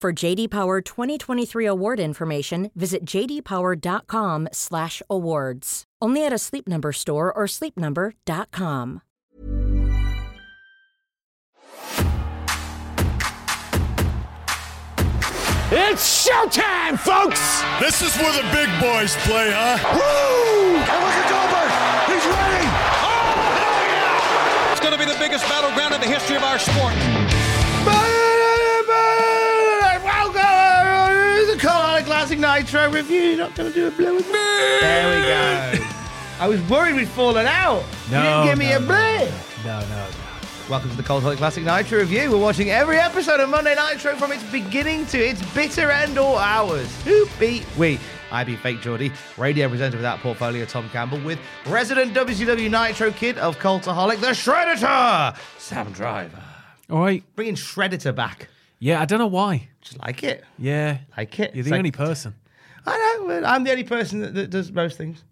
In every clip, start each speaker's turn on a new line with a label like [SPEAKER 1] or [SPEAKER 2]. [SPEAKER 1] For JD Power 2023 award information, visit jdpower.com/awards. Only at a Sleep Number store or sleepnumber.com.
[SPEAKER 2] It's showtime, folks!
[SPEAKER 3] This is where the big boys play, huh?
[SPEAKER 2] Woo! And look at Goldberg! He's ready! Oh, hell yeah!
[SPEAKER 4] It's going to be the biggest battleground in the history of our sport.
[SPEAKER 5] Welcome to the Colorado Classic Nitro review. You're not going to do a blue with me. There we go. I was worried we'd fallen out.
[SPEAKER 6] No,
[SPEAKER 5] you didn't give me
[SPEAKER 6] no,
[SPEAKER 5] a blue.
[SPEAKER 6] No, no,
[SPEAKER 5] Welcome to the Cold Hot Classic Nitro Review. We're watching every episode of Monday Nitro from its beginning to its bitter end or ours. Who beat we? I be Fake Geordie, radio presenter without portfolio Tom Campbell, with resident WCW Nitro kid of Cultaholic, the Shredditor, Sam Driver.
[SPEAKER 6] no. All right.
[SPEAKER 5] Bringing Shredditor back.
[SPEAKER 6] Yeah, I don't know why.
[SPEAKER 5] Just like it.
[SPEAKER 6] Yeah.
[SPEAKER 5] Like it.
[SPEAKER 6] You're
[SPEAKER 5] It's
[SPEAKER 6] the
[SPEAKER 5] like-
[SPEAKER 6] only person.
[SPEAKER 5] I know, but I'm the only person that, that does most things.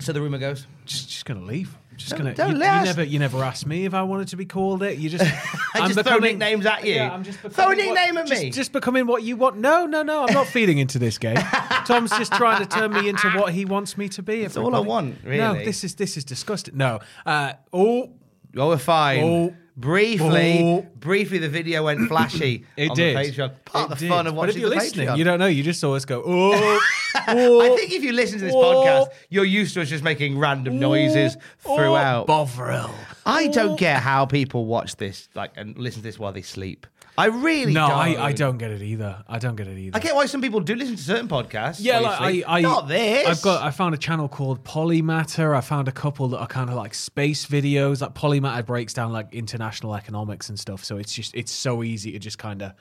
[SPEAKER 5] So the rumor goes.
[SPEAKER 6] Just, just gonna leave. Just
[SPEAKER 5] Don't-
[SPEAKER 6] gonna.
[SPEAKER 5] don't
[SPEAKER 6] you,
[SPEAKER 5] let
[SPEAKER 6] you
[SPEAKER 5] us-
[SPEAKER 6] never, you never asked me if I wanted to be called it. You just.
[SPEAKER 5] I
[SPEAKER 6] I'm
[SPEAKER 5] just throw
[SPEAKER 6] becoming-
[SPEAKER 5] nicknames at you.
[SPEAKER 6] Yeah, I'm just
[SPEAKER 5] throw a
[SPEAKER 6] becoming what-
[SPEAKER 5] nickname at
[SPEAKER 6] just-
[SPEAKER 5] me.
[SPEAKER 6] Just becoming what you want. No, no, no. I'm not feeding into this game. Tom's just trying to turn me into what he wants me to be. That's
[SPEAKER 5] all I want,
[SPEAKER 6] No,
[SPEAKER 5] really.
[SPEAKER 6] this is this is disgusting. No. Uh, oh,
[SPEAKER 5] Oh, we're fine.
[SPEAKER 6] Oh.
[SPEAKER 5] Briefly,
[SPEAKER 6] Oh.
[SPEAKER 5] briefly, the video went flashy
[SPEAKER 6] it
[SPEAKER 5] on
[SPEAKER 6] did.
[SPEAKER 5] the Patreon.
[SPEAKER 6] It
[SPEAKER 5] Part of the
[SPEAKER 6] did.
[SPEAKER 5] fun of
[SPEAKER 6] But if
[SPEAKER 5] watching
[SPEAKER 6] you're
[SPEAKER 5] the
[SPEAKER 6] listening,
[SPEAKER 5] Patreon.
[SPEAKER 6] you don't know. You just always go. Oh, oh
[SPEAKER 5] I think if you listen to this
[SPEAKER 6] Oh.
[SPEAKER 5] podcast, you're used to us just making random noises
[SPEAKER 6] oh,
[SPEAKER 5] throughout.
[SPEAKER 6] Bovril.
[SPEAKER 5] I don't get how people watch this, like, and listen to this while they sleep. I really
[SPEAKER 6] No,
[SPEAKER 5] don't.
[SPEAKER 6] I, I don't get it either. I don't get it either.
[SPEAKER 5] I get why some people do listen to certain podcasts.
[SPEAKER 6] Yeah,
[SPEAKER 5] while you
[SPEAKER 6] like
[SPEAKER 5] sleep.
[SPEAKER 6] I, I
[SPEAKER 5] not this.
[SPEAKER 6] I've got I found a channel called Polymatter. I found a couple that are kind of like space videos. Like Polymatter breaks down like international economics and stuff. So it's just it's so easy to just kind of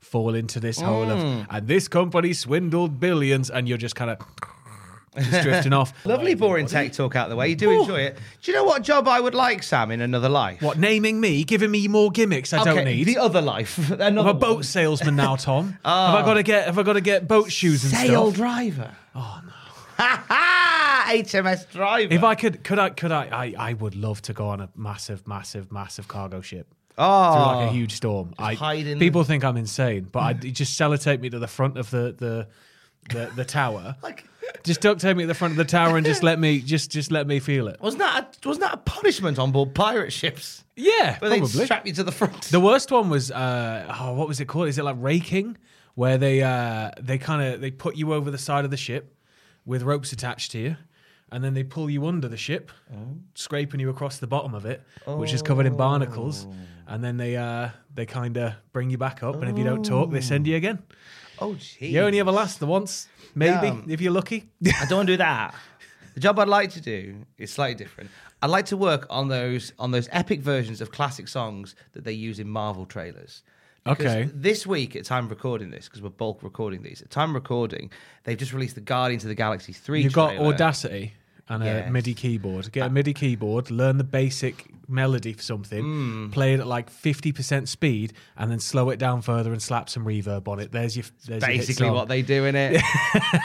[SPEAKER 6] fall into this hole
[SPEAKER 5] Mm.
[SPEAKER 6] of and this company swindled billions and you're just kind of just drifting off.
[SPEAKER 5] Lovely, boring tech talk out the way. You do enjoy it. Do you know what job I would like, Sam, in another life?
[SPEAKER 6] What naming me, giving me more gimmicks I
[SPEAKER 5] Okay,
[SPEAKER 6] don't need.
[SPEAKER 5] the other life. another
[SPEAKER 6] I'm a
[SPEAKER 5] one.
[SPEAKER 6] boat salesman now, Tom.
[SPEAKER 5] Ah.
[SPEAKER 6] Have I got to get? Have I got to get boat shoes and
[SPEAKER 5] Sale
[SPEAKER 6] stuff?
[SPEAKER 5] driver. Oh no. Ha ha! HMS driver.
[SPEAKER 6] If I could, could I? Could I, I? I would love to go on a massive, massive, massive cargo ship.
[SPEAKER 5] Oh.
[SPEAKER 6] Through like a huge storm. I,
[SPEAKER 5] hide in
[SPEAKER 6] people think I'm insane, but I just sellotape me to the front of the the the, the tower.
[SPEAKER 5] Like-
[SPEAKER 6] just duct tape me to the front of the tower and just let me just just let me feel it.
[SPEAKER 5] wasn't that a, wasn't that a punishment on board pirate ships?
[SPEAKER 6] Yeah,
[SPEAKER 5] Where they
[SPEAKER 6] probably.
[SPEAKER 5] strap you to the front.
[SPEAKER 6] The worst one was uh, oh, what was it called? Is it like raking, where they uh, they kind of they put you over the side of the ship with ropes attached to you, and then they pull you under the ship, scraping you across the bottom of it, which is covered in barnacles, and then they uh, they kind of bring you back up, and if you don't talk, they send you again.
[SPEAKER 5] oh jeez.
[SPEAKER 6] You only ever last the once, maybe
[SPEAKER 5] Damn.
[SPEAKER 6] if you're lucky.
[SPEAKER 5] I don't want to do that. The job I'd like to do is slightly different. I'd like to work on those on those epic versions of classic songs that they use in Marvel trailers. Because
[SPEAKER 6] Okay.
[SPEAKER 5] This week, at time of recording this, because we're bulk recording these, at time of recording, they've just released the Guardians of the Galaxy three.
[SPEAKER 6] You've got
[SPEAKER 5] trailer.
[SPEAKER 6] Audacity and
[SPEAKER 5] Yes. Uh,
[SPEAKER 6] a MIDI keyboard. Get a MIDI keyboard, learn the basic melody for something,
[SPEAKER 5] Hmm.
[SPEAKER 6] play it at like 50% speed, and then slow it down further and slap some reverb on it. There's your there's
[SPEAKER 5] basically
[SPEAKER 6] your hit song.
[SPEAKER 5] what they do in it.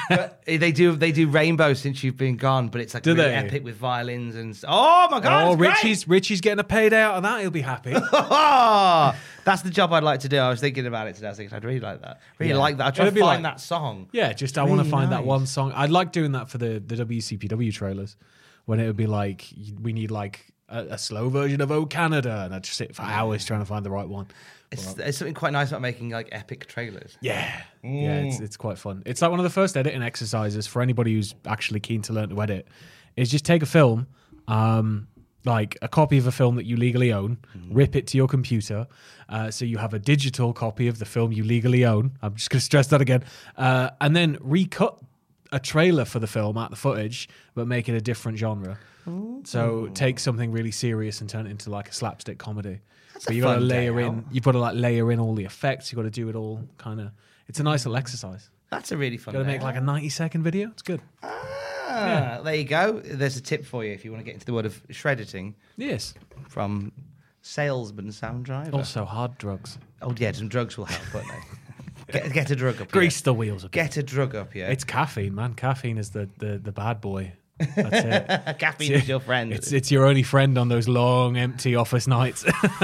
[SPEAKER 5] but they do they do Rainbow since you've been gone, but it's like
[SPEAKER 6] Do
[SPEAKER 5] really
[SPEAKER 6] they?
[SPEAKER 5] epic with violins and s- oh my god,
[SPEAKER 6] Oh,
[SPEAKER 5] it's great!
[SPEAKER 6] Richie's Richie's getting a payday out of that. He'll be happy.
[SPEAKER 5] that's the job I'd like to do. I was thinking about it today. I was thinking I'd really like that. Really
[SPEAKER 6] Yeah.
[SPEAKER 5] like that. I try to
[SPEAKER 6] It'd be
[SPEAKER 5] find
[SPEAKER 6] like-
[SPEAKER 5] that song.
[SPEAKER 6] yeah, just I want
[SPEAKER 5] Really
[SPEAKER 6] to find
[SPEAKER 5] nice.
[SPEAKER 6] that one song. I'd like doing that for the the WCPW trailers when it would be like y- we need like a, a slow version of Oh Canada, and I'd just sit for hours trying to find the right one.
[SPEAKER 5] It's, there's something quite nice about making like epic trailers.
[SPEAKER 6] Yeah, yeah,
[SPEAKER 5] Mm.
[SPEAKER 6] it's, it's quite fun. It's like one of the first editing exercises for anybody who's actually keen to learn to edit. Is just take a film, um, like a copy of a film that you legally own,
[SPEAKER 5] Mm.
[SPEAKER 6] rip it to your computer, uh, so you have a digital copy of the film you legally own. I'm just going to stress that again, uh, and then recut a trailer for the film out the footage, but make it a different genre. So take something really serious and turn it into like a slapstick comedy. but you got to
[SPEAKER 5] fun
[SPEAKER 6] layer
[SPEAKER 5] day
[SPEAKER 6] in
[SPEAKER 5] out.
[SPEAKER 6] you've got to like layer in all the effects. You've got to do it all kind of. It's a nice little exercise.
[SPEAKER 5] That's a really fun.
[SPEAKER 6] Got to
[SPEAKER 5] day
[SPEAKER 6] make
[SPEAKER 5] out.
[SPEAKER 6] like a ninety-second video. It's good.
[SPEAKER 5] Ah, There you go. There's a tip for you if you want to get into the world of shred editing
[SPEAKER 6] Yes.
[SPEAKER 5] from salesman Sam Driver.
[SPEAKER 6] Also hard drugs.
[SPEAKER 5] Oh yeah, some drugs will help, won't they? Get, get a drug up
[SPEAKER 6] Grease
[SPEAKER 5] here.
[SPEAKER 6] the wheels. A bit.
[SPEAKER 5] Get a drug up here.
[SPEAKER 6] It's caffeine, man. Caffeine is the the, the bad boy. That's it.
[SPEAKER 5] caffeine is your friend.
[SPEAKER 6] It's it's your only friend on those long empty office nights.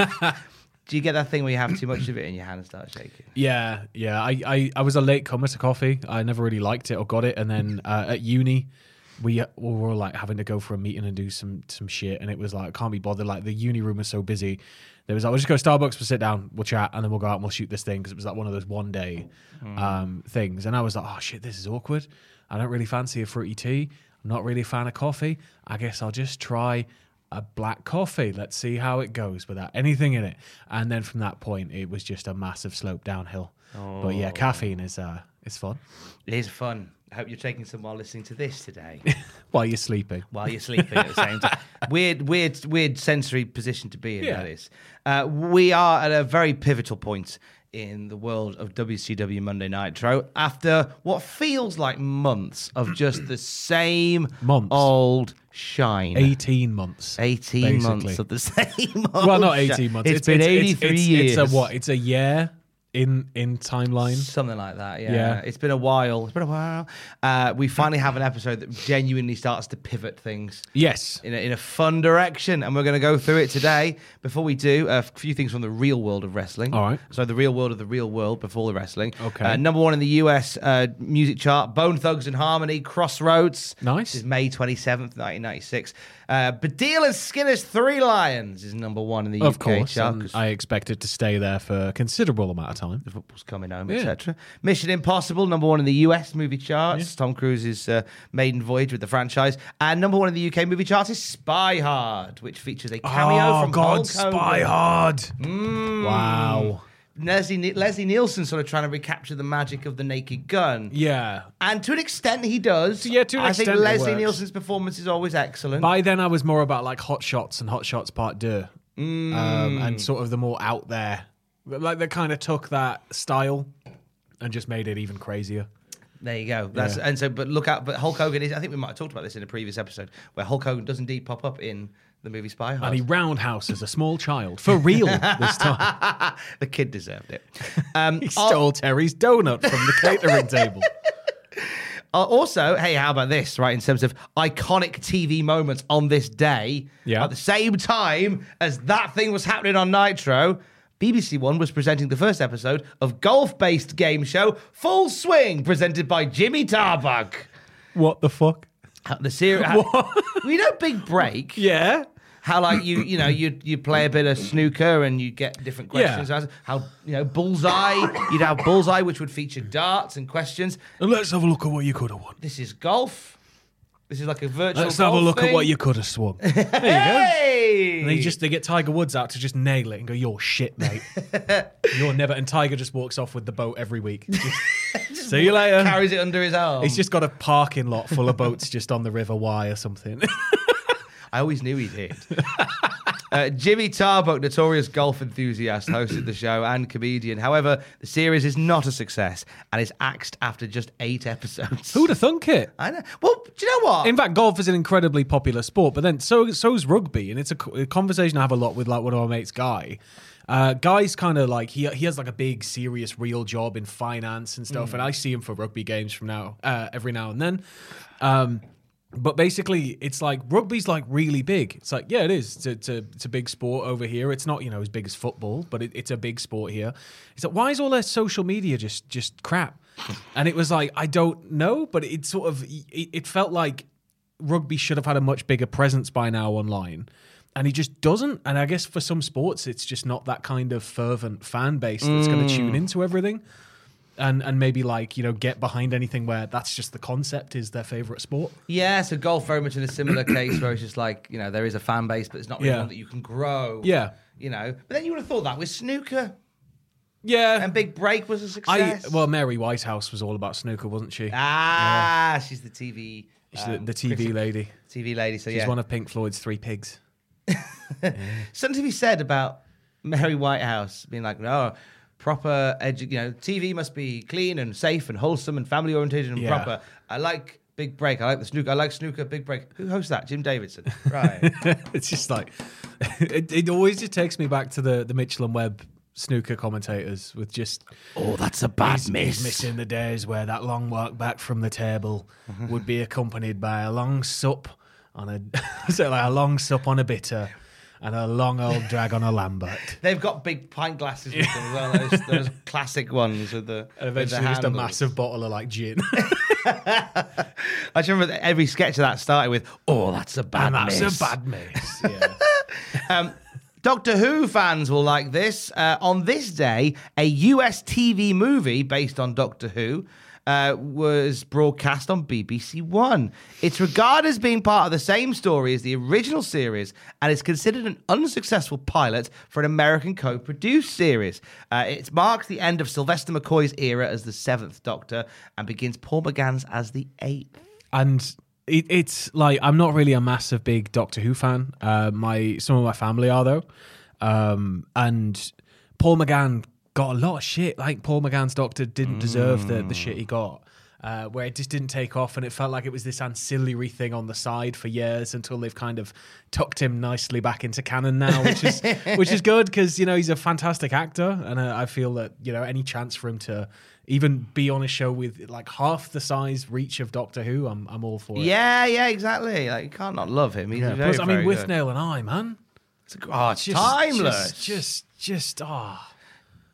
[SPEAKER 5] Do you get that thing where you have too much of it in your hand and start shaking?
[SPEAKER 6] Yeah, yeah. I, I, I was a late comer to coffee. I never really liked it or got it. And then uh, at uni, we, uh, we were like having to go for a meeting and do some some shit. And it was like, can't be bothered. Like the uni room was so busy. There was like, we'll just go to Starbucks, we'll sit down, we'll chat, and then we'll go out and we'll shoot this thing because it was like one of those one day um, things. And I was like, oh shit, this is awkward. I don't really fancy a fruity tea. I'm not really a fan of coffee. I guess I'll just try a black coffee. Let's see how it goes without anything in it. And then from that point, it was just a massive slope downhill. But
[SPEAKER 5] Oh.
[SPEAKER 6] yeah, caffeine is uh, is fun
[SPEAKER 5] It is fun. I hope you're taking some while listening to this today,
[SPEAKER 6] while you're sleeping.
[SPEAKER 5] while you're sleeping at the same time. Weird, weird, weird sensory position to be in.
[SPEAKER 6] Yeah.
[SPEAKER 5] That is. Uh, we are at a very pivotal point in the world of WCW Monday Nitro after what feels like months of just the same
[SPEAKER 6] Months.
[SPEAKER 5] old shine.
[SPEAKER 6] 18 months.
[SPEAKER 5] 18 months
[SPEAKER 6] basically.
[SPEAKER 5] of the same.
[SPEAKER 6] well,
[SPEAKER 5] old
[SPEAKER 6] not
[SPEAKER 5] shine.
[SPEAKER 6] 18 months.
[SPEAKER 5] it's been 83
[SPEAKER 6] it's,
[SPEAKER 5] years.
[SPEAKER 6] It's a what? It's a year in in timeline.
[SPEAKER 5] Something like that, yeah.
[SPEAKER 6] Yeah.
[SPEAKER 5] It's been a while. It's been a while. Uh, we finally have an episode that genuinely starts to pivot things
[SPEAKER 6] Yes.
[SPEAKER 5] in a, in a fun direction, and we're going to go through it today. Before we do, a few things from the real world of wrestling.
[SPEAKER 6] All right.
[SPEAKER 5] So the real world of the real world before the wrestling.
[SPEAKER 6] Okay.
[SPEAKER 5] Uh, number one in the US uh, music chart, Bone Thugs and Harmony, Crossroads.
[SPEAKER 6] Nice.
[SPEAKER 5] This is May 27th, 1996. Uh, Badil and Skinner's Three Lions is number one in the
[SPEAKER 6] Of
[SPEAKER 5] UK
[SPEAKER 6] course.
[SPEAKER 5] chart.
[SPEAKER 6] and
[SPEAKER 5] 'cause
[SPEAKER 6] I expect it to stay there for a considerable amount of time.
[SPEAKER 5] football's coming home,
[SPEAKER 6] Yeah.
[SPEAKER 5] etc. Mission Impossible, number one in the US movie charts. Tom Cruise's uh, maiden voyage with the franchise, and number one in the UK movie charts is Spy Hard, which features a cameo
[SPEAKER 6] oh,
[SPEAKER 5] from
[SPEAKER 6] God,
[SPEAKER 5] Hulk Hogan. Mm.
[SPEAKER 6] Spy Hard. Wow.
[SPEAKER 5] Leslie, Ni- Leslie Nielsen sort of trying to recapture the magic of the Naked Gun.
[SPEAKER 6] Yeah.
[SPEAKER 5] And to an extent, he does.
[SPEAKER 6] Yeah, to an
[SPEAKER 5] I
[SPEAKER 6] extent
[SPEAKER 5] think
[SPEAKER 6] it
[SPEAKER 5] Leslie
[SPEAKER 6] works.
[SPEAKER 5] Nielsen's performance is always excellent.
[SPEAKER 6] By then, I was more about like Hot Shots and Hot Shots Part Deux, um, and sort of the more out there, like that kind of took that style and just made it even crazier.
[SPEAKER 5] There you go. That's and so, but look out. But Hulk Hogan is. I think we might have talked about this in a previous episode where Hulk Hogan does indeed pop up in the movie Spy Hard.
[SPEAKER 6] And he roundhouses a small child for real this time.
[SPEAKER 5] the kid deserved it. Um,
[SPEAKER 6] He stole Terry's donut from the catering table.
[SPEAKER 5] Uh, also, hey, how about this, right? In terms of iconic TV moments on this day,
[SPEAKER 6] Yeah.
[SPEAKER 5] at the same time as that thing was happening on Nitro, BBC One was presenting the first episode of golf based game show Full Swing, presented by Jimmy Tarbuck.
[SPEAKER 6] What the fuck?
[SPEAKER 5] How The series, we know Big Break.
[SPEAKER 6] Yeah.
[SPEAKER 5] How like you, you know, you you play a bit of snooker and you get different questions.
[SPEAKER 6] Yeah.
[SPEAKER 5] answered. How you know bullseye? You'd have bullseye, which would feature darts and questions.
[SPEAKER 6] And let's have a look at what you could have won.
[SPEAKER 5] This is golf. This is like a virtual.
[SPEAKER 6] Let's have a
[SPEAKER 5] golf
[SPEAKER 6] look at
[SPEAKER 5] thing.
[SPEAKER 6] what you could have swung. There you go.
[SPEAKER 5] Hey!
[SPEAKER 6] And they just they get Tiger Woods out to just nail it and go, "You're shit, mate. You're never." And Tiger just walks off with the boat every week. Just, See you later.
[SPEAKER 5] carries it under his arm.
[SPEAKER 6] He's just got a parking lot full of boats just on the River Wye or something.
[SPEAKER 5] I always knew he'd hit. Uh, Jimmy Tarbuck, notorious golf enthusiast, hosted the show and comedian. However, the series is not a success and is axed after just eight episodes.
[SPEAKER 6] Who'd have thunk it?
[SPEAKER 5] I know. Well, do you know what?
[SPEAKER 6] In fact, golf is an incredibly popular sport, but then so so's rugby, and it's a, co- a conversation I have a lot with like one of my mates, Guy. Uh, Guy's kind of like he he has like a big, serious, real job in finance and stuff, and I see him for rugby games from now uh, every now and then. Um, but basically, it's like rugby's like really big. It's like yeah, it is. It's a, it's, a, it's a big sport over here. It's not you know as big as football, but it, it's a big sport here. It's like why is all their social media just just crap? And it was like I don't know, but it sort of it, it felt like rugby should have had a much bigger presence by now online. and he just doesn't. And I guess for some sports, it's just not that kind of fervent fan base that's going to tune into everything. And, and maybe like you know get behind anything where that's just the concept is their favorite sport.
[SPEAKER 5] Yeah, so golf very much in a similar case where it's just like, you know, there is a fan base, but it's not really
[SPEAKER 6] Yeah.
[SPEAKER 5] one that you can grow.
[SPEAKER 6] Yeah.
[SPEAKER 5] You know, but then you would have thought that with snooker
[SPEAKER 6] Yeah,
[SPEAKER 5] and Big Break was a
[SPEAKER 6] I
[SPEAKER 5] success.
[SPEAKER 6] well Mary Whitehouse was all about snooker, wasn't she?
[SPEAKER 5] ah, she's the TV.
[SPEAKER 6] She's the-
[SPEAKER 5] um,
[SPEAKER 6] the, TV
[SPEAKER 5] critic-
[SPEAKER 6] lady.
[SPEAKER 5] TV lady. So
[SPEAKER 6] She's
[SPEAKER 5] yeah,
[SPEAKER 6] one of Pink Floyd's three pigs.
[SPEAKER 5] something to be said about Mary Whitehouse being like, no, proper, edu- you know, TV must be clean and safe and wholesome and family oriented and
[SPEAKER 6] Yeah.
[SPEAKER 5] proper. I like Big Break. I like the snooker. I like snooker. Big Break. Who hosts that? Jim Davidson. Right.
[SPEAKER 6] it's just like it, it always just takes me back to the the Mitchell and Webb snooker commentators with just
[SPEAKER 5] oh, that's a bad
[SPEAKER 6] he's- he's missing the days where that long walk back from the table would be accompanied by a long sup on a so like a long sup on a bitter and a long old drag on a Lambert.
[SPEAKER 5] They've got big pint glasses with them as well. Those, those classic ones with the
[SPEAKER 6] And
[SPEAKER 5] with the
[SPEAKER 6] eventually, just a
[SPEAKER 5] handles.
[SPEAKER 6] massive bottle of like gin.
[SPEAKER 5] I just remember that every sketch of that started with, "Oh, that's a bad
[SPEAKER 6] and that's
[SPEAKER 5] miss."
[SPEAKER 6] a bad miss. Yeah.
[SPEAKER 5] Doctor Who fans will like this. Uh, on this day, a US TV movie based on Doctor Who uh, was broadcast on BBC One. It's regarded as being part of the same story as the original series and is considered an unsuccessful pilot for an American co produced series. Uh, it marks the end of Sylvester McCoy's era as the seventh Doctor and begins Paul McGann's as the eighth.
[SPEAKER 6] and it, it's like I'm not really a massive big Doctor Who fan. Uh, my some of my family are though, um, and Paul McGann got a lot of shit. Like Paul McGann's Doctor didn't deserve the the shit he got. Uh, where it just didn't take off, and it felt like it was this ancillary thing on the side for years until they've kind of tucked him nicely back into canon now, which is which is good because you know he's a fantastic actor, and uh, I feel that you know any chance for him to even be on a show with like half the size reach of Doctor Who, I'm I'm all for it.
[SPEAKER 5] Yeah, yeah, exactly. Like you can't not love him. He's
[SPEAKER 6] Yeah,
[SPEAKER 5] very,
[SPEAKER 6] plus, I mean,
[SPEAKER 5] very
[SPEAKER 6] with
[SPEAKER 5] good.
[SPEAKER 6] Nail and I, man,
[SPEAKER 5] It's a- oh, it's
[SPEAKER 6] just,
[SPEAKER 5] timeless.
[SPEAKER 6] just, just, just ah,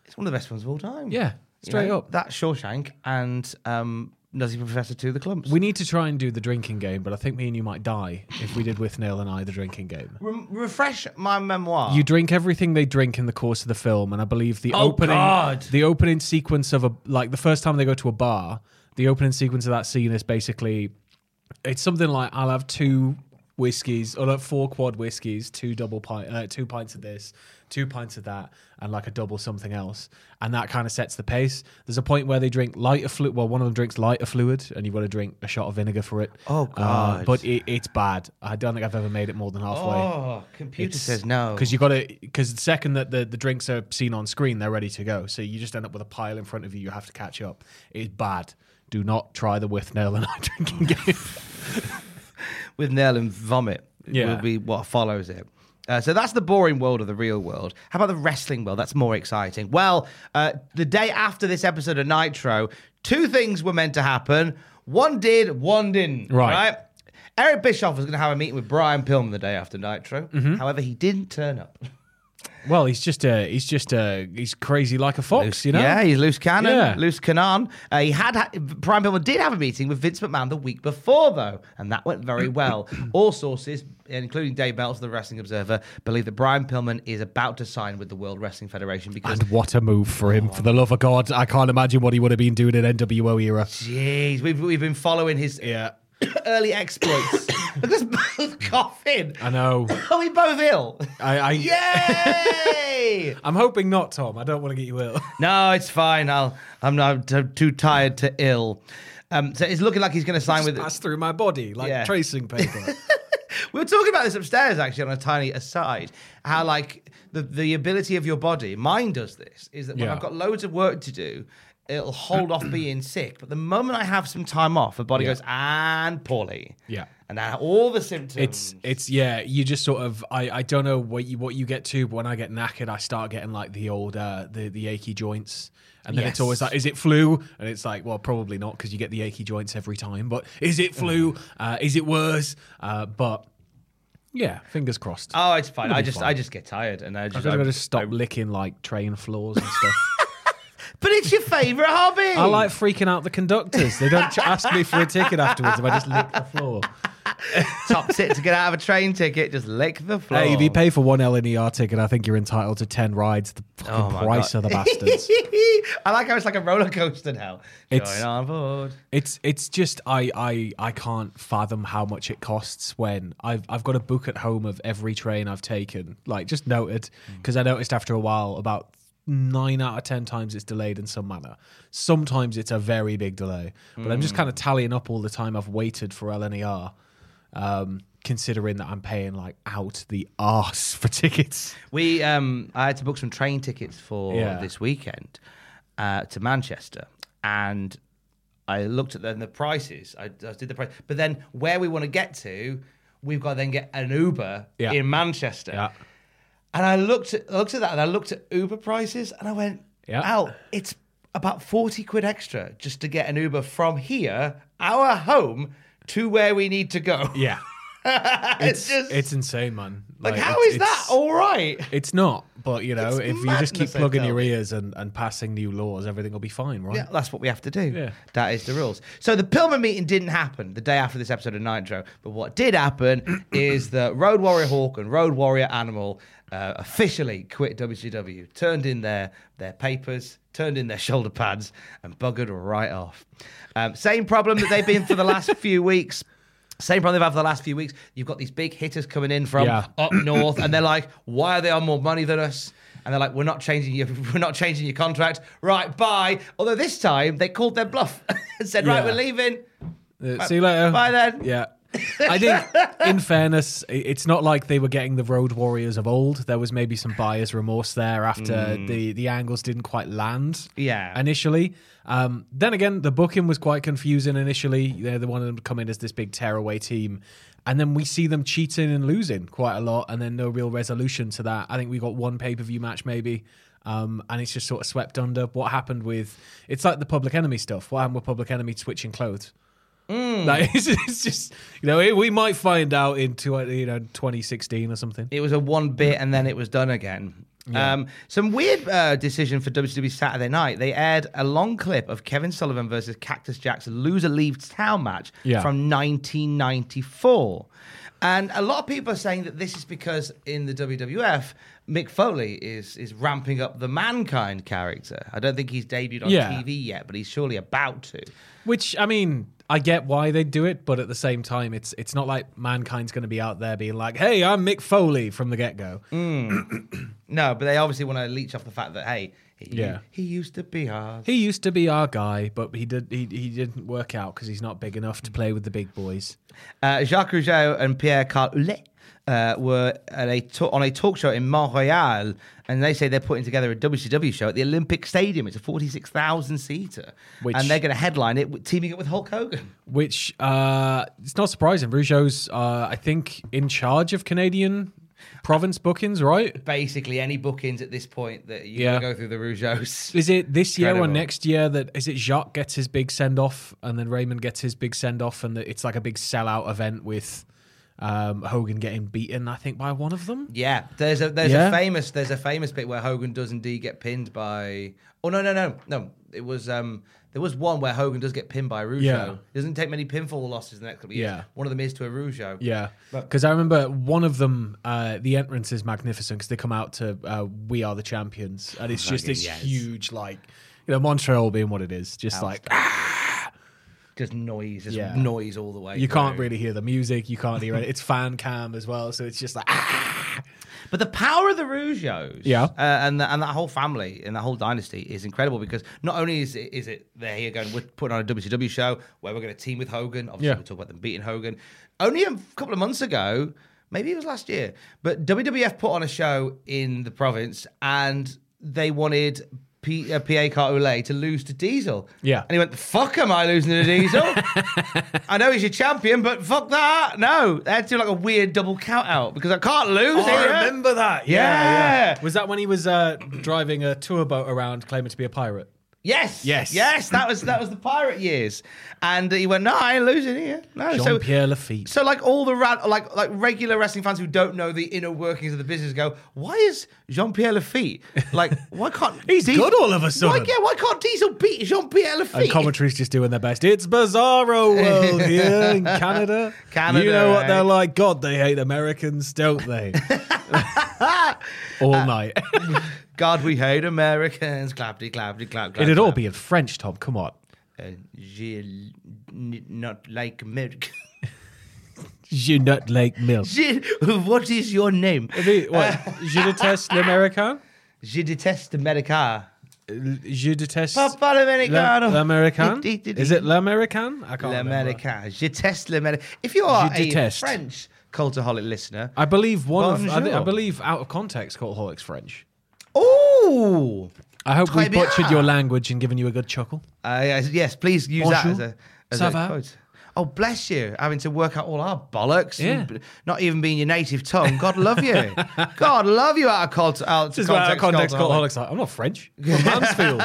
[SPEAKER 5] It's one of the best ones of all time.
[SPEAKER 6] yeah,
[SPEAKER 5] You
[SPEAKER 6] straight
[SPEAKER 5] know,
[SPEAKER 6] up.
[SPEAKER 5] That Shawshank and um, Nutty Professor to the Clumps.
[SPEAKER 6] we need to try and do the drinking game, but I think me and you might die if we did with Nail and I the drinking game.
[SPEAKER 5] Re- refresh my memoir.
[SPEAKER 6] You drink everything they drink in the course of the film, and I believe the
[SPEAKER 5] Oh,
[SPEAKER 6] opening
[SPEAKER 5] God.
[SPEAKER 6] the opening sequence of a like the first time they go to a bar, the opening sequence of that scene is basically it's something like I'll have two whiskeys or like four quad whiskeys, two double pint, uh, two pints of this, two pints of that, and like a double something else, and that kind of sets the pace. There's a point where they drink lighter fluid. Well, one of them drinks lighter fluid, and you want to drink a shot of vinegar for it. Uh,
[SPEAKER 5] Oh, God.
[SPEAKER 6] but it, it's bad. I don't think I've ever made it more than halfway
[SPEAKER 5] oh, computer says no.
[SPEAKER 6] because you got to because the second that the, the drinks are seen on screen they're ready to go so you just end up with a pile in front of you you have to catch up it's bad do not try the with nail and i drinking game
[SPEAKER 5] with nail and vomit
[SPEAKER 6] Yeah.
[SPEAKER 5] will be what follows it. Uh, so that's the boring world of the real world. How about the wrestling world? That's more exciting. Well, uh, the day after this episode of Nitro, two things were meant to happen. One did, one didn't.
[SPEAKER 6] Right.
[SPEAKER 5] Eric Bischoff was going to have a meeting with Brian Pillman the day after Nitro.
[SPEAKER 6] Mm-hmm.
[SPEAKER 5] However, he didn't turn up.
[SPEAKER 6] well he's just a he's just a he's crazy like a fox you know
[SPEAKER 5] Yeah, he's loose cannon,
[SPEAKER 6] Yeah.
[SPEAKER 5] loose cannon. Uh, he had ha- Brian Pillman did have a meeting with Vince McMahon the week before though, and that went very well. All sources, including Dave Meltz, the Wrestling Observer, believe that Brian Pillman is about to sign with the World Wrestling Federation because.
[SPEAKER 6] and what a move for him for the love of god i can't imagine what he would have been doing in nwo era
[SPEAKER 5] Jeez, we've, we've been following his
[SPEAKER 6] yeah
[SPEAKER 5] early exploits. Look us both coughing.
[SPEAKER 6] i know
[SPEAKER 5] Are we both ill?
[SPEAKER 6] i, I
[SPEAKER 5] Yay!
[SPEAKER 6] i'm hoping not tom i don't want to get you ill
[SPEAKER 5] no, it's fine. I'll, I'm not t- too tired to ill. Um, so it's looking like he's going to sign with.
[SPEAKER 6] pass through my body like
[SPEAKER 5] Yeah.
[SPEAKER 6] tracing paper
[SPEAKER 5] We were talking about this upstairs, actually, on a tiny aside. How like the the ability of your body, mine does this, is that when
[SPEAKER 6] Yeah.
[SPEAKER 5] I've got loads of work to do, it'll hold off being sick. But the moment I have some time off, the body
[SPEAKER 6] Yeah.
[SPEAKER 5] goes and poorly.
[SPEAKER 6] Yeah.
[SPEAKER 5] and now all the symptoms.
[SPEAKER 6] It's it's yeah. You just sort of I, I don't know what you what you get to, but when I get knackered, I start getting like the old uh, the the achy joints, and then it's always like, is it flu? And it's like, well, probably not because you get the achy joints every time. But is it flu?
[SPEAKER 5] Mm.
[SPEAKER 6] Uh, is it worse? Uh, but yeah, fingers crossed.
[SPEAKER 5] oh, it's fine.
[SPEAKER 6] It'll
[SPEAKER 5] I
[SPEAKER 6] be
[SPEAKER 5] just
[SPEAKER 6] fine.
[SPEAKER 5] I just get tired, and I
[SPEAKER 6] I've
[SPEAKER 5] just.
[SPEAKER 6] got
[SPEAKER 5] I-
[SPEAKER 6] to just stop licking like train floors and stuff.
[SPEAKER 5] but it's your favorite hobby.
[SPEAKER 6] I like freaking out the conductors. They don't ch- ask me for a ticket afterwards if I just lick the floor.
[SPEAKER 5] Top tip to get out of a train ticket, just lick the floor.
[SPEAKER 6] Hey, if you pay for one LNER ticket, I think you're entitled to 10 rides. The
[SPEAKER 5] Oh
[SPEAKER 6] fucking
[SPEAKER 5] my
[SPEAKER 6] price
[SPEAKER 5] God.
[SPEAKER 6] of the bastards.
[SPEAKER 5] I like how it's like a roller coaster now.
[SPEAKER 6] It's-
[SPEAKER 5] Join on board.
[SPEAKER 6] It's it's just I I I can't fathom how much it costs when I've I've got a book at home of every train I've taken, like just noted
[SPEAKER 5] Mm.
[SPEAKER 6] because I noticed after a while about nine out of ten times it's delayed in some manner. Sometimes it's a very big delay, but I'm just
[SPEAKER 5] Mm.
[SPEAKER 6] kind of tallying up all the time I've waited for LNER, um, considering that I'm paying like out the arse for tickets.
[SPEAKER 5] We, um, I had to book some train tickets for
[SPEAKER 6] Yeah.
[SPEAKER 5] this weekend uh, to Manchester, and I looked at the, the prices. I, I did the price, but then where we want to get to, we've got to then get an Uber
[SPEAKER 6] Yeah.
[SPEAKER 5] in Manchester. And I looked at I looked at that, and I looked at Uber prices, and I went,
[SPEAKER 6] Yeah.
[SPEAKER 5] "Al, it's about forty quid extra just to get an Uber from here, our home, to where we need to go."
[SPEAKER 6] yeah,
[SPEAKER 5] it's, just
[SPEAKER 6] it's insane, man.
[SPEAKER 5] like, how
[SPEAKER 6] it's-
[SPEAKER 5] is that
[SPEAKER 6] it's-
[SPEAKER 5] all right?
[SPEAKER 6] It's not, but you know,
[SPEAKER 5] It's
[SPEAKER 6] if you just keep
[SPEAKER 5] madness, I
[SPEAKER 6] plugging
[SPEAKER 5] tell
[SPEAKER 6] your
[SPEAKER 5] you.
[SPEAKER 6] ears and, and passing new laws, everything will be fine, right?
[SPEAKER 5] Yeah, that's what we have to do.
[SPEAKER 6] Yeah.
[SPEAKER 5] That is the rules. So the Pillman meeting didn't happen the day after this episode of Nitro, but what did happen is that Road Warrior Hawk and Road Warrior Animal uh, officially quit WCW, turned in their their papers, turned in their shoulder pads, and buggered right off. Um, same problem that they've been for the last few weeks. Same problem they've had for the last few weeks. You've got these big hitters coming in from
[SPEAKER 6] Yeah.
[SPEAKER 5] up north, and they're like, "Why are they on more money than us?" And they're like, "We're not changing your, we're not changing your contract, right? Bye." Although this time they called their bluff and said,
[SPEAKER 6] Yeah.
[SPEAKER 5] "Right, we're leaving."
[SPEAKER 6] Uh, see you later.
[SPEAKER 5] Bye then.
[SPEAKER 6] Yeah. I think, in fairness, i- it's not like they were getting the road warriors of old. There was maybe some buyer's remorse there after the the angles didn't quite land.
[SPEAKER 5] Mm. Yeah.
[SPEAKER 6] Initially, um, then again, the booking was quite confusing initially. They they wanted them to come in as this big tearaway team, and then we see them cheating and losing quite a lot, and then no real resolution to that. I think we got one pay per view match maybe. Um, and it's just sort of swept under. What happened with? It's like the Public Enemy stuff. What happened with Public Enemy switching clothes? Like it's, it's just you know it, we might find out in tw- you know 2016 or something.
[SPEAKER 5] It was a one bit, and then it was done again. Um, some weird uh, decision for WWE Saturday Night. They aired a long clip of Kevin Sullivan versus Cactus Jack's loser leaves town match
[SPEAKER 6] Yeah.
[SPEAKER 5] from 1994. And a lot of people are saying that this is because in the WWF, Mick Foley is is ramping up the mankind character. I don't think he's debuted on
[SPEAKER 6] Yeah.
[SPEAKER 5] TV yet, but he's surely about to.
[SPEAKER 6] Which I mean, I get why they do it, but at the same time, it's it's not like mankind's going to be out there being like, "Hey, I'm Mick Foley" from the get go.
[SPEAKER 5] No, but they obviously want to leech off the fact that hey, he,
[SPEAKER 6] Yeah.
[SPEAKER 5] he used to be ours.
[SPEAKER 6] He used to be our guy, but he did he, he didn't work out because he's not big enough to play with the big boys.
[SPEAKER 5] Uh, Jacques Rougeau and Pierre Carl Ouellet uh, were at a ta- on a talk show in Montreal, and they say they're putting together a WCW show at the Olympic Stadium. It's a 46,000 seater.
[SPEAKER 6] Which-
[SPEAKER 5] and they're going to headline it, with- teaming up with Hulk Hogan.
[SPEAKER 6] Which uh, it's not surprising. Rougeau's, uh, I think, in charge of Canadian province bookings, right?
[SPEAKER 5] Basically, any bookings at this point that you
[SPEAKER 6] Yeah.
[SPEAKER 5] go through the Rougeaus.
[SPEAKER 6] Is it this year or
[SPEAKER 5] Incredible.
[SPEAKER 6] next year that is it Jacques gets his big send off and then Raymond gets his big send off and that it's like a big sellout event with um, Hogan getting beaten, I think, by one of them?
[SPEAKER 5] Yeah, there's a there's
[SPEAKER 6] Yeah.
[SPEAKER 5] a famous there's a famous bit where Hogan does indeed get pinned by. Oh no no no no! It was um there was one where Hogan does get pinned by Rougeau.
[SPEAKER 6] Yeah.
[SPEAKER 5] He doesn't take many pinfall losses in the next couple of years.
[SPEAKER 6] Yeah.
[SPEAKER 5] One of them is to a Rougeau.
[SPEAKER 6] Yeah, because I remember one of them. Uh, the entrance is magnificent because they come out to uh, "We Are the Champions," and it's just this huge, like you know, Montreal being what it is, just like
[SPEAKER 5] just noise, just
[SPEAKER 6] Yeah.
[SPEAKER 5] noise all the way.
[SPEAKER 6] you can't
[SPEAKER 5] through.
[SPEAKER 6] really hear the music, you can't hear it. It's fan cam as well, so it's just like
[SPEAKER 5] But the power of the Rougeos,
[SPEAKER 6] Yeah.
[SPEAKER 5] uh, and the, and that whole family and that whole dynasty is incredible because not only is it, is it they're here going, we're putting on a WCW show where we're going to team with Hogan. Obviously,
[SPEAKER 6] Yeah.
[SPEAKER 5] we'll talk about them beating Hogan. Only a couple of months ago, maybe it was last year, but WWF put on a show in the province and they wanted. P- uh, PA Cartoulet to lose to Diesel.
[SPEAKER 6] Yeah.
[SPEAKER 5] And he went, fuck am I losing to Diesel? I know he's your champion, but fuck that. No. They had to do like a weird double count out because Oh, I can't lose.
[SPEAKER 6] Oh,
[SPEAKER 5] here.
[SPEAKER 6] that.
[SPEAKER 5] Yeah.
[SPEAKER 6] Was that when he was uh, driving a tour boat around claiming to be a pirate?
[SPEAKER 5] Yes.
[SPEAKER 6] Yes.
[SPEAKER 5] Yes. That was that was the pirate years, and he went, "No, I ain't losing here." No.
[SPEAKER 6] Jean
[SPEAKER 5] Oh, so
[SPEAKER 6] Pierre Lafitte.
[SPEAKER 5] so like all the ra- like like regular wrestling fans who don't know the inner workings of the business go, "Why is Jean Pierre Lafitte like? Why can't
[SPEAKER 6] He's good all of a sudden.
[SPEAKER 5] Why, yeah. Why can't Diesel beat Jean Pierre Lafitte?
[SPEAKER 6] And commentary's just doing their best. It's Bizarro World here in Canada.
[SPEAKER 5] Canada,
[SPEAKER 6] You know what
[SPEAKER 5] right?
[SPEAKER 6] they're like. God, they hate Americans, don't they? All night.
[SPEAKER 5] God, we hate Americans. Clapty, clapty, clap, clap.
[SPEAKER 6] It'd all
[SPEAKER 5] clap.
[SPEAKER 6] be in French, Tom. Come on.
[SPEAKER 5] Uh, je n- not like America.
[SPEAKER 6] Je nut like milk.
[SPEAKER 5] Je- what is your name?
[SPEAKER 6] The- What? Je déteste l'Americain?
[SPEAKER 5] Je déteste America.
[SPEAKER 6] Je déteste
[SPEAKER 5] Papa l'americano.
[SPEAKER 6] l'A- l'American?
[SPEAKER 5] Di- di- di-
[SPEAKER 6] Is it l'American? I can't remember.
[SPEAKER 5] L'America. Je déteste l'America. If you are
[SPEAKER 6] Je
[SPEAKER 5] a
[SPEAKER 6] déteste.
[SPEAKER 5] French cultaholic listener,
[SPEAKER 6] I believe one of I, thi- I
[SPEAKER 5] Bonjour.
[SPEAKER 6] believe out of context, Cultaholic's French.
[SPEAKER 5] oh,
[SPEAKER 6] I hope we
[SPEAKER 5] Très bien.
[SPEAKER 6] butchered your language and given you a good chuckle.
[SPEAKER 5] Uh, yes, yes, please use that as
[SPEAKER 6] Bonjour.
[SPEAKER 5] a, as
[SPEAKER 6] Ça
[SPEAKER 5] a
[SPEAKER 6] va?
[SPEAKER 5] quote. Oh, bless you. Having to work out all our bollocks. and
[SPEAKER 6] Yeah.
[SPEAKER 5] b- Not even being your native tongue. God love you. God love you out of, cult, out
[SPEAKER 6] This
[SPEAKER 5] of
[SPEAKER 6] is where out of context,
[SPEAKER 5] context. cultaholic.
[SPEAKER 6] Cultaholic's like, I'm not French. I'm from Mansfield.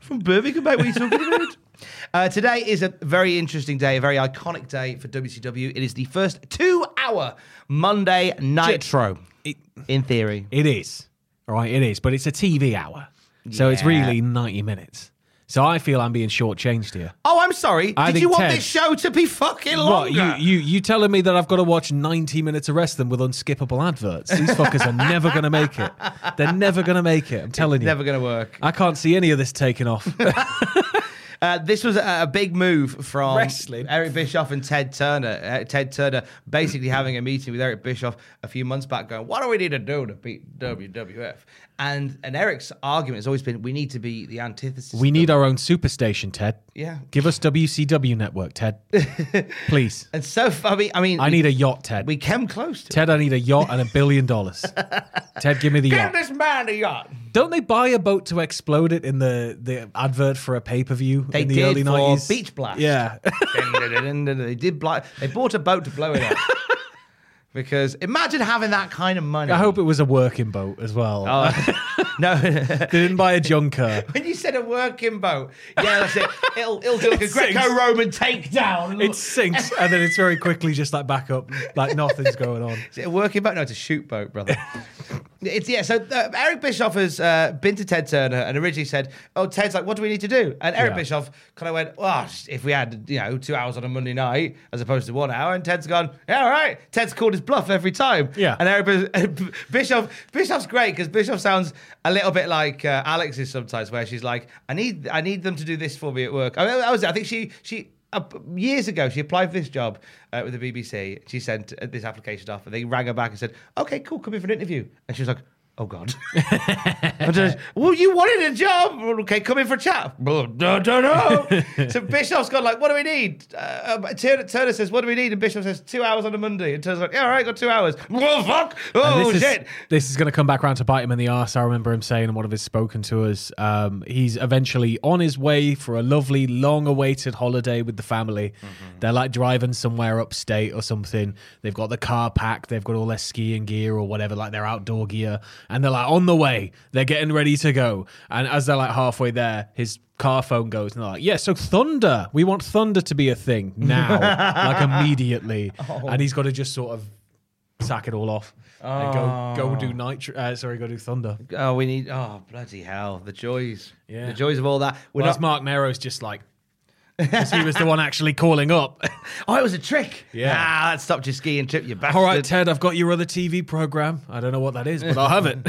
[SPEAKER 5] from Birmingham, mate. What are you talking about? Uh, today is a very interesting day, a very iconic day for WCW. It is the first two-hour Monday Nitro,
[SPEAKER 6] It-
[SPEAKER 5] in theory.
[SPEAKER 6] It is. All right, it is. But it's a TV hour. So it's really 90 minutes. So I feel I'm being shortchanged here.
[SPEAKER 5] Oh, I'm sorry.
[SPEAKER 6] I
[SPEAKER 5] Did
[SPEAKER 6] think
[SPEAKER 5] you want
[SPEAKER 6] Ted-
[SPEAKER 5] this show to be fucking longer?
[SPEAKER 6] What, you, you, you telling me that I've got to watch 90 minutes of wrestling with unskippable adverts? These fuckers are never going to make it. They're never going to make it. I'm telling you.
[SPEAKER 5] Never going to work.
[SPEAKER 6] I can't see any of this taking off.
[SPEAKER 5] Uh, this was a, a big move from
[SPEAKER 6] Wrestling.
[SPEAKER 5] Eric Bischoff and Ted Turner. Uh, Ted Turner basically having a meeting with Eric Bischoff a few months back, going, "What do we need to do to beat WWF?" And and Eric's argument has always been, "We need to be the antithesis."
[SPEAKER 6] we
[SPEAKER 5] of
[SPEAKER 6] need our own superstation, Ted.
[SPEAKER 5] Yeah.
[SPEAKER 6] Give us WCW Network, Ted. Please.
[SPEAKER 5] And so, I mean, I mean,
[SPEAKER 6] I
[SPEAKER 5] we-
[SPEAKER 6] need a yacht, Ted.
[SPEAKER 5] We came close to.
[SPEAKER 6] Ted, I need a yacht and a billion dollars. Ted, give me the
[SPEAKER 5] it.
[SPEAKER 6] yacht.
[SPEAKER 5] Give this man a yacht.
[SPEAKER 6] Don't they buy a boat to explode it in the, the advert for a pay per view
[SPEAKER 5] They
[SPEAKER 6] in the
[SPEAKER 5] did
[SPEAKER 6] early
[SPEAKER 5] for
[SPEAKER 6] 90s?
[SPEAKER 5] Beach Blast.
[SPEAKER 6] Yeah.
[SPEAKER 5] they did. Bl- they bought a boat to blow it up. Because imagine having that kind of money.
[SPEAKER 6] I hope it was a working boat as well.
[SPEAKER 5] Oh. no.
[SPEAKER 6] They didn't buy a junker.
[SPEAKER 5] When you said a working boat, yeah, that's it. It'll, it'll do like a
[SPEAKER 6] It sinks.
[SPEAKER 5] Greco-Roman takedown.
[SPEAKER 6] It sinks and then it's very quickly just like back up, like nothing's going on.
[SPEAKER 5] Is it a working boat? No, it's a shoot boat, brother. it's yeah. So uh, Eric Bischoff has uh, been to Ted Turner and originally said, "Oh, Ted's like, what do we need to do?" And Eric
[SPEAKER 6] Yeah.
[SPEAKER 5] Bischoff kind of went, "Well, if we had you know two hours on a Monday night as opposed to one hour," and Ted's gone, "Yeah, all right." Ted's called his bluff every time.
[SPEAKER 6] Yeah.
[SPEAKER 5] And Eric Bis- Bischoff Bischoff's great because Bischoff sounds a little bit like uh, Alex is sometimes, where she's like, "I need I need them to do this for me at work." I mean, that was it. I think she she uh, years ago, she applied for this job uh, with the BBC. She sent uh, this application off, and they rang her back and said, "Okay, cool, come in for an interview." And she was like, "Oh God." I just- well, you wanted a job. Well, okay, come in for a chat. Well, I don't know. so Bishop's gone like, what do we need? Uh, um, Turner, Turner says, what do we need? And Bishop says, two hours on a Monday. And Turner's like, yeah, all right, got two hours. Well, fuck.
[SPEAKER 6] And
[SPEAKER 5] Oh,
[SPEAKER 6] this
[SPEAKER 5] shit.
[SPEAKER 6] Is, this is going to come back around to bite him in the arse. I remember him saying in one of his spoken to us, um, he's eventually on his way for a lovely, long awaited holiday with the family.
[SPEAKER 5] Mm-hmm.
[SPEAKER 6] They're like driving somewhere upstate or something. They've got the car packed, they've got all their skiing gear or whatever, like their outdoor gear. And they're like on the way, they're getting ready to go. And as they're like halfway there, his car phone goes and they're like, yeah, so thunder. We want thunder to be a thing now, like immediately.
[SPEAKER 5] Oh.
[SPEAKER 6] And he's got to just sort of sack it all off and go go do nitro. Uh, sorry, go do thunder.
[SPEAKER 5] Oh, we need, oh, bloody hell. The joys.
[SPEAKER 6] Yeah.
[SPEAKER 5] The joys of all that. We're
[SPEAKER 6] Whereas
[SPEAKER 5] not,
[SPEAKER 6] Mark Nero's just like. 'cause he was the one actually calling up.
[SPEAKER 5] oh, it was a trick.
[SPEAKER 6] Yeah.
[SPEAKER 5] Ah, that stopped your skiing trip, you bastard.
[SPEAKER 6] All right, Ted, I've got your other TV program. I don't know what that is, but I'll have it.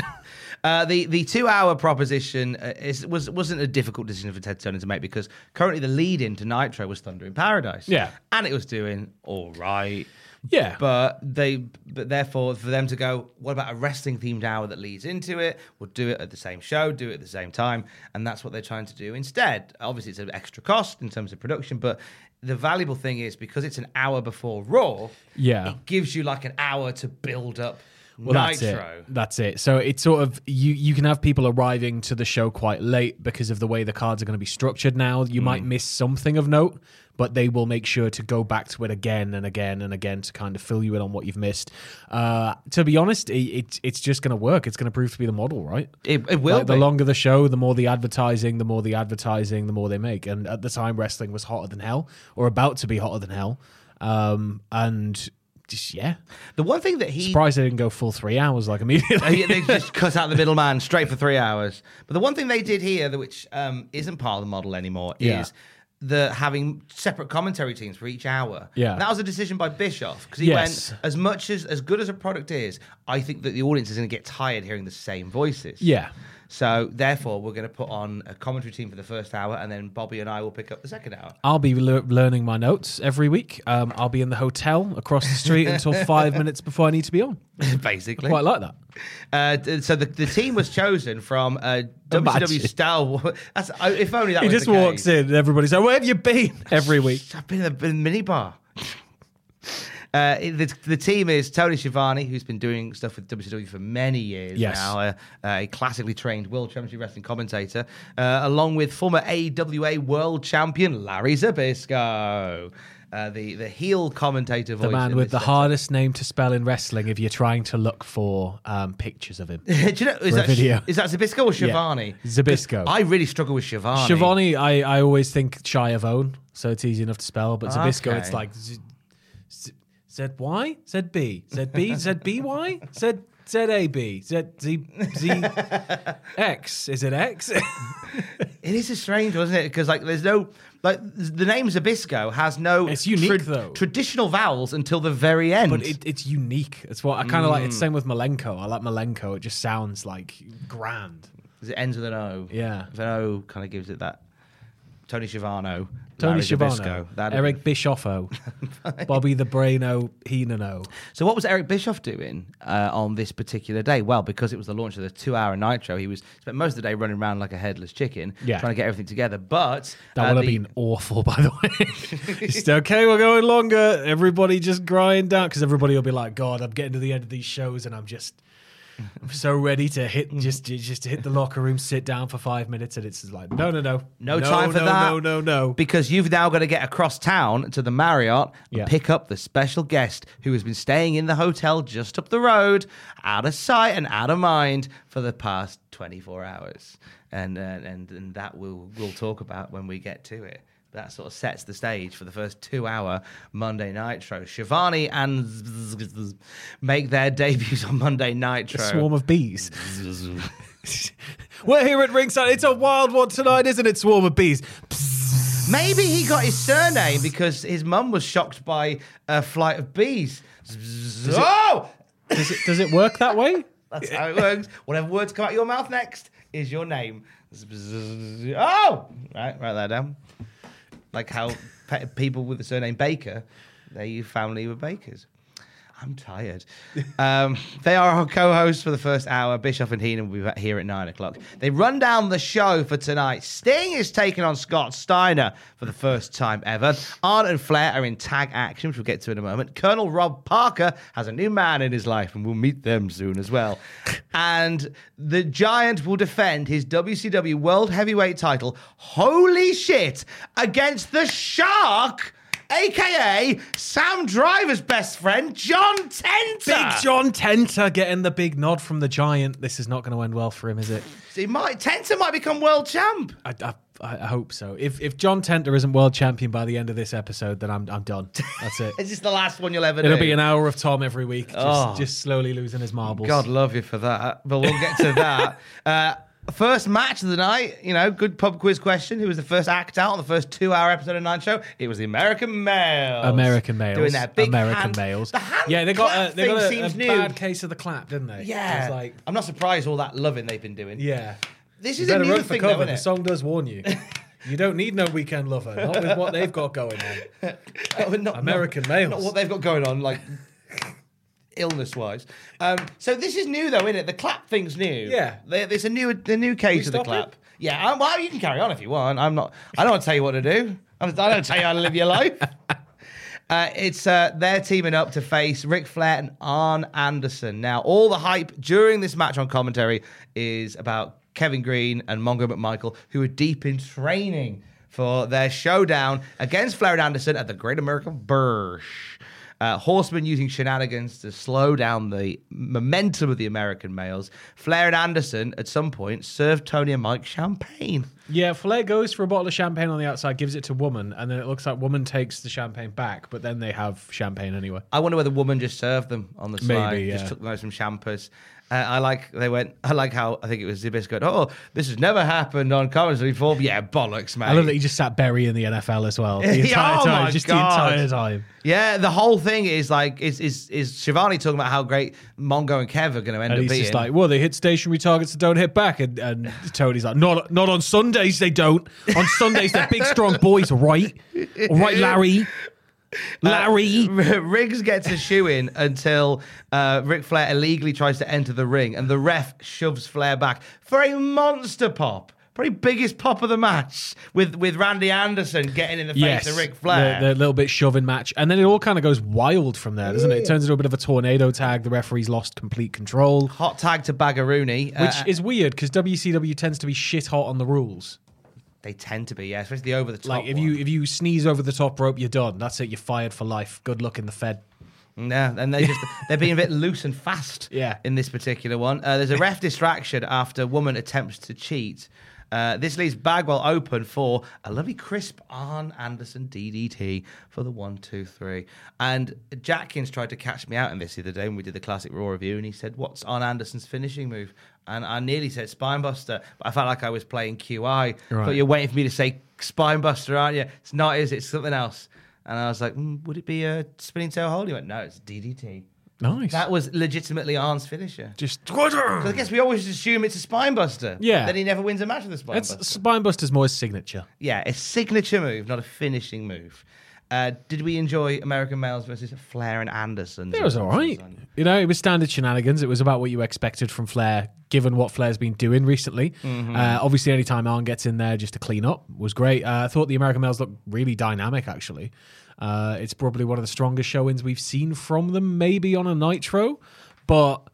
[SPEAKER 5] Uh, the the two hour proposition uh, is, was wasn't a difficult decision for Ted Turner to make because currently the lead in to Nitro was Thunder in Paradise.
[SPEAKER 6] Yeah.
[SPEAKER 5] and it was doing all right.
[SPEAKER 6] yeah,
[SPEAKER 5] But they, but therefore, for them to go, what about a wrestling themed hour that leads into it? We'll do it at the same show, do it at the same time, and that's what they're trying to do instead. Obviously, it's an extra cost in terms of production, but the valuable thing is because it's an hour before Raw.
[SPEAKER 6] Yeah.
[SPEAKER 5] it gives you like an hour to build up
[SPEAKER 6] Well,
[SPEAKER 5] Nitro.
[SPEAKER 6] That's it. That's it. So it's sort of you. You can have people arriving to the show quite late because of the way the cards are going to be structured. Now you might miss something of note, but they will make sure to go back to it again and again and again to kind of fill you in on what you've missed. Uh, to be honest, it, it, it's just going to work. It's going to prove to be the model, right?
[SPEAKER 5] It, it will
[SPEAKER 6] Like, the
[SPEAKER 5] be.
[SPEAKER 6] longer the show, the more the advertising, the more the advertising, the more they make. And at the time, wrestling was hotter than hell, or about to be hotter than hell. Um, and just yeah,
[SPEAKER 5] the one thing that he
[SPEAKER 6] surprised they didn't go full three hours like immediately.
[SPEAKER 5] Oh, they just cut out the middleman straight for three hours. But the one thing they did here, that- which um, isn't part of the model anymore,
[SPEAKER 6] Yeah.
[SPEAKER 5] is the having separate commentary teams for each hour.
[SPEAKER 6] Yeah.
[SPEAKER 5] And that was a decision by Bischoff because he
[SPEAKER 6] Yes.
[SPEAKER 5] went as much as as good as a product is. I think that the audience is going to get tired hearing the same voices.
[SPEAKER 6] yeah.
[SPEAKER 5] So therefore, we're going to put on a commentary team for the first hour, and then Bobby and I will pick up the second hour.
[SPEAKER 6] I'll be lear- learning my notes every week. Um, I'll be in the hotel across the street until five minutes before I need to be on.
[SPEAKER 5] Basically,
[SPEAKER 6] Quite like that.
[SPEAKER 5] Uh, d- so the, the team was chosen from uh, WCW
[SPEAKER 6] Imagine.
[SPEAKER 5] style. That's uh, if only that
[SPEAKER 6] He
[SPEAKER 5] was
[SPEAKER 6] just
[SPEAKER 5] the case.
[SPEAKER 6] walks in and everybody's like, Where have you been? Every week.
[SPEAKER 5] I've been in a, been in a minibar. Uh, the, the team is Tony Schiavone, who's been doing stuff with WCW for many years
[SPEAKER 6] Yes.
[SPEAKER 5] now, uh, a classically trained World Championship Wrestling commentator, uh, along with former AWA World Champion Larry Zabisco, uh, the, the heel commentator voice.
[SPEAKER 6] The man
[SPEAKER 5] in
[SPEAKER 6] with
[SPEAKER 5] this
[SPEAKER 6] the
[SPEAKER 5] setup.
[SPEAKER 6] hardest name to spell in wrestling if you're trying to look for um, pictures of him.
[SPEAKER 5] Do you know, is,
[SPEAKER 6] for a
[SPEAKER 5] that,
[SPEAKER 6] video.
[SPEAKER 5] is that Zabisco or Schiavone?
[SPEAKER 6] Zbyszko.
[SPEAKER 5] I really struggle with Schiavone.
[SPEAKER 6] Shivani, I, I always think shy of own, so it's easy enough to spell, but Zabisco,
[SPEAKER 5] Okay.
[SPEAKER 6] it's like Z- Z- ZY, ZB, ZB, ZBY, Z- ZAB, Z- Z- Z- X. Is it X?
[SPEAKER 5] It is a strange, wasn't it? Because like, there's no like the name Zabisco has no.
[SPEAKER 6] It's unique, though.
[SPEAKER 5] Traditional vowels until the very end.
[SPEAKER 6] but it, it's unique. It's what I kind of like.
[SPEAKER 5] Mm.
[SPEAKER 6] It's same with Malenko. I like Malenko. It just sounds like grand.
[SPEAKER 5] 'Cause it ends with an O.
[SPEAKER 6] Yeah.
[SPEAKER 5] If an O kind of gives it that. Tony Schiavone.
[SPEAKER 6] Tony
[SPEAKER 5] Larry
[SPEAKER 6] Schiavone,
[SPEAKER 5] Zabisco, that'd
[SPEAKER 6] Eric
[SPEAKER 5] be-
[SPEAKER 6] Bischoffo, Bobby the Braino, Heenano.
[SPEAKER 5] So what was Eric Bischoff doing uh, on this particular day? Well, because it was the launch of the two-hour Nitro, he was spent most of the day running around like a headless chicken,
[SPEAKER 6] Yeah.
[SPEAKER 5] trying to get everything together. But
[SPEAKER 6] That
[SPEAKER 5] uh,
[SPEAKER 6] would have
[SPEAKER 5] the-
[SPEAKER 6] been awful, by the way. It's okay, we're going longer. Everybody just grind down because everybody will be like, God, I'm getting to the end of these shows and I'm just I'm so ready to hit just just to hit the locker room, sit down for five minutes, and it's just like, no, no, no,
[SPEAKER 5] No, time for
[SPEAKER 6] no,
[SPEAKER 5] that.
[SPEAKER 6] No, no, no.
[SPEAKER 5] Because you've now got to get across town to the Marriott and
[SPEAKER 6] Yeah.
[SPEAKER 5] pick up the special guest who has been staying in the hotel just up the road, out of sight and out of mind for the past 24 hours. And uh, and and that we'll we'll talk about when we get to it. That sort of sets the stage for the first two-hour Monday Nitro. Shivani and Zzz make their debuts on Monday Nitro.
[SPEAKER 6] Swarm of bees. We're here at ringside. It's a wild one tonight, isn't it? Swarm of bees.
[SPEAKER 5] Maybe he got his surname because his mum was shocked by a flight of bees. Oh!
[SPEAKER 6] Does it, does it work that way?
[SPEAKER 5] That's how it works. Whatever words come out your mouth next is your name. Oh! Right, write that down. Like how pe- people with the surname Baker, their family were bakers. I'm tired. Um, they are our co-hosts for the first hour. Bischoff and Heenan will be back here at nine o'clock. They run down the show for tonight. Sting is taking on Scott Steiner for the first time ever. Arn and Flair are in tag action, which we'll get to in a moment. Colonel Rob Parker has a new man in his life, and we'll meet them soon as well. and the Giant will defend his WCW World Heavyweight title. Holy shit! Against the Shark aka Sam Driver's best friend, John Tenter.
[SPEAKER 6] Big John Tenter getting the big nod from the giant. This is not going to end well for him, is it?
[SPEAKER 5] He might Tenter might become world champ.
[SPEAKER 6] I, I, I hope so. If if John Tenter isn't world champion by the end of this episode, then I'm I'm done. That's it.
[SPEAKER 5] Is this the last one you'll ever do?
[SPEAKER 6] It'll be an hour of Tom every week, just,
[SPEAKER 5] Oh.
[SPEAKER 6] just slowly losing his marbles.
[SPEAKER 5] God love you for that, but we'll get to that. uh, first match of the night, you know, good pub quiz question. Who was the first act out on the first two-hour episode of Nine Show? It was the American Males.
[SPEAKER 6] American males,
[SPEAKER 5] doing their big
[SPEAKER 6] American
[SPEAKER 5] hand-
[SPEAKER 6] males.
[SPEAKER 5] The hand
[SPEAKER 6] yeah, they got
[SPEAKER 5] clap
[SPEAKER 6] a, they got
[SPEAKER 5] thing
[SPEAKER 6] a, a
[SPEAKER 5] seems new.
[SPEAKER 6] bad case of the clap, didn't they?
[SPEAKER 5] Yeah,
[SPEAKER 6] It's like
[SPEAKER 5] I'm not surprised all that loving they've been doing.
[SPEAKER 6] yeah.
[SPEAKER 5] this
[SPEAKER 6] You
[SPEAKER 5] is a
[SPEAKER 6] better
[SPEAKER 5] new
[SPEAKER 6] run for
[SPEAKER 5] thing,
[SPEAKER 6] cover.
[SPEAKER 5] though,
[SPEAKER 6] the
[SPEAKER 5] isn't it?
[SPEAKER 6] song does warn you. you don't need no weekend lover. Not with what they've got going on.
[SPEAKER 5] Not- not-
[SPEAKER 6] American
[SPEAKER 5] not,
[SPEAKER 6] males.
[SPEAKER 5] Not what they've got going on, like illness wise. Um, so this is new, though, isn't it? The clap thing's new.
[SPEAKER 6] Yeah.
[SPEAKER 5] They, there's a new, the new case of the
[SPEAKER 6] stop
[SPEAKER 5] clap.
[SPEAKER 6] it?
[SPEAKER 5] Yeah. I, well, you can carry on if you want. I'm not. I don't want to tell you what to do. I'm, I don't tell you how to live your life. Uh, it's uh, they're teaming up to face Ric Flair and Arn Anderson. Now, all the hype during this match on commentary is about Kevin Green and Mongo McMichael, who are deep in training for their showdown against Flair and Anderson at the Great American Bash. Uh, Horseman using shenanigans to slow down the momentum of the American males. Flair and Anderson at some point served Tony and Mike champagne.
[SPEAKER 6] Yeah, Flair goes for a bottle of champagne on the outside, gives it to woman, and then it looks like woman takes the champagne back, but then they have champagne anyway.
[SPEAKER 5] I wonder whether woman just served them on the side,
[SPEAKER 6] Maybe,
[SPEAKER 5] just
[SPEAKER 6] yeah.
[SPEAKER 5] took them out some champers. Uh, I like they went. I like how I think it was Zibis going. Oh, this has never happened on commentary before. Yeah, bollocks, man.
[SPEAKER 6] I love that he just sat Berry in the NFL as well. The
[SPEAKER 5] Yeah,
[SPEAKER 6] entire
[SPEAKER 5] oh my
[SPEAKER 6] time. Just
[SPEAKER 5] God.
[SPEAKER 6] the entire time.
[SPEAKER 5] Yeah, the whole thing is like is is is Shivani talking about how great Mongo and Kev are going to
[SPEAKER 6] And
[SPEAKER 5] end up
[SPEAKER 6] he's
[SPEAKER 5] being.
[SPEAKER 6] just like, well, they hit stationary targets that don't hit back. And, and Tony's like, not not on Sundays, they don't. On Sundays, they're big, strong boys, all right? All right, Larry.
[SPEAKER 5] Uh,
[SPEAKER 6] Larry.
[SPEAKER 5] Riggs gets a shoe in until uh, Ric Flair illegally tries to enter the ring, and the ref shoves Flair back for a monster pop, probably biggest pop of the match, with with Randy Anderson getting in the face of Ric Flair.
[SPEAKER 6] The, the little bit shoving match. And then it all kind of goes wild from there, doesn't it? It turns into a bit of a tornado tag. The referee's lost complete control,
[SPEAKER 5] Hot tag to Bagarooney, uh,
[SPEAKER 6] which is weird because WCW tends to be shit hot on the rules.
[SPEAKER 5] they tend to be, yeah, especially the over the top.
[SPEAKER 6] Like if you if you sneeze over the top rope, you're done. That's it. You're fired for life. Good luck in the Fed.
[SPEAKER 5] Yeah, and they just they're being a bit loose and fast.
[SPEAKER 6] Yeah.
[SPEAKER 5] In this particular one, uh, there's a ref distraction after woman attempts to cheat. Uh, this leaves Bagwell open for a lovely crisp Arn Anderson DDT for the one, two, three. And Jackins tried to catch me out in this the other day when we did the classic Raw review, and he said, "What's Arn Anderson's finishing move?" And I nearly said Spinebuster, but I felt like I was playing QI. But you're waiting for me to say Spinebuster, aren't you? It's not, is it? It's something else. And I was like, mm, would it be a spinning tail hold? He went, no, it's DDT.
[SPEAKER 6] Nice.
[SPEAKER 5] That was legitimately Arn's finisher.
[SPEAKER 6] just
[SPEAKER 5] So I guess we always assume it's a spinebuster.
[SPEAKER 6] Yeah.
[SPEAKER 5] Then he never wins a match with a spinebuster.
[SPEAKER 6] that's Spinebuster's Moore's signature.
[SPEAKER 5] Yeah, a signature move, not a finishing move. Uh, did we enjoy American Males versus Flair and Anderson?
[SPEAKER 6] It was all right. You know, it was standard shenanigans. It was about what you expected from Flair, given what Flair's been doing recently. Uh, obviously, any time Arn gets in there just to clean up was great. Uh, I thought the American Males looked really dynamic, actually. Uh, it's probably one of the strongest showings we've seen from them, maybe on a Nitro, but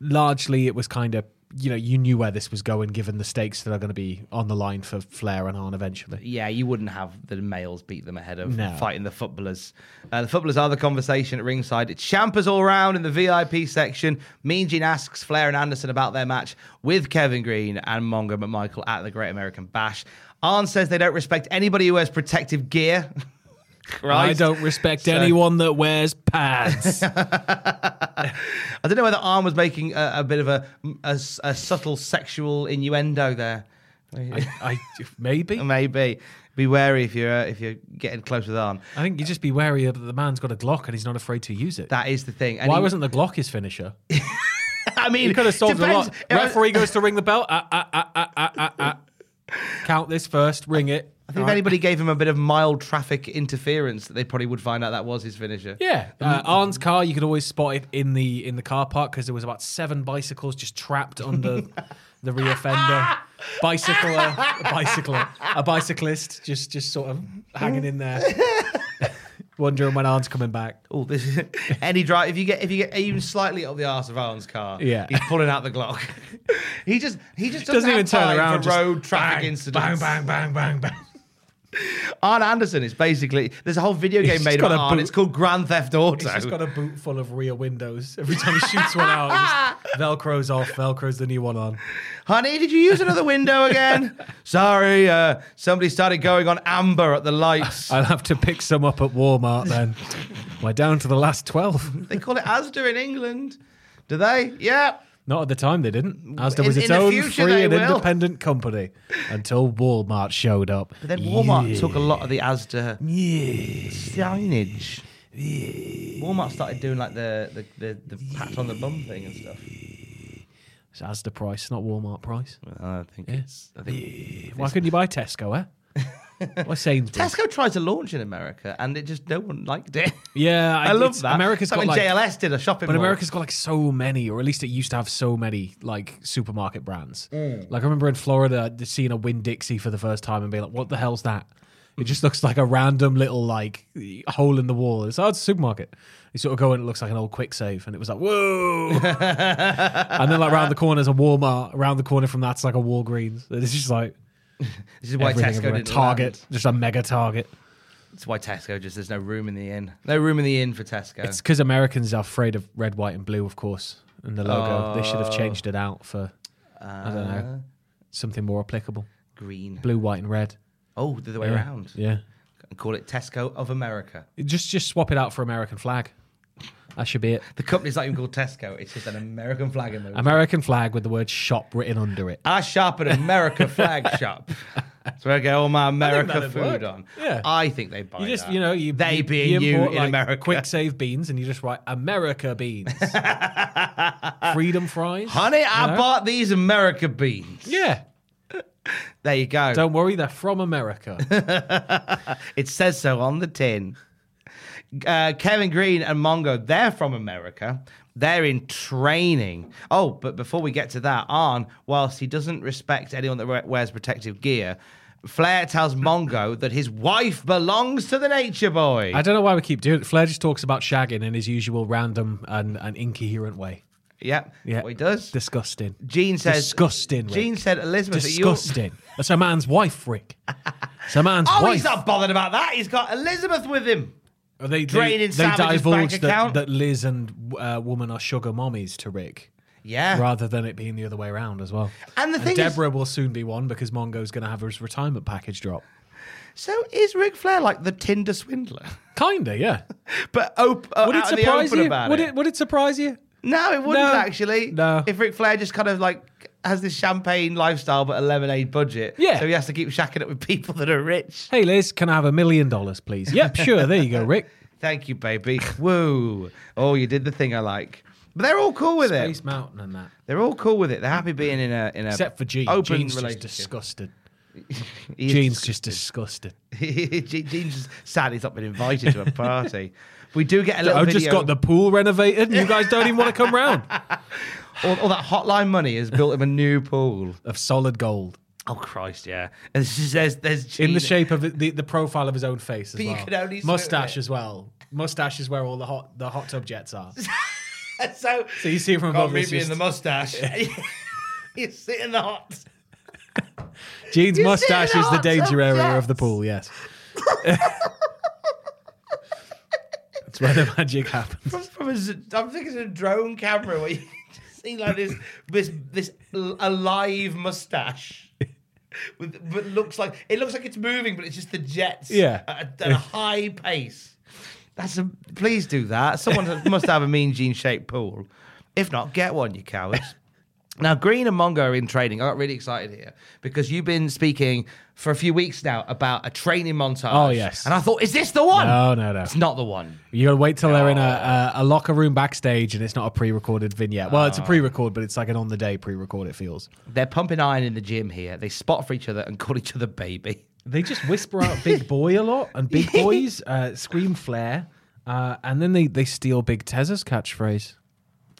[SPEAKER 6] largely it was kind of, you know, you knew where this was going, given the stakes that are going to be on the line for Flair and Arn eventually.
[SPEAKER 5] Yeah, you wouldn't have the males beat them ahead of
[SPEAKER 6] No.
[SPEAKER 5] fighting the footballers. Uh, the footballers are the conversation at ringside. It's champers all round in the VIP section. Mean Gene asks Flair and Anderson about their match with Kevin Green and Mongo McMichael at the Great American Bash. Arn says they don't respect anybody who wears protective gear.
[SPEAKER 6] I
[SPEAKER 5] Christ.
[SPEAKER 6] don't respect anyone that wears pads.
[SPEAKER 5] I don't know whether Arn was making a, a bit of a, a, a subtle sexual innuendo there.
[SPEAKER 6] I, maybe.
[SPEAKER 5] Maybe be wary if you're uh, if you're getting close with Arn.
[SPEAKER 6] I think you just be wary of that the man's got a Glock and he's not afraid to use it.
[SPEAKER 5] That is the thing. And
[SPEAKER 6] Why
[SPEAKER 5] he-
[SPEAKER 6] wasn't the Glock his finisher?
[SPEAKER 5] I mean?
[SPEAKER 6] He could have solved
[SPEAKER 5] depends-
[SPEAKER 6] a lot. Referee goes to ring the bell. Ah, ah, ah, ah, ah, ah, ah. Count this first, ring it.
[SPEAKER 5] I think if anybody gave him a bit of mild traffic interference, they probably would find out that was his finisher.
[SPEAKER 6] Yeah, uh,
[SPEAKER 5] Mm.
[SPEAKER 6] Arn's car. You could always spot it in the in the car park because there was about seven bicycles just trapped under the rear fender. Bicycler, a bicycler, a bicyclist, just just sort of hanging in there, wondering when Arn's coming back.
[SPEAKER 5] Oh, this any drive. If you get if you get even slightly up the arse of Arn's car,
[SPEAKER 6] Yeah.
[SPEAKER 5] he's pulling out the Glock. he just he just doesn't,
[SPEAKER 6] Doesn't even
[SPEAKER 5] have
[SPEAKER 6] turn
[SPEAKER 5] time
[SPEAKER 6] around.
[SPEAKER 5] for
[SPEAKER 6] just
[SPEAKER 5] road traffic
[SPEAKER 6] bang,
[SPEAKER 5] incidents.
[SPEAKER 6] Bang, bang, bang, bang, bang.
[SPEAKER 5] Arn Anderson is basically there's a whole video game
[SPEAKER 6] just
[SPEAKER 5] made
[SPEAKER 6] got
[SPEAKER 5] about
[SPEAKER 6] a
[SPEAKER 5] Arn.
[SPEAKER 6] boot-
[SPEAKER 5] It's called Grand Theft Auto.
[SPEAKER 6] He's just got a boot full of rear windows. Every time he shoots one out, it just velcros off, velcros the new one on.
[SPEAKER 5] Honey, did you use another window again? Sorry, uh, somebody started going on amber at the lights.
[SPEAKER 6] I'll have to pick some up at Walmart then. We're down to the last 12.
[SPEAKER 5] they call it Asda in England. Do they? Yeah.
[SPEAKER 6] Not at the time they didn't. Asda was
[SPEAKER 5] In-
[SPEAKER 6] its
[SPEAKER 5] in the
[SPEAKER 6] own
[SPEAKER 5] future
[SPEAKER 6] free
[SPEAKER 5] they
[SPEAKER 6] and
[SPEAKER 5] will.
[SPEAKER 6] independent company until Walmart showed up.
[SPEAKER 5] But then Walmart took a lot of the Asda signage. Walmart started doing like the the, the, the pat on the bum thing and stuff.
[SPEAKER 6] It's Asda price, not Walmart price.
[SPEAKER 5] I think it's. I think
[SPEAKER 6] Why couldn't you buy Tesco, eh? Why Sainsbury's?
[SPEAKER 5] Tesco tried to launch in America, and it just no one liked it.
[SPEAKER 6] Yeah,
[SPEAKER 5] I love
[SPEAKER 6] it's-
[SPEAKER 5] that.
[SPEAKER 6] America's
[SPEAKER 5] It's like
[SPEAKER 6] got
[SPEAKER 5] when
[SPEAKER 6] like
[SPEAKER 5] JLS did a shopping.
[SPEAKER 6] But
[SPEAKER 5] mall.
[SPEAKER 6] America's got like so many, or at least it used to have so many like
[SPEAKER 5] Mm.
[SPEAKER 6] supermarket brands. Like I remember in Florida just seeing a Winn Dixie for the first time and being like, "What the hell's that?" It just looks like a random little like hole in the wall. It's, oh, it's a supermarket. You sort of go in, it looks like an old quick save, and it was like, whoa. and then like around the corner is a Walmart. Around the corner from that's like a Walgreens. It's just like
[SPEAKER 5] This is why
[SPEAKER 6] everything
[SPEAKER 5] Tesco
[SPEAKER 6] everywhere.
[SPEAKER 5] didn't
[SPEAKER 6] Target,
[SPEAKER 5] land.
[SPEAKER 6] just a mega Target.
[SPEAKER 5] It's why Tesco just there's no room in the inn. No room in the inn for Tesco.
[SPEAKER 6] It's because Americans are afraid of red, white, and blue, of course, and the logo. they should have
[SPEAKER 5] Oh.
[SPEAKER 6] changed it out for I don't know
[SPEAKER 5] Ah.
[SPEAKER 6] something more applicable:
[SPEAKER 5] green.
[SPEAKER 6] blue, white, and red.
[SPEAKER 5] Oh, the other way
[SPEAKER 6] Yeah.
[SPEAKER 5] around.
[SPEAKER 6] Yeah,
[SPEAKER 5] And call it Tesco of America.
[SPEAKER 6] just just swap it out for American flag. That should be it.
[SPEAKER 5] The company's not even called Tesco. It's just an American flag in the.
[SPEAKER 6] American flag with the word "shop" written under it.
[SPEAKER 5] I shop at America Flag Shop. That's where I get all my America
[SPEAKER 6] that'd work.
[SPEAKER 5] food on.
[SPEAKER 6] Yeah.
[SPEAKER 5] I think they buy
[SPEAKER 6] You just,
[SPEAKER 5] that.
[SPEAKER 6] you know, you
[SPEAKER 5] they
[SPEAKER 6] you,
[SPEAKER 5] being you,
[SPEAKER 6] import,
[SPEAKER 5] in
[SPEAKER 6] like,
[SPEAKER 5] America.
[SPEAKER 6] Quick save beans, and you just write America beans, freedom fries.
[SPEAKER 5] Honey, I
[SPEAKER 6] know?
[SPEAKER 5] bought these America beans.
[SPEAKER 6] Yeah,
[SPEAKER 5] There you go.
[SPEAKER 6] don't worry, they're from America.
[SPEAKER 5] It says so on the tin. Uh, Kevin Green and Mongo, they're from America. They're in training. Oh, but before we get to that, Arn, whilst he doesn't respect anyone that we- wears protective gear, Flair tells Mongo that his wife belongs to the Nature Boy.
[SPEAKER 6] I don't know why we keep doing it. Flair just talks about shagging in his usual random and, and incoherent way.
[SPEAKER 5] yeah,
[SPEAKER 6] Yeah,
[SPEAKER 5] what he does.
[SPEAKER 6] disgusting.
[SPEAKER 5] Gene says,
[SPEAKER 6] disgusting. Rick.
[SPEAKER 5] Gene said, Elizabeth, that you're-
[SPEAKER 6] disgusting. That's a man's wife, Rick. It's a man's
[SPEAKER 5] Oh,
[SPEAKER 6] wife.
[SPEAKER 5] he's not bothered about that. He's got Elizabeth with him.
[SPEAKER 6] Are they,
[SPEAKER 5] draining Savage's bank
[SPEAKER 6] divulged that-
[SPEAKER 5] account?
[SPEAKER 6] That, Liz and uh, woman are sugar mommies to Rick,
[SPEAKER 5] Yeah.
[SPEAKER 6] rather than it being the other way around as well.
[SPEAKER 5] Eh. And the thing is-
[SPEAKER 6] Deborah will soon be one because Mongo's going to have his retirement package drop.
[SPEAKER 5] So is Ric Flair like the Tinder swindler?
[SPEAKER 6] Kinda, yeah.
[SPEAKER 5] but op- uh,
[SPEAKER 6] Would it
[SPEAKER 5] out in the
[SPEAKER 6] surprise
[SPEAKER 5] open
[SPEAKER 6] you?
[SPEAKER 5] about
[SPEAKER 6] Would
[SPEAKER 5] it.
[SPEAKER 6] it would it surprise you?
[SPEAKER 5] No, it wouldn't
[SPEAKER 6] No.
[SPEAKER 5] actually.
[SPEAKER 6] No.
[SPEAKER 5] If Ric Flair just kind of like has this champagne lifestyle but a lemonade budget.
[SPEAKER 6] Yeah.
[SPEAKER 5] So he has to keep shacking up with people that are rich.
[SPEAKER 6] Hey Liz, can I have a million dollars, please? Yep, sure. There you go, Rick.
[SPEAKER 5] Thank you, baby. Woo. Oh, you did the thing I like. But they're all cool with
[SPEAKER 6] Space
[SPEAKER 5] it.
[SPEAKER 6] Mountain and that.
[SPEAKER 5] They're all cool with it. They're happy being in a in a
[SPEAKER 6] Except for Gene.
[SPEAKER 5] open
[SPEAKER 6] Gene's just
[SPEAKER 5] relationship.
[SPEAKER 6] disgusted.
[SPEAKER 5] He is
[SPEAKER 6] Gene's just disgusted.
[SPEAKER 5] Gene- Gene's just sad he's not been invited to a party. we do get a little
[SPEAKER 6] I've
[SPEAKER 5] video.
[SPEAKER 6] Oh, just got the pool renovated and you guys don't even want to come round.
[SPEAKER 5] all, all that hotline money has built him a new pool.
[SPEAKER 6] Of solid gold.
[SPEAKER 5] Oh Christ, yeah. And there's there's, there's Gene.
[SPEAKER 6] in the shape of it- the, the profile of his own face as
[SPEAKER 5] But you
[SPEAKER 6] well.
[SPEAKER 5] can only smoke
[SPEAKER 6] mustache
[SPEAKER 5] it.
[SPEAKER 6] as well. Mustache is where all the hot the hot tub jets are.
[SPEAKER 5] so
[SPEAKER 6] So you see from
[SPEAKER 5] Got
[SPEAKER 6] above.
[SPEAKER 5] me
[SPEAKER 6] it's
[SPEAKER 5] being
[SPEAKER 6] just-
[SPEAKER 5] the mustache. you sit in the hot.
[SPEAKER 6] Gene's
[SPEAKER 5] You see
[SPEAKER 6] mustache
[SPEAKER 5] the
[SPEAKER 6] is the
[SPEAKER 5] hot
[SPEAKER 6] danger
[SPEAKER 5] tub
[SPEAKER 6] area
[SPEAKER 5] jets.
[SPEAKER 6] of the pool. Yes. It's where the magic happens.
[SPEAKER 5] From, from a, z- I'm thinking of a drone camera where you just see like this this this l- alive mustache. With, but looks like it looks like it's moving, but it's just the jets.
[SPEAKER 6] Yeah.
[SPEAKER 5] at a, at a high pace. That's a please do that. Someone must have a mean gene shaped pool. If not, get one, you cowards. Now, Green and Mongo are in training. I got really excited here because you've been speaking for a few weeks now about a training montage.
[SPEAKER 6] Oh, yes.
[SPEAKER 5] And I thought, is this the one?
[SPEAKER 6] Oh, No, no, no.
[SPEAKER 5] It's not the one.
[SPEAKER 6] You gotta wait till they're in a, a, a locker room backstage and it's not a pre-recorded vignette. Well, it's a pre-record, but it's like an on-the-day pre-record. It feels.
[SPEAKER 5] They're pumping iron in the gym here. They spot for each other and call each other baby.
[SPEAKER 6] They just whisper out "big boy" a lot, and "big boys" uh, scream "flare," uh, and then they they steal Big Tezza's catchphrase.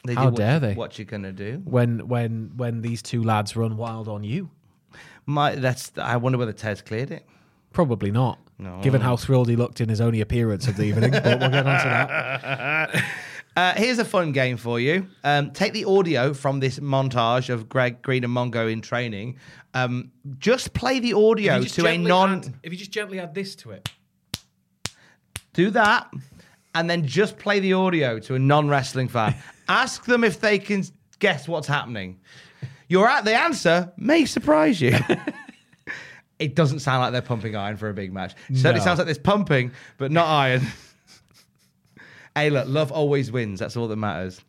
[SPEAKER 5] They
[SPEAKER 6] How
[SPEAKER 5] what
[SPEAKER 6] dare
[SPEAKER 5] you-
[SPEAKER 6] they.
[SPEAKER 5] What you gonna do?
[SPEAKER 6] when when when these two lads run wild on you?
[SPEAKER 5] My, that's. I wonder whether Ted's cleared it.
[SPEAKER 6] Probably not. Given how thrilled he looked in his only appearance of the evening, but we'll get on to that.
[SPEAKER 5] Uh, here's a fun game for you. Um, take the audio from this montage of Greg Green and Mongo in training. Um, just play the audio to a non.
[SPEAKER 6] if you just gently add this to it,
[SPEAKER 5] Do that, and then just play the audio to a non-wrestling fan. Ask them if they can guess what's happening. You're at the answer may surprise you. it doesn't sound like they're pumping iron for a big match. Certainly
[SPEAKER 6] No.
[SPEAKER 5] sounds like there's pumping, but not iron. hey, look, love always wins. That's all that matters.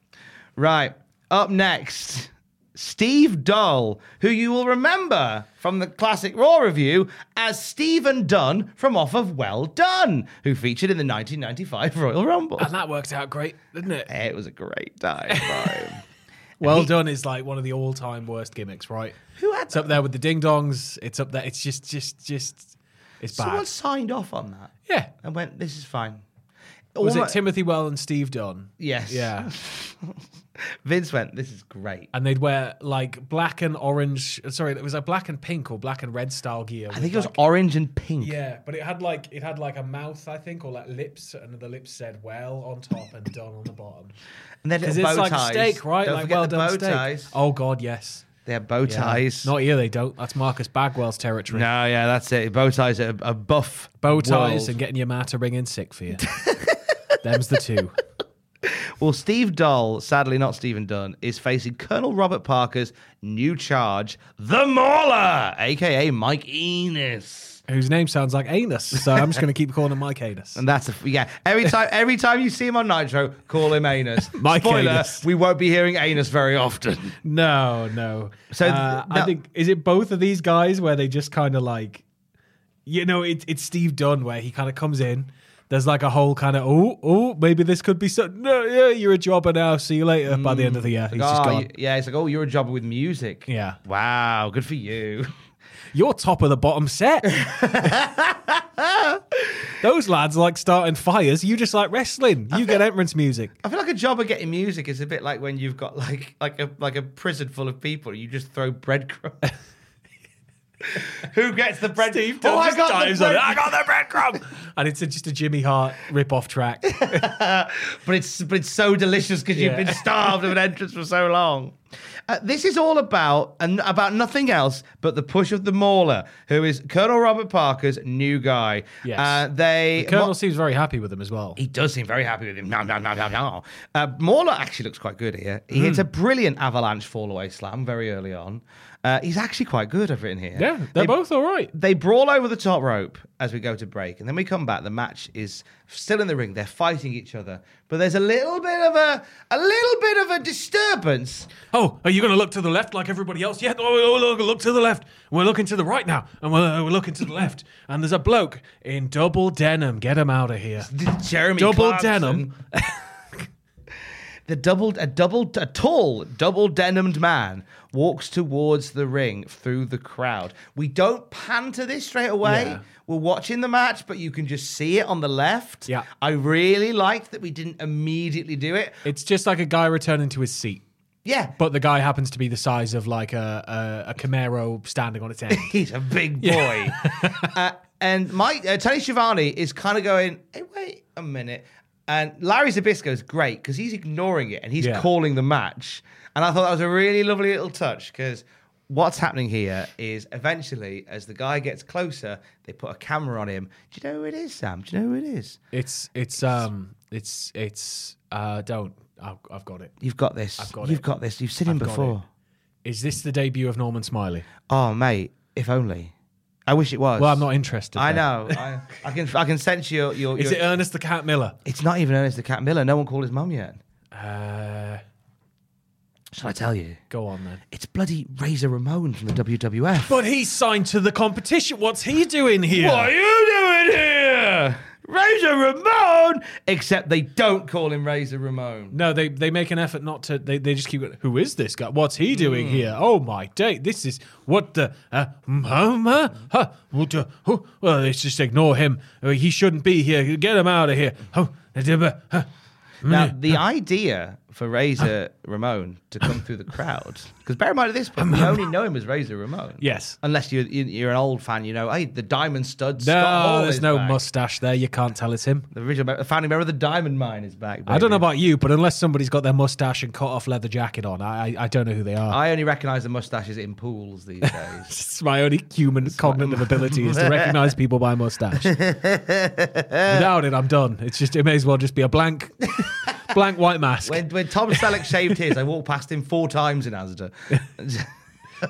[SPEAKER 5] Right up next. Steve Doll, who you will remember from the classic Raw review as Stephen Dunn from off of Well Done, who featured in the 1995 Royal Rumble.
[SPEAKER 6] and that worked out great, didn't it?
[SPEAKER 5] It was a great time. Brian.
[SPEAKER 6] Well done is like one of the all-time worst gimmicks, right? Who
[SPEAKER 5] had
[SPEAKER 6] it's up there with the ding dongs? It's up there. It's just just just it's bad.
[SPEAKER 5] Someone signed off on that
[SPEAKER 6] yeah,
[SPEAKER 5] and went, "This is fine."
[SPEAKER 6] Was it
[SPEAKER 5] Almo-
[SPEAKER 6] Timothy Well and Steve Dunn?
[SPEAKER 5] Yes.
[SPEAKER 6] Yeah.
[SPEAKER 5] Vince went, this is great.
[SPEAKER 6] And they'd wear like black and orange. Sorry, it was like black and pink or black and red style gear.
[SPEAKER 5] I think it was orange and pink.
[SPEAKER 6] Yeah, but it had like it had like a mouth, I think, or like lips, and the lips said "well" on top and "done" on the bottom.
[SPEAKER 5] And then
[SPEAKER 6] Because
[SPEAKER 5] little
[SPEAKER 6] it's
[SPEAKER 5] bow
[SPEAKER 6] like
[SPEAKER 5] ties.
[SPEAKER 6] steak, right?
[SPEAKER 5] Don't
[SPEAKER 6] like
[SPEAKER 5] forget
[SPEAKER 6] well
[SPEAKER 5] the
[SPEAKER 6] done
[SPEAKER 5] bow
[SPEAKER 6] steak.
[SPEAKER 5] ties.
[SPEAKER 6] Oh God, yes.
[SPEAKER 5] They have bow
[SPEAKER 6] Yeah.
[SPEAKER 5] ties.
[SPEAKER 6] Not here, they don't. That's Marcus Bagwell's territory.
[SPEAKER 5] no, yeah, that's it. Bow ties are a buff.
[SPEAKER 6] Bow ties
[SPEAKER 5] world.
[SPEAKER 6] and getting your ma to ring in sick for you. Them's the two.
[SPEAKER 5] Well, Steve Doll, sadly not Stephen Dunn, is facing Colonel Robert Parker's new charge, the Mauler, aka Mike Enos.
[SPEAKER 6] Whose name sounds like anus, so I'm just going to keep calling him Mike Anus.
[SPEAKER 5] And that's a, yeah. Every time, every time you see him on Nitro, call him Anus.
[SPEAKER 6] Mike
[SPEAKER 5] Spoiler:
[SPEAKER 6] Anus.
[SPEAKER 5] We won't be hearing Anus very often.
[SPEAKER 6] No, no.
[SPEAKER 5] So th-
[SPEAKER 6] Uh,
[SPEAKER 5] that-
[SPEAKER 6] I think is it both of these guys where they just kind of like, you know, it, it's Steve Dunn where he kind of comes in. There's like a whole kind of oh oh maybe this could be so no yeah you're a jobber now see you later by the end of the year he's just
[SPEAKER 5] Oh,
[SPEAKER 6] gone
[SPEAKER 5] y- yeah, it's like, oh, you're a jobber with music.
[SPEAKER 6] Yeah.
[SPEAKER 5] Wow, good for you.
[SPEAKER 6] you're top of the bottom set those lads like starting fires you just like wrestling you get entrance music
[SPEAKER 5] I feel like a jobber getting music is a bit like when you've got like like a like a prison full of people. You just throw breadcrumbs. Who gets the bread?
[SPEAKER 6] Steve
[SPEAKER 5] oh, I
[SPEAKER 6] just
[SPEAKER 5] got the
[SPEAKER 6] dives on
[SPEAKER 5] bread.
[SPEAKER 6] it. I got the breadcrumb and it's a, just a Jimmy Hart rip off track
[SPEAKER 5] but it's but it's so delicious because
[SPEAKER 6] Yeah.
[SPEAKER 5] you've been starved of an entrance for so long. Uh, this is all about and about nothing else but the push of the mauler, who is Colonel Robert Parker's new guy.
[SPEAKER 6] Yes.
[SPEAKER 5] Uh, they
[SPEAKER 6] the Colonel
[SPEAKER 5] Mo-
[SPEAKER 6] seems very happy with him as well
[SPEAKER 5] he does seem very happy with him. No, no, no, no, no. Uh, Mauler actually looks quite good here. He
[SPEAKER 6] Hmm.
[SPEAKER 5] hits a brilliant avalanche fall away slam very early on. Uh, he's actually quite good. I've written here.
[SPEAKER 6] yeah they're
[SPEAKER 5] They-
[SPEAKER 6] both all right
[SPEAKER 5] they brawl over the top rope as we go to break, and then we come back. The match is still in the ring. They're fighting each other, but there's a little bit of a a little bit of a disturbance.
[SPEAKER 6] Oh, are you going to look to the left like everybody else? Yeah, oh, oh, look, look to the left. We're looking to the right now, and we're, uh, we're looking to the left. And there's a bloke in double denim. Get him out of here.
[SPEAKER 5] Jeremy
[SPEAKER 6] Double
[SPEAKER 5] Clarkson-
[SPEAKER 6] denim.
[SPEAKER 5] The double a double a tall double denimed man walks towards the ring through the crowd. We don't pan to this straight away.
[SPEAKER 6] Yeah.
[SPEAKER 5] We're watching the match, but you can just see it on the left.
[SPEAKER 6] Yeah.
[SPEAKER 5] I really liked that we didn't immediately do it.
[SPEAKER 6] It's just like a guy returning to his seat,
[SPEAKER 5] Yeah,
[SPEAKER 6] but the guy happens to be the size of like a a, a Camaro standing on its end.
[SPEAKER 5] he's a big boy. uh, and Mike uh, Tony Schiavone is kind of going, "Hey, wait a minute." And Larry Zabisco is great because he's ignoring it and he's
[SPEAKER 6] Yeah.
[SPEAKER 5] calling the match. And I thought that was a really lovely little touch because what's happening here is eventually, as the guy gets closer, they put a camera on him. Do you know who it is, Sam? Do you know who it is?
[SPEAKER 6] It's it's um it's it's uh don't I've, I've got it.
[SPEAKER 5] You've got this. I've
[SPEAKER 6] got
[SPEAKER 5] You've
[SPEAKER 6] it.
[SPEAKER 5] got this. You've seen him
[SPEAKER 6] I've got
[SPEAKER 5] before.
[SPEAKER 6] Is this the debut of Norman Smiley?
[SPEAKER 5] Oh, mate, if only. I wish it was.
[SPEAKER 6] Well, I'm not interested.
[SPEAKER 5] I
[SPEAKER 6] then.
[SPEAKER 5] know. I, I can. I can sense your. your,
[SPEAKER 6] Is
[SPEAKER 5] your
[SPEAKER 6] it Ernest the Cat Miller?
[SPEAKER 5] It's not even Ernest the Cat Miller. No one called his mum yet.
[SPEAKER 6] Uh,
[SPEAKER 5] Shall I tell you?
[SPEAKER 6] go on then.
[SPEAKER 5] It's bloody Razor Ramon from the WWF.
[SPEAKER 6] But he's signed to the competition. What's he doing here?
[SPEAKER 5] you doing here? Razor Ramon! Except they don't call him Razor Ramon.
[SPEAKER 6] No, they they make an effort not to. They, they just keep going. Who is this guy? What's he
[SPEAKER 5] Hmm.
[SPEAKER 6] doing here? Oh my day! This is what the uh, mm, huh, huh, huh, what the- huh, well. Let's just ignore him. Uh, He shouldn't be here. Get him out of here. Huh, uh, huh, huh.
[SPEAKER 5] Now, the idea for Razor Ramon to come through the crowd, because bear in mind at this point, we only know him as Razor Ramon.
[SPEAKER 6] Yes.
[SPEAKER 5] Unless you're, you- you're an old fan, you know, hey, the Diamond Stud. Uh, Scott
[SPEAKER 6] No,
[SPEAKER 5] Hall
[SPEAKER 6] there's
[SPEAKER 5] is
[SPEAKER 6] no
[SPEAKER 5] back.
[SPEAKER 6] mustache there. You can't tell it's him.
[SPEAKER 5] The original the founding member of the Diamond Mine is back.
[SPEAKER 6] I don't know
[SPEAKER 5] baby.
[SPEAKER 6] about you, but unless somebody's got their mustache and cut off leather jacket on, I I, I don't know who they are.
[SPEAKER 5] I only recognise the mustaches in pools these days.
[SPEAKER 6] It's my only human cognitive ability is to recognize people by mustache. Without it, I'm done. It's just it may as well just be a blank, blank white mask.
[SPEAKER 5] When, when Tom Selleck shaved his, I walked past him four times in Asda. That's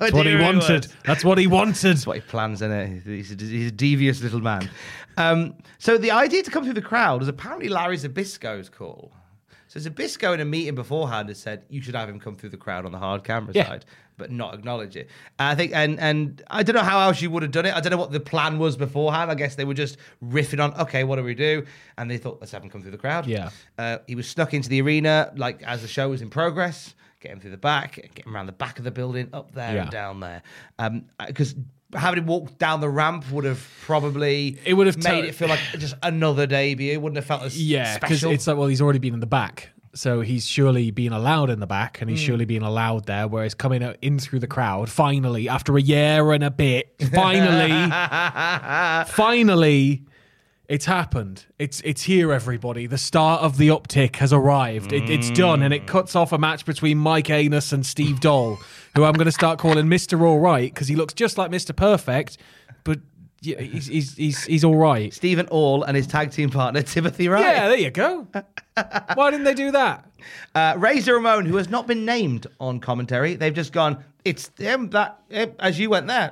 [SPEAKER 6] That's what he wanted. That's what he wanted.
[SPEAKER 5] That's what he plans, in it. He's a, he's a devious little man. Um, so the idea to come through the crowd was apparently Larry Zabisco's call. So Zabisco in a meeting beforehand has said you should have him come through the crowd on the hard camera
[SPEAKER 6] Yeah.
[SPEAKER 5] side, but not acknowledge it. And I think, and and I don't know how else you would have done it. I don't know what the plan was beforehand. I guess they were just riffing on, okay, what do we do? And they thought let's have him come through the crowd.
[SPEAKER 6] Yeah.
[SPEAKER 5] Uh, he was snuck into the arena like as the show was in progress. Get him through the back, get him around the back of the building, up there
[SPEAKER 6] Yeah.
[SPEAKER 5] and down there. Because having him walk down the ramp would have probably
[SPEAKER 6] It would have
[SPEAKER 5] made
[SPEAKER 6] to-
[SPEAKER 5] it feel like just another debut. It wouldn't have felt as
[SPEAKER 6] Yeah, because
[SPEAKER 5] special.
[SPEAKER 6] it's like, well, he's already been in the back. So he's surely been allowed in the back and he's
[SPEAKER 5] Hmm.
[SPEAKER 6] surely been allowed there, whereas coming out in through the crowd, finally, after a year and a bit, finally, finally, it's happened. It's it's here, everybody. The start of the optic has arrived. It, it's
[SPEAKER 5] Hmm.
[SPEAKER 6] done, and it cuts off a match between Mike Anus and Steve Doll, who I'm going to start calling Mr. All Right because he looks just like Mr. Perfect, but yeah, he's, he's, he's, he's all right.
[SPEAKER 5] Stephen All and his tag team partner Timothy Wright.
[SPEAKER 6] Yeah, there you go. Why didn't they do that?
[SPEAKER 5] Uh, Razor Ramon, who has not been named on commentary, they've just gone. It's him that eh, as you went there.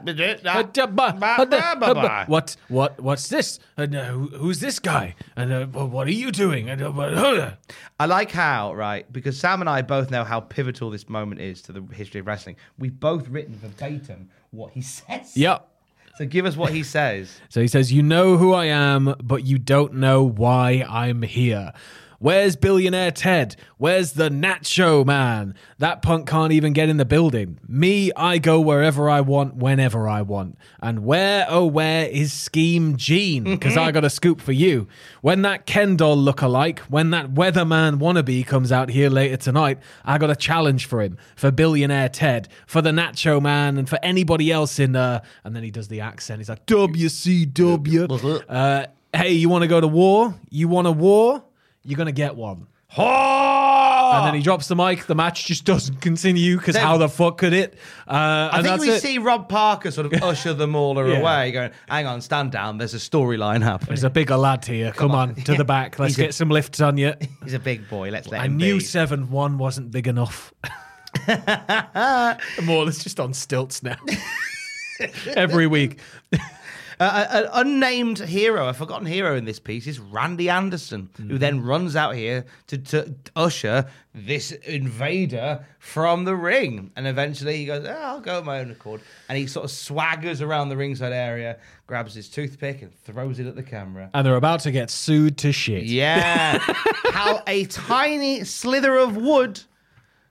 [SPEAKER 6] What? What? What's this? And uh, who, who's this guy? And uh, wh- what are you doing? And uh, what- huh?
[SPEAKER 5] I like how right because Sam and I both know how pivotal this moment is to the history of wrestling. We've both written verbatim what he says.
[SPEAKER 6] yep.
[SPEAKER 5] So give us what he says.
[SPEAKER 6] So he says, "You know who I am, but you don't know why I'm here." Where's billionaire Ted? Where's the Nacho man? That punk can't even get in the building. Me, I go wherever I want, whenever I want. And where, oh, where is Scheme Gene? Because I got a scoop for you. When that Kendall lookalike, when that weatherman wannabe comes out here later tonight, I got a challenge for him, for billionaire Ted, for the Nacho man, and for anybody else in there. And then he does the accent. He's like,
[SPEAKER 5] Uh-huh.
[SPEAKER 6] WCW. Uh, hey, you want to go to war? You want a war? You're going to get one. And then he drops the mic. The match just doesn't continue because how the fuck could it? Uh,
[SPEAKER 5] I
[SPEAKER 6] and
[SPEAKER 5] think
[SPEAKER 6] that's
[SPEAKER 5] we
[SPEAKER 6] it.
[SPEAKER 5] see Rob Parker sort of usher them all
[SPEAKER 6] Yeah.
[SPEAKER 5] away, going, "Hang on, stand down. There's a storyline happening.
[SPEAKER 6] There's a bigger lad here. Come, on, to the back. Let's
[SPEAKER 5] He's a-
[SPEAKER 6] get some lifts on you.
[SPEAKER 5] He's a big boy. Let's let
[SPEAKER 6] I
[SPEAKER 5] him
[SPEAKER 6] knew
[SPEAKER 5] be."
[SPEAKER 6] seven one wasn't big enough. More, it's just on stilts now. Every week.
[SPEAKER 5] Uh, an unnamed hero, a forgotten hero in this piece, is Randy Anderson,
[SPEAKER 6] Mm-hmm.
[SPEAKER 5] who then runs out here to, to usher this invader from the ring. And eventually he goes, oh, I'll go of my own accord. And he sort of swaggers around the ringside area, grabs his toothpick, and throws it at the camera.
[SPEAKER 6] And they're about to get sued to shit.
[SPEAKER 5] Yeah. How a tiny slither of wood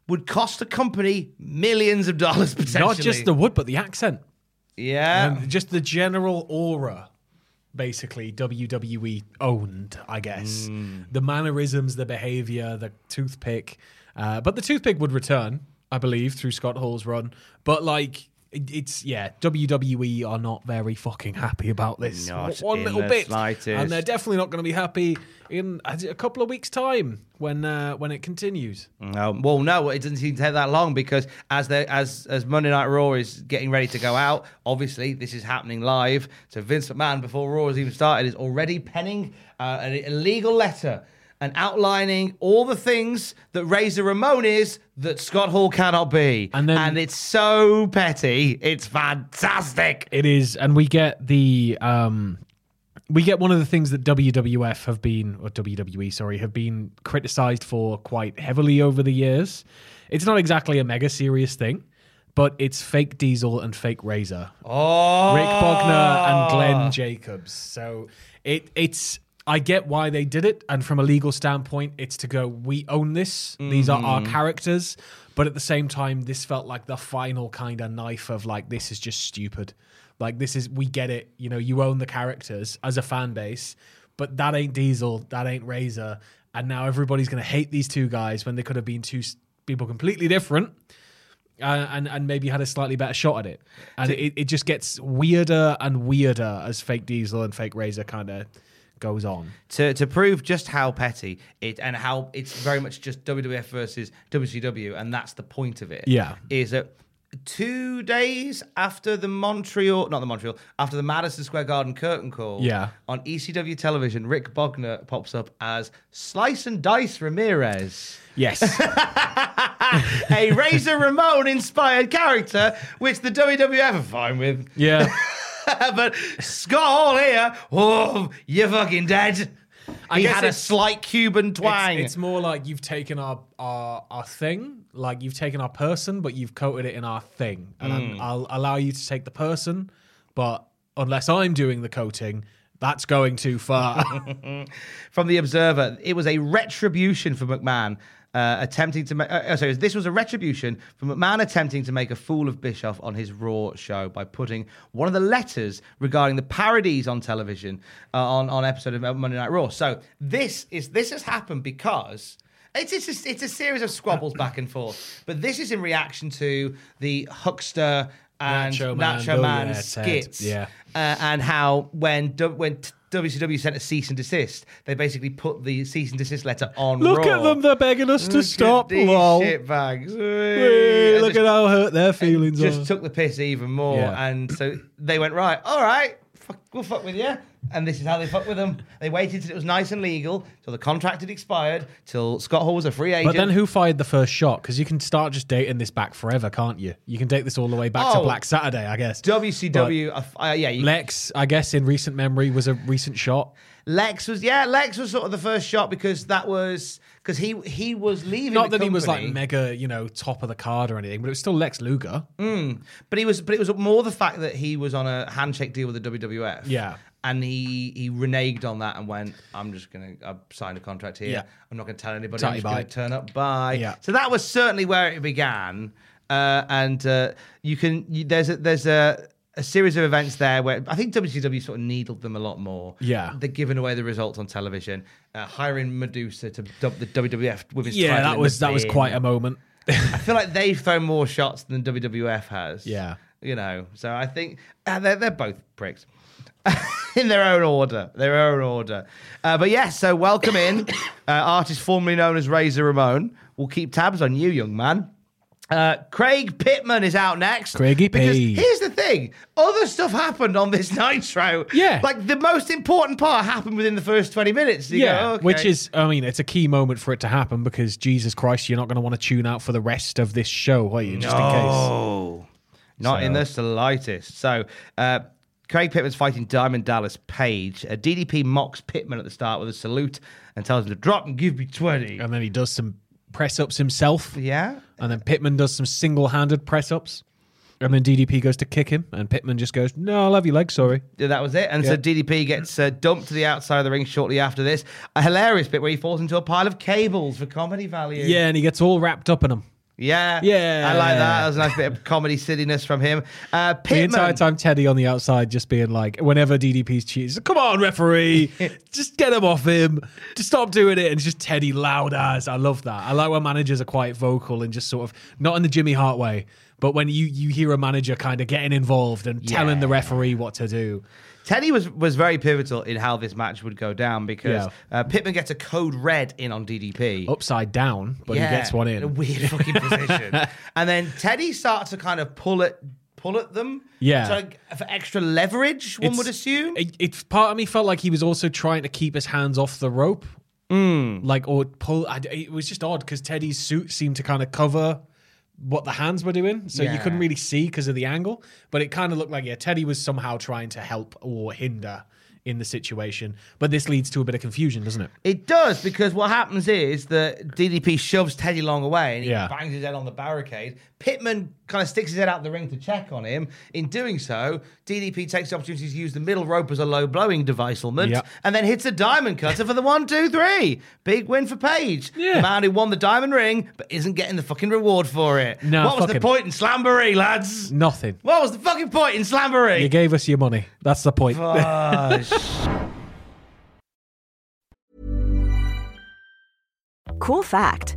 [SPEAKER 5] would cost a company millions of dollars potentially.
[SPEAKER 6] Not just the wood, but the accent.
[SPEAKER 5] Yeah.
[SPEAKER 6] And just the general aura, basically, WWE owned, I guess.
[SPEAKER 5] Hmm.
[SPEAKER 6] The mannerisms, the behavior, the toothpick. Uh, but the toothpick would return, I believe, through Scott Hall's run. But, like, it- it's, yeah, WWE are not very fucking happy about this.
[SPEAKER 5] Not
[SPEAKER 6] One
[SPEAKER 5] in
[SPEAKER 6] little
[SPEAKER 5] the
[SPEAKER 6] bit.
[SPEAKER 5] slightest.
[SPEAKER 6] And they're definitely not going to be happy in a a couple of weeks' time when, uh, when it continues.
[SPEAKER 5] Um, well, no, it doesn't seem to take that long because as they as as Monday Night Raw is getting ready to go out, obviously this is happening live. So Vince McMahon, before Raw has even started, is already penning uh, an illegal letter and outlining all the things that Razor Ramon is that Scott Hall cannot be.
[SPEAKER 6] And then-
[SPEAKER 5] and it's so petty, it's fantastic.
[SPEAKER 6] It is, and we get the um, we get one of the things that WWF have been or WWE, sorry, have been criticized for quite heavily over the years. It's not exactly a mega serious thing, but it's fake Diesel and fake Razor,
[SPEAKER 5] Oh,
[SPEAKER 6] Rick Bogner and Glenn Jacobs. So it it's. I get why they did it, and from a legal standpoint, it's to go. We own this; these are our characters. But at the same time, this felt like the final kind of knife of like, this is just stupid. Like this is we get it. You know, you own the characters as a fan base, but that ain't Diesel, that ain't Razor, and now everybody's gonna hate these two guys when they could have been two s- people completely different uh, and and maybe had a slightly better shot at it. And it, it just gets weirder and weirder as fake Diesel and fake Razor kind of goes on.
[SPEAKER 5] to to prove just how petty it and how it's very much just WWF versus WCW, and that's the point of it.
[SPEAKER 6] Yeah.
[SPEAKER 5] is that two days after the Montreal, not the Montreal, after the Madison Square Garden curtain call,
[SPEAKER 6] Yeah.
[SPEAKER 5] on ECW television, Rick Bogner pops up as Slice and Dice Ramirez,
[SPEAKER 6] Yes.
[SPEAKER 5] a Razor Ramon inspired character, which the WWF are fine with.
[SPEAKER 6] yeah.
[SPEAKER 5] but Scott Hall here, oh, you're fucking dead.
[SPEAKER 6] I
[SPEAKER 5] he
[SPEAKER 6] guess
[SPEAKER 5] had a
[SPEAKER 6] it's-
[SPEAKER 5] slight Cuban twang.
[SPEAKER 6] It's, it's more like you've taken our, our our thing, like you've taken our person, but you've coated it in our
[SPEAKER 5] Hmm.
[SPEAKER 6] thing, and I'm- I'll allow you to take the person, but unless I'm doing the coating, That's going too far.
[SPEAKER 5] From The Observer, it was a retribution for McMahon. Uh, attempting to make, uh, sorry, this was a retribution for McMahon attempting to make a fool of Bischoff on his Raw show by putting one of the letters regarding the parodies on television uh, on on episode of Monday Night Raw. So this is this has happened because it's it's a, it's a series of squabbles back and forth, but this is in reaction to the Huckster and
[SPEAKER 6] Nacho
[SPEAKER 5] Nacho
[SPEAKER 6] Man.
[SPEAKER 5] Man,
[SPEAKER 6] Oh, yeah, Ted.
[SPEAKER 5] skits,
[SPEAKER 6] Yeah.
[SPEAKER 5] uh, and how when du- when t- WCW sent a cease and desist, they basically put the cease and desist letter on.
[SPEAKER 6] Look
[SPEAKER 5] Raw.
[SPEAKER 6] at them. They're begging us to
[SPEAKER 5] Look
[SPEAKER 6] stop.
[SPEAKER 5] At these
[SPEAKER 6] Lol.
[SPEAKER 5] shit bags.
[SPEAKER 6] Hey, look at how hurt their feelings
[SPEAKER 5] Just
[SPEAKER 6] are.
[SPEAKER 5] took the piss even more,
[SPEAKER 6] Yeah.
[SPEAKER 5] and so they went right. All right, fuck, we'll fuck with you. And this is how they fuck with them. They waited till it was nice and legal, till the contract had expired, till Scott Hall was a free agent.
[SPEAKER 6] But then who fired the first shot? Because you can start just dating this back forever, can't you? You can date this all the way back to
[SPEAKER 5] Oh.
[SPEAKER 6] Black Saturday, I guess.
[SPEAKER 5] WCW, uh, uh, yeah, you,
[SPEAKER 6] Lex, I guess in recent memory, was a recent shot.
[SPEAKER 5] Lex was yeah, Lex was sort of the first shot because that was because he he was leaving.
[SPEAKER 6] Not
[SPEAKER 5] the
[SPEAKER 6] that he was like
[SPEAKER 5] company.
[SPEAKER 6] mega, you know, top of the card or anything, but it was still Lex Luger.
[SPEAKER 5] Mm, But he was, but it was more the fact that he was on a handshake deal with the WWF.
[SPEAKER 6] Yeah.
[SPEAKER 5] and he he reneged on that and went, "I'm just gonna I've signed a contract here.
[SPEAKER 6] Yeah.
[SPEAKER 5] I'm not gonna tell anybody.
[SPEAKER 6] Tighty
[SPEAKER 5] I'm just gonna
[SPEAKER 6] bite.
[SPEAKER 5] turn up. Bye."
[SPEAKER 6] Yeah.
[SPEAKER 5] So that was certainly where it began. Uh, and uh, you can you, there's a, there's a a series of events there where I think WCW sort of needled them a lot more.
[SPEAKER 6] Yeah.
[SPEAKER 5] they're giving away the results on television, uh, hiring Medusa to dub the WWF women's
[SPEAKER 6] Yeah,
[SPEAKER 5] title
[SPEAKER 6] that
[SPEAKER 5] in
[SPEAKER 6] was
[SPEAKER 5] the
[SPEAKER 6] that was
[SPEAKER 5] bin.
[SPEAKER 6] quite a moment.
[SPEAKER 5] I feel like they've thrown more shots than WWF has.
[SPEAKER 6] Yeah.
[SPEAKER 5] You know, so I think and they're, they're both pricks in their own order. Their own order. Uh, but yes, so welcome in. uh, artist formerly known as Razor Ramon. We'll keep tabs on you, young man. Uh, Craig Pittman is out next.
[SPEAKER 6] Craigie
[SPEAKER 5] Because
[SPEAKER 6] P.
[SPEAKER 5] Here's the thing other stuff happened on this Nitro.
[SPEAKER 6] Yeah.
[SPEAKER 5] Like the most important part happened within the first 20 minutes. You
[SPEAKER 6] yeah,
[SPEAKER 5] go, okay.
[SPEAKER 6] which is, I mean, it's a key moment for it to happen because Jesus Christ, you're not going to want to tune out for the rest of this show, are you? Just in case.
[SPEAKER 5] Oh, not in the slightest. So, uh, Craig Pittman's fighting Diamond Dallas Page. Uh, DDP mocks Pittman at the start with a salute and tells him to drop and give me 20.
[SPEAKER 6] And then he does some press ups himself.
[SPEAKER 5] yeah.
[SPEAKER 6] And then Pittman does some single handed press ups. And then DDP goes to kick him. And Pittman just goes, No, I love your leg, sorry.
[SPEAKER 5] Yeah, That was it. And so
[SPEAKER 6] Yeah.
[SPEAKER 5] DDP gets uh, dumped to the outside of the ring shortly after this. A hilarious bit where he falls into a pile of cables for comedy value.
[SPEAKER 6] Yeah, and he gets all wrapped up in him.
[SPEAKER 5] Yeah.
[SPEAKER 6] Yeah.
[SPEAKER 5] I like that. That was a nice bit of comedy silliness from him. Uh,
[SPEAKER 6] The
[SPEAKER 5] Pittman.
[SPEAKER 6] entire time, Teddy on the outside just being like, whenever DDP's cheating, he's like, come on, referee, just get him off him, just stop doing it. And it's just Teddy loud as. I love that. I like when managers are quite vocal and just sort of, not in the Jimmy Hart way, but when you, you hear a manager kind of getting involved and telling the referee what to do.
[SPEAKER 5] Teddy was was very pivotal in how this match would go down because uh, Pittman gets a code red in on DDP.
[SPEAKER 6] Upside down, but he gets one
[SPEAKER 5] a
[SPEAKER 6] in.
[SPEAKER 5] weird fucking position. and then Teddy starts to kind of pull at pull at them.
[SPEAKER 6] Yeah.
[SPEAKER 5] So for extra leverage, one
[SPEAKER 6] It's-
[SPEAKER 5] would assume.
[SPEAKER 6] It, it- part of me felt like he was also trying to keep his hands off the rope, like or pull. I, it was just odd because Teddy's suit seemed to kind of cover what the hands were doing, so you couldn't
[SPEAKER 5] Yeah.
[SPEAKER 6] really see because of the angle. But it kind of looked like yeah, Teddy was somehow trying to help or hinder in the situation. But this leads to a bit of confusion, doesn't it?
[SPEAKER 5] It does because what happens is that DDP shoves Teddy Long away and he
[SPEAKER 6] Yeah.
[SPEAKER 5] bangs his head on the barricade. Pittman kind of sticks his head out the ring to check on him. In doing so, DDP takes the opportunity to use the middle rope as a low blowing devicelement
[SPEAKER 6] Yep.
[SPEAKER 5] and then hits a diamond cutter for the one, two, three. Big win for Paige,
[SPEAKER 6] Yeah.
[SPEAKER 5] the man who won the diamond ring but isn't getting the fucking reward for it.
[SPEAKER 6] No,
[SPEAKER 5] what was the
[SPEAKER 6] fucking-
[SPEAKER 5] point in Slamboree, lads?
[SPEAKER 6] Nothing.
[SPEAKER 5] What was the fucking point in
[SPEAKER 6] You
[SPEAKER 5] Slamboree?
[SPEAKER 6] gave us your money. That's the point.
[SPEAKER 7] Cool fact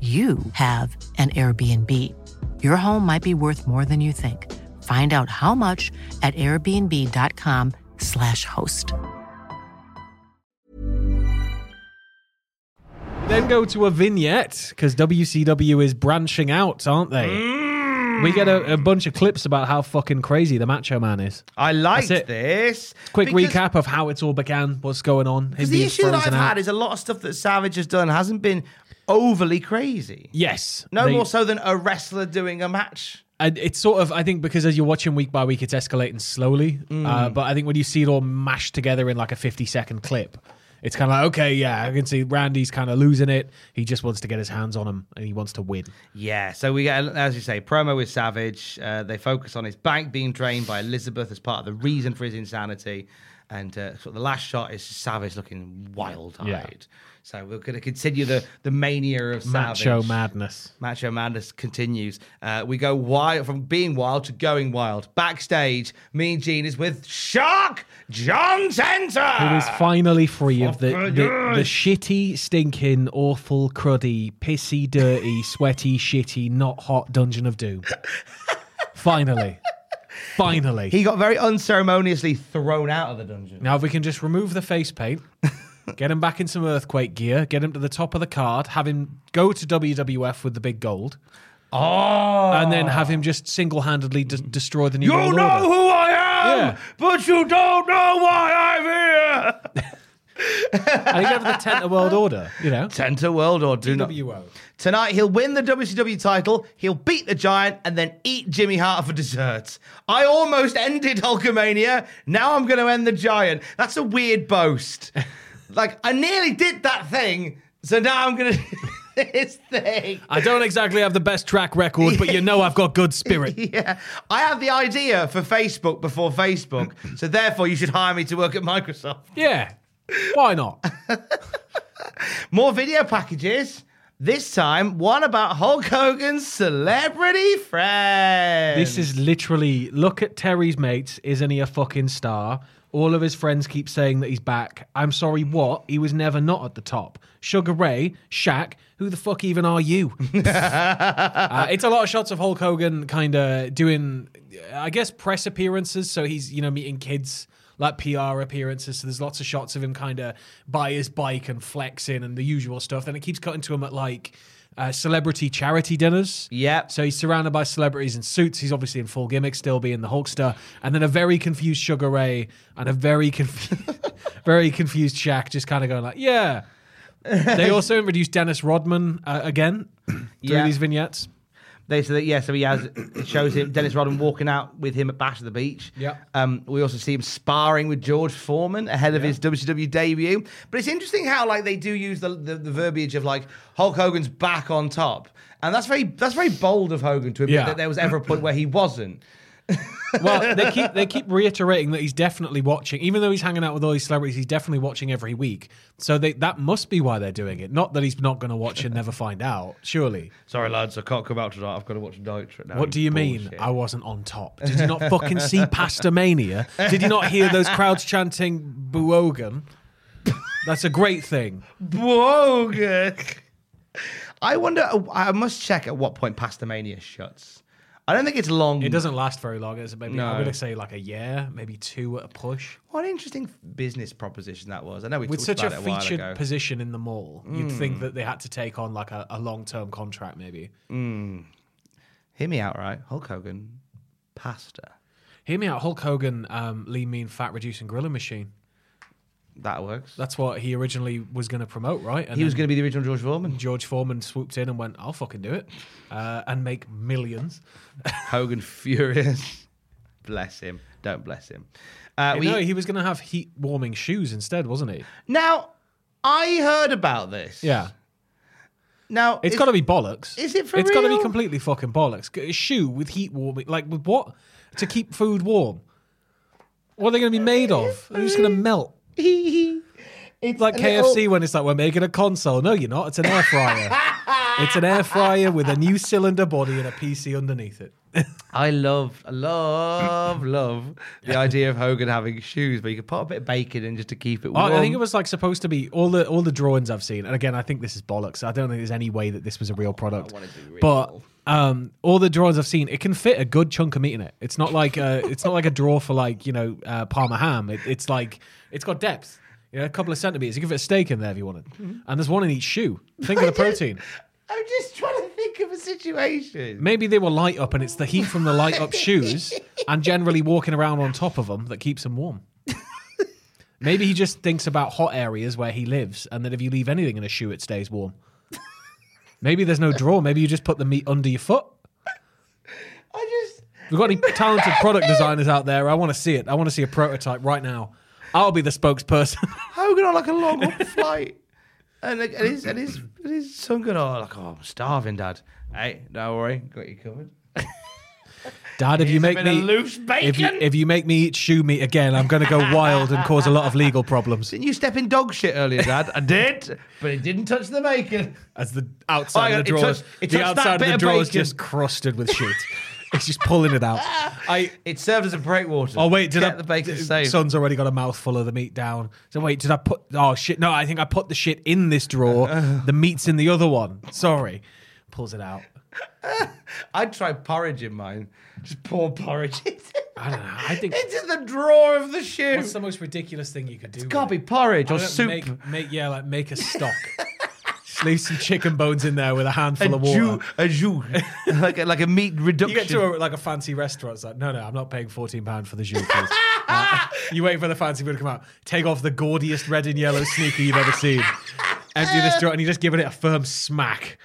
[SPEAKER 8] you have an Airbnb. Your home might be worth more than you think. Find out how much at airbnb.com/slash host.
[SPEAKER 6] Then go to a vignette because WCW is branching out, aren't they? We get a, a bunch of clips about how fucking crazy the Macho Man is.
[SPEAKER 5] I liked
[SPEAKER 6] That's it.
[SPEAKER 5] this.
[SPEAKER 6] Quick
[SPEAKER 5] because-
[SPEAKER 6] recap of how it's all began, what's going on. him
[SPEAKER 5] Because the
[SPEAKER 6] being
[SPEAKER 5] issue that I've
[SPEAKER 6] frozen out.
[SPEAKER 5] had is a lot of stuff that Savage has done hasn't been overly crazy.
[SPEAKER 6] yes,
[SPEAKER 5] No
[SPEAKER 6] they-
[SPEAKER 5] more so than a wrestler doing a match.
[SPEAKER 6] And it's sort of, I think, because as you're watching week by week, it's escalating slowly. Uh,
[SPEAKER 5] Hmm.
[SPEAKER 6] but I think when you see it all mashed together in like a 50 second clip, it's kind of like, okay, yeah, I can see Randy's kind of losing it. He just wants to get his hands on him and he wants to win.
[SPEAKER 5] Yeah, so we get, as you say, promo with Savage. Uh, they focus on his bank being drained by Elizabeth as part of the reason for his insanity. And uh, sort of the last shot is Savage looking wild eyed.
[SPEAKER 6] Yeah.
[SPEAKER 5] So we're going to continue the, the mania of Savage.
[SPEAKER 6] Macho madness.
[SPEAKER 5] Macho Madness continues. Uh, we go wild from being wild to going wild. Backstage, Mean Gene is with Shark John Center.
[SPEAKER 6] Who is finally free of the,
[SPEAKER 5] Fucking
[SPEAKER 6] the,
[SPEAKER 5] yes.
[SPEAKER 6] the shitty, stinking, awful, cruddy, pissy, dirty, sweaty, shitty, not hot dungeon of doom. finally. Finally.
[SPEAKER 5] He got very unceremoniously thrown out of the dungeon.
[SPEAKER 6] Now, if we can just remove the face paint, get him back in some earthquake gear, get him to the top of the card, have him go to WWF with the big gold,
[SPEAKER 5] Oh,
[SPEAKER 6] and then have him just single handedly de- destroy the New
[SPEAKER 5] Mm. you know
[SPEAKER 6] World Order.
[SPEAKER 5] who I am,
[SPEAKER 6] Yeah.
[SPEAKER 5] but you don't know why I'm here.
[SPEAKER 6] and he'd have the Tenth World Order, you know?
[SPEAKER 5] Tenter World or do not.
[SPEAKER 6] WO.
[SPEAKER 5] Tonight he'll win the WCW title, he'll beat the Giant, and then eat Jimmy Hart for dessert. I almost ended Hulkamania. Now I'm going to end the Giant. That's a weird boast. like I nearly did that thing, so now I'm going to this thing.
[SPEAKER 6] I don't exactly have the best track record, but you know I've got good spirit.
[SPEAKER 5] Yeah, I have the idea for Facebook before Facebook, so therefore you should hire me to work at Microsoft.
[SPEAKER 6] Yeah. Why not?
[SPEAKER 5] More video packages. This time, one about Hulk Hogan's celebrity friend.
[SPEAKER 6] This is literally look at Terry's mates. Isn't he a fucking star? All of his friends keep saying that he's back. I'm sorry, what? He was never not at the top. Sugar Ray, Shaq, who the fuck even are you? uh, it's a lot of shots of Hulk Hogan kind of doing, I guess, press appearances. So he's, you know, meeting kids, like PR appearances. So there's lots of shots of him kind of by his bike and flexing and the usual stuff. Then it keeps cutting to him at like uh, celebrity charity dinners.
[SPEAKER 5] Yep.
[SPEAKER 6] So he's surrounded by celebrities in suits. He's obviously in full gimmick, still being the Hulkster, and then a very confused Sugar Ray and a very confused, very confused Shaq, just kind of going like, "Yeah." they also introduced Dennis Rodman uh, again through
[SPEAKER 5] Yeah.
[SPEAKER 6] these vignettes.
[SPEAKER 5] They said that yeah, so he has it shows him Dennis Rodman walking out with him at Bash of the Beach.
[SPEAKER 6] Yeah.
[SPEAKER 5] Um, we also see him sparring with George Foreman ahead of his WCW debut. But it's interesting how like they do use the, the, the verbiage of like Hulk Hogan's back on top, and that's very that's very bold of Hogan to admit
[SPEAKER 6] Yeah.
[SPEAKER 5] that there was ever a point where he wasn't.
[SPEAKER 6] Well, they keep they keep reiterating that he's definitely watching, even though he's hanging out with all these celebrities. He's definitely watching every week. So they, that must be why they're doing it. Not that he's not going to watch and never find out. Surely.
[SPEAKER 5] Sorry, lads, I can't come out tonight. I've got to watch Nitro now.
[SPEAKER 6] What do you mean? I wasn't on top. Did you not fucking see Pastamania? Did you not hear those crowds chanting Buogan? That's a great thing.
[SPEAKER 5] Bogus. I wonder. I must check at what point Pastamania shuts. I don't think it's long.
[SPEAKER 6] It doesn't last very long. It's maybe
[SPEAKER 5] No.
[SPEAKER 6] I'm gonna say like a year, maybe two at a push.
[SPEAKER 5] What an interesting business proposition that was. I know we
[SPEAKER 6] With
[SPEAKER 5] talked
[SPEAKER 6] such a
[SPEAKER 5] about it a while
[SPEAKER 6] featured
[SPEAKER 5] ago. Hmm.
[SPEAKER 6] position in the mall, you'd think that they had to take on like a, a long term contract, maybe.
[SPEAKER 5] Hear me out, right? Hulk Hogan, pasta.
[SPEAKER 6] Hear me out, Hulk Hogan, um, lean mean fat reducing grilling machine.
[SPEAKER 5] That works.
[SPEAKER 6] That's what he originally was gonna promote, right? And
[SPEAKER 5] he was
[SPEAKER 6] then-
[SPEAKER 5] going to be the original George Foreman.
[SPEAKER 6] George Foreman swooped in and went, "I'll fucking do it," uh, and make millions.
[SPEAKER 5] Hogan furious. bless him. Don't bless him. Uh, we,
[SPEAKER 6] no, he was going to have heat warming shoes instead, wasn't he?
[SPEAKER 5] now, I heard about this.
[SPEAKER 6] Yeah.
[SPEAKER 5] Now,
[SPEAKER 6] It's
[SPEAKER 5] is-
[SPEAKER 6] got to be bollocks.
[SPEAKER 5] is it for
[SPEAKER 6] It's got to be
[SPEAKER 5] real?
[SPEAKER 6] completely fucking bollocks. G- A shoe with heat warming, like with what? To keep food warm. What are they going to be made of? They're just going to melt.
[SPEAKER 5] it's
[SPEAKER 6] Like
[SPEAKER 5] a
[SPEAKER 6] KFC
[SPEAKER 5] little-
[SPEAKER 6] when it's like we're making a console. No, you're not. It's an air fryer. it's an air fryer with a new cylinder body and a PC underneath it.
[SPEAKER 5] I love, I love, love the idea of Hogan having shoes, but you could put a bit of bacon in just to keep it warm.
[SPEAKER 6] Oh, I think it was like supposed to be all the all the drawings I've seen, and again, I think this is bollocks. I don't think there's any way that this was a real product. But um, all the drawings I've seen, it can fit a good chunk of meat in it. It's not like uh it's not like a draw for like you know uh, Parma ham. It, it's like it's got depth. You know, a couple of centimeters. You can fit a steak in there if you wanted, and there's one in each shoe. Think of the protein.
[SPEAKER 5] I'm just trying to think of a situation.
[SPEAKER 6] Maybe they were light up, and it's the heat from the light up shoes and generally walking around on top of them that keeps him warm. Maybe he just thinks about hot areas where he lives, and that if you leave anything in a shoe, it stays warm. Maybe there's no drawer. Maybe you just put the meat under your foot.
[SPEAKER 5] I just,
[SPEAKER 6] We've got any talented product designers out there? I want to see it. I want to see a prototype right now. I'll be the spokesperson.
[SPEAKER 5] Hogan on like a long up flight. And, it- and, his, and, his, and his son going, oh, like, oh, I'm starving, Dad. Hey, don't worry, got you covered.
[SPEAKER 6] Dad, if you
[SPEAKER 5] Here's a
[SPEAKER 6] make
[SPEAKER 5] bit
[SPEAKER 6] me
[SPEAKER 5] of loose
[SPEAKER 6] if you,
[SPEAKER 5] bacon.
[SPEAKER 6] if you make me eat shoe meat again, I'm going to go wild and cause a lot of legal problems.
[SPEAKER 5] Didn't you step in dog shit earlier, Dad? I did, but it didn't touch the bacon.
[SPEAKER 6] as the
[SPEAKER 5] Oh,
[SPEAKER 6] outside
[SPEAKER 5] yeah,
[SPEAKER 6] of the
[SPEAKER 5] it
[SPEAKER 6] drawers,
[SPEAKER 5] touched- it
[SPEAKER 6] the
[SPEAKER 5] touched that
[SPEAKER 6] outside of
[SPEAKER 5] bit
[SPEAKER 6] the
[SPEAKER 5] of
[SPEAKER 6] drawers
[SPEAKER 5] bacon.
[SPEAKER 6] just crusted with shit. it's just pulling it out. I.
[SPEAKER 5] It served as a breakwater.
[SPEAKER 6] Oh wait, did
[SPEAKER 5] Get
[SPEAKER 6] I?
[SPEAKER 5] the bacon
[SPEAKER 6] d-
[SPEAKER 5] safe?
[SPEAKER 6] Son's already got a mouthful of the meat down. So wait, did I put? Oh shit! No, I think I put the shit in this drawer. the meat's in the other one. Sorry. Pulls it out.
[SPEAKER 5] I'd try porridge in mine. Just pour porridge into,
[SPEAKER 6] I don't know. I think
[SPEAKER 5] into the drawer of the shoe.
[SPEAKER 6] what's the most ridiculous thing you could do?
[SPEAKER 5] Can't be porridge or soup.
[SPEAKER 6] Make, make yeah, like make a stock. Just leave some chicken bones in there with a handful
[SPEAKER 5] a
[SPEAKER 6] of water.
[SPEAKER 5] jus, a jus, like a, like a meat
[SPEAKER 6] You
[SPEAKER 5] reduction.
[SPEAKER 6] get to a, like a fancy restaurant, it's like, no, no, I'm not paying fourteen pound for the jus. please. Uh, you wait for the fancy food to come out. Take off the gaudiest red and yellow sneaker you've ever seen. Empty this drawer, and you're just giving it a firm smack,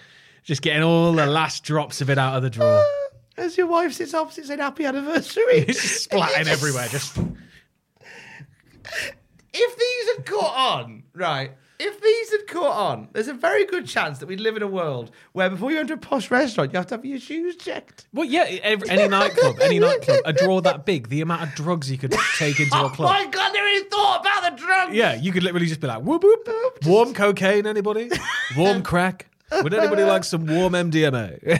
[SPEAKER 6] just getting all the last drops of it out of the drawer.
[SPEAKER 5] Uh, As your wife sits opposite saying happy anniversary.
[SPEAKER 6] It's just splatting everywhere. Just
[SPEAKER 5] if these had caught on, right, if these had caught on, there's a very good chance that we'd live in a world where before you enter a posh restaurant, you have to have your shoes checked.
[SPEAKER 6] well, yeah. Every, any nightclub, any nightclub, a drawer that big, the amount of drugs you could take into a
[SPEAKER 5] Oh my
[SPEAKER 6] club.
[SPEAKER 5] god, they really thought about the drugs.
[SPEAKER 6] Yeah, you could literally just be like, whoop whoop, warm cocaine. Anybody? Warm crack? Would anybody like some warm MDMA?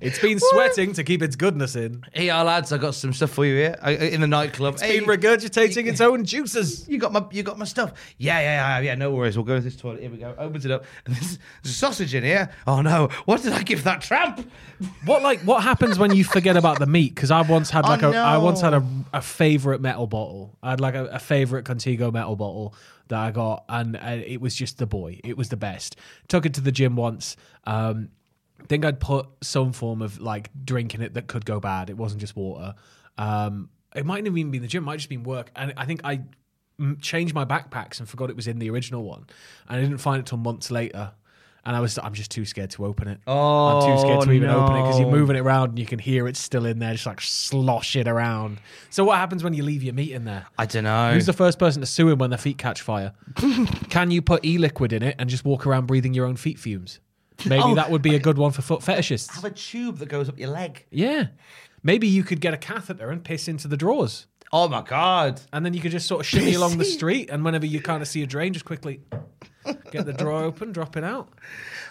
[SPEAKER 6] it's been sweating to keep its goodness in.
[SPEAKER 5] Hey, our lads, I got some stuff for you here I, I- in the nightclub. Hey,
[SPEAKER 6] Been regurgitating its own juices.
[SPEAKER 5] you got my you got my stuff. Yeah, yeah, yeah, yeah. No worries. We'll go to this toilet. Here we go. Opens it up. And there's a sausage in here. Oh no! What did I give that tramp?
[SPEAKER 6] What like what happens when you forget about the meat? Because I once had like a I
[SPEAKER 5] Oh,
[SPEAKER 6] once had a,
[SPEAKER 5] no.
[SPEAKER 6] a favorite metal bottle. I had like a, a favorite Contigo metal bottle that I got, and uh, it was just the boy. It was the best. Took it to the gym once. Um, think I'd put some form of like drink in it that could go bad. It wasn't just water. Um, it mightn't have even been the gym. It might have just been work. And I think I mm, changed my backpacks and forgot it was in the original one, and I didn't find it till months later. And I was, I'm just too scared to open it. I'm too scared to even open it because you're
[SPEAKER 5] no.
[SPEAKER 6] moving it around and you can hear it's still in there, just like sloshing around. So what happens when you leave your meat in there?
[SPEAKER 5] I don't know.
[SPEAKER 6] Who's the first person to sue him when their feet catch fire? Can you put e-liquid in it and just walk around breathing your own feet fumes? Maybe that would be a good one for foot fetishists.
[SPEAKER 5] Oh. have a tube that goes up your leg.
[SPEAKER 6] yeah. Maybe you could get a catheter and piss into the drawers.
[SPEAKER 5] Oh my god!
[SPEAKER 6] And then you could just sort of shimmy along the street and whenever you kind of see a drain, just quickly get the drawer open, drop it out.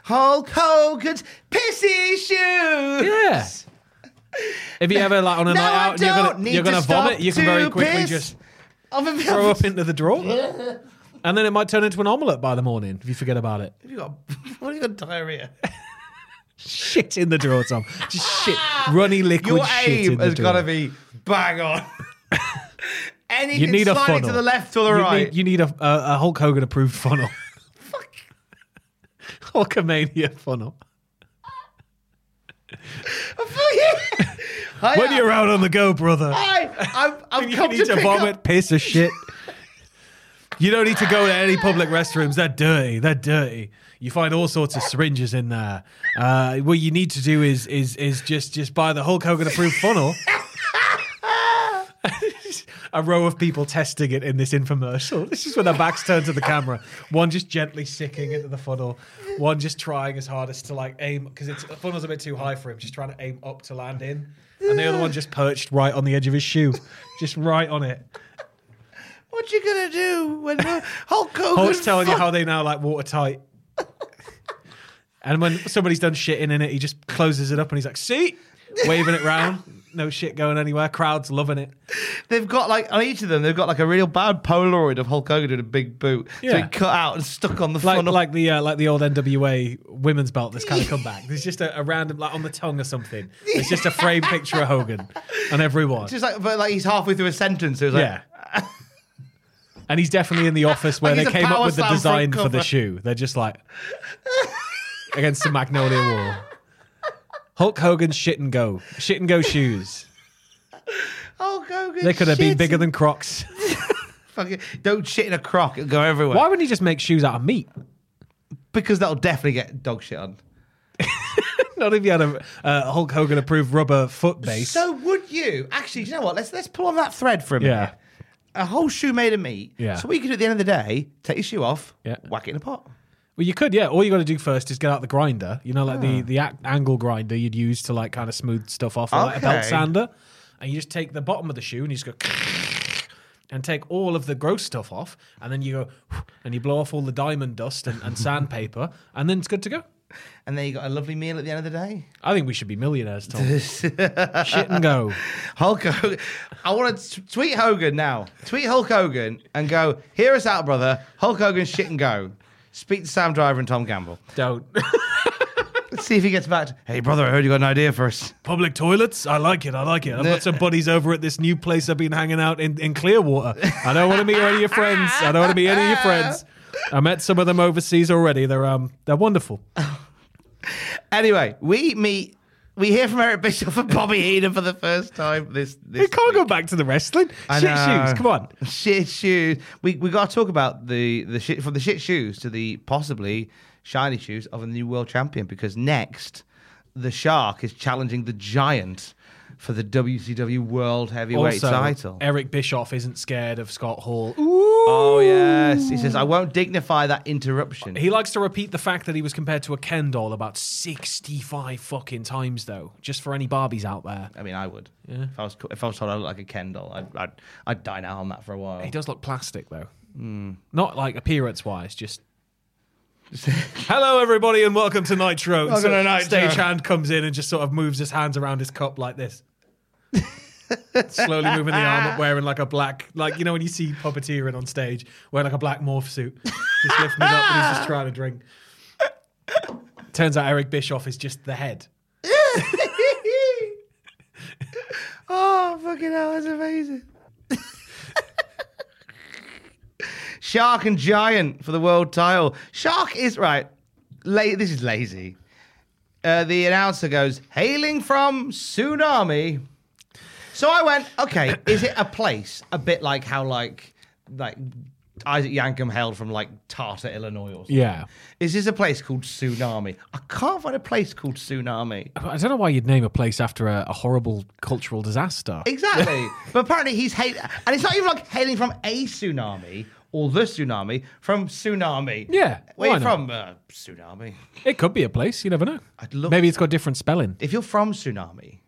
[SPEAKER 5] Hulk Hogan's pissy shoes.
[SPEAKER 6] Yeah. If you ever like on a
[SPEAKER 5] No,
[SPEAKER 6] night
[SPEAKER 5] I
[SPEAKER 6] out and you're
[SPEAKER 5] don't
[SPEAKER 6] gonna
[SPEAKER 5] need
[SPEAKER 6] you're
[SPEAKER 5] to
[SPEAKER 6] gonna vomit,
[SPEAKER 5] stop
[SPEAKER 6] you can very
[SPEAKER 5] to
[SPEAKER 6] quickly
[SPEAKER 5] piss.
[SPEAKER 6] just
[SPEAKER 5] I've been
[SPEAKER 6] throw up into the drawer. And then it might turn into an omelette by the morning if you forget about it.
[SPEAKER 5] You got what? You got diarrhea.
[SPEAKER 6] Shit in the drawer, Tom. Just shit. Runny liquid
[SPEAKER 5] Your
[SPEAKER 6] shit.
[SPEAKER 5] aim
[SPEAKER 6] in the
[SPEAKER 5] has got to
[SPEAKER 6] drawer.
[SPEAKER 5] be bang on. Anything
[SPEAKER 6] You need a
[SPEAKER 5] sliding
[SPEAKER 6] funnel.
[SPEAKER 5] to the left or the
[SPEAKER 6] you
[SPEAKER 5] right.
[SPEAKER 6] Need, you need a, a, a Hulk Hogan approved funnel. Hulkamania funnel.
[SPEAKER 5] Oh, I,
[SPEAKER 6] When you're out on the go, brother.
[SPEAKER 5] I, Ah, I've, I've
[SPEAKER 6] you
[SPEAKER 5] come
[SPEAKER 6] need to
[SPEAKER 5] pick
[SPEAKER 6] vomit,
[SPEAKER 5] up-
[SPEAKER 6] piss, or shit. you don't need to go to any public restrooms. They're dirty. They're dirty. You find all sorts of syringes in there. Uh, what you need to do is is is just just buy the Hulk Hogan approved funnel. a row of people testing it in this infomercial. This is when their backs turned to the camera. One just gently sicking into the funnel. One just trying his hardest to like aim because it's the funnel's a bit too high for him. Just trying to aim up to land in, and the other one just perched right on the edge of his shoe, just right on it.
[SPEAKER 5] What you gonna do when the Hulk Hogan?
[SPEAKER 6] Hulk's telling you how they now like watertight. And when somebody's done shitting in it, he just closes it up and he's like, see? Waving it round. No shit going anywhere. Crowd's loving it.
[SPEAKER 5] They've got like on each of them, they've got like a real bad Polaroid of Hulk Hogan doing a big boot. So he
[SPEAKER 6] Yeah.
[SPEAKER 5] cut out and stuck on the
[SPEAKER 6] Like,
[SPEAKER 5] funnel.
[SPEAKER 6] like the uh, like the old NWA women's belt that's kind of come back. There's just a, a random like on the tongue or something. It's just a framed picture of Hogan and everyone.
[SPEAKER 5] just like, but like he's halfway through a sentence. So he's like,
[SPEAKER 6] yeah. and he's definitely in the office where
[SPEAKER 5] Like
[SPEAKER 6] they
[SPEAKER 5] he's
[SPEAKER 6] came
[SPEAKER 5] a
[SPEAKER 6] up
[SPEAKER 5] power
[SPEAKER 6] with the
[SPEAKER 5] slam front
[SPEAKER 6] design for the
[SPEAKER 5] cover.
[SPEAKER 6] shoe. They're just like against the magnolia wall. Hulk Hogan's shit and go. Shit and go shoes.
[SPEAKER 5] Hulk Hogan.
[SPEAKER 6] They could have
[SPEAKER 5] "Oh, shit.
[SPEAKER 6] been bigger than Crocs.
[SPEAKER 5] Fucking, don't shit in a crock. It'll go everywhere.
[SPEAKER 6] Why wouldn't he just make shoes out of meat?
[SPEAKER 5] Because that'll definitely get dog shit on.
[SPEAKER 6] Not if you had a uh, Hulk Hogan approved rubber foot base.
[SPEAKER 5] So would you actually? Do you know what? Let's let's pull on that thread for a minute.
[SPEAKER 6] Yeah.
[SPEAKER 5] A whole shoe made of meat.
[SPEAKER 6] Yeah.
[SPEAKER 5] So what you could do at the end of the day, take your shoe off,
[SPEAKER 6] Yeah.
[SPEAKER 5] whack it in a pot.
[SPEAKER 6] well, you could, yeah. All you got to do first is get out the grinder. You know, like the the ac- angle grinder you'd use to like kind of smooth stuff off, or like a belt
[SPEAKER 5] Okay.
[SPEAKER 6] sander. And you just take the bottom of the shoe and you just go and take all of the gross stuff off, and then you go and you blow off all the diamond dust and, and sandpaper, and then it's good to go.
[SPEAKER 5] And then you got a lovely meal at the end of the day.
[SPEAKER 6] I think we should be millionaires, Tom. Shit and go.
[SPEAKER 5] Hulk Hogan. I want to tweet Hogan now. Tweet Hulk Hogan and go, hear us out, brother. Hulk Hogan, shit and go. Speak to Sam Driver and Tom Gamble.
[SPEAKER 6] Don't.
[SPEAKER 5] Let's see if he gets back. To, hey, brother, I heard you got an idea for us.
[SPEAKER 6] Public toilets? I like it. I like it. I've got some buddies over at this new place I've been hanging out in, in Clearwater. I don't want to meet any of your friends. I don't want to meet any of your friends. I met some of them overseas already. They're um they're wonderful.
[SPEAKER 5] Anyway, we meet. We hear from Eric Bischoff and Bobby Heenan for the first time. This, this
[SPEAKER 6] We can't go
[SPEAKER 5] week.
[SPEAKER 6] back to the wrestling.
[SPEAKER 5] I
[SPEAKER 6] Shit
[SPEAKER 5] know.
[SPEAKER 6] shoes. Come on.
[SPEAKER 5] Shit shoes. We we got to talk about the the shit from the shit shoes to the possibly shiny shoes of a new world champion because next the shark is challenging the giant for the WCW World Heavyweight
[SPEAKER 6] also,
[SPEAKER 5] title.
[SPEAKER 6] Eric Bischoff isn't scared of Scott Hall.
[SPEAKER 5] oh yes, he says I won't dignify that interruption.
[SPEAKER 6] He likes to repeat the fact that he was compared to a Ken doll about 65 fucking times, though, just for any Barbies out there.
[SPEAKER 5] I mean, I would. If I was co- if I was told I looked like a Kendall, I'd I'd, I'd dine out on that for a while.
[SPEAKER 6] He does look plastic, though.
[SPEAKER 5] Hmm.
[SPEAKER 6] Not like appearance wise, just. Hello, everybody, and welcome to Nitro. And
[SPEAKER 5] Welcome
[SPEAKER 6] so
[SPEAKER 5] to Nitro.
[SPEAKER 6] Stagehand comes in and just sort of moves his hands around his cup like this. Slowly moving the arm up, wearing like a black, like, you know, when you see puppeteering on stage, wearing like a black morph suit. Just lifting it up and he's just trying to drink. Turns out Eric Bischoff is just the head.
[SPEAKER 5] Oh, fucking hell, that's amazing. Shark and Giant for the world title. Shark is right. La- this is lazy. Uh, the announcer goes, hailing from Tsunami. So I went, okay, is it a place? A bit like how, like, like Isaac Yankum hailed from, like, Tartar, Illinois or something.
[SPEAKER 6] Yeah.
[SPEAKER 5] Is this a place called Tsunami? I can't find a place called Tsunami.
[SPEAKER 6] I don't know why you'd name a place after a, a horrible cultural disaster.
[SPEAKER 5] Exactly. but apparently he's hailing, and it's not even like hailing from a tsunami or the tsunami, from tsunami.
[SPEAKER 6] Yeah,
[SPEAKER 5] Where
[SPEAKER 6] why
[SPEAKER 5] you
[SPEAKER 6] not?
[SPEAKER 5] from? Uh, tsunami.
[SPEAKER 6] It could be a place. You never know.
[SPEAKER 5] I'd love-
[SPEAKER 6] Maybe it's got different spelling.
[SPEAKER 5] If you're from tsunami,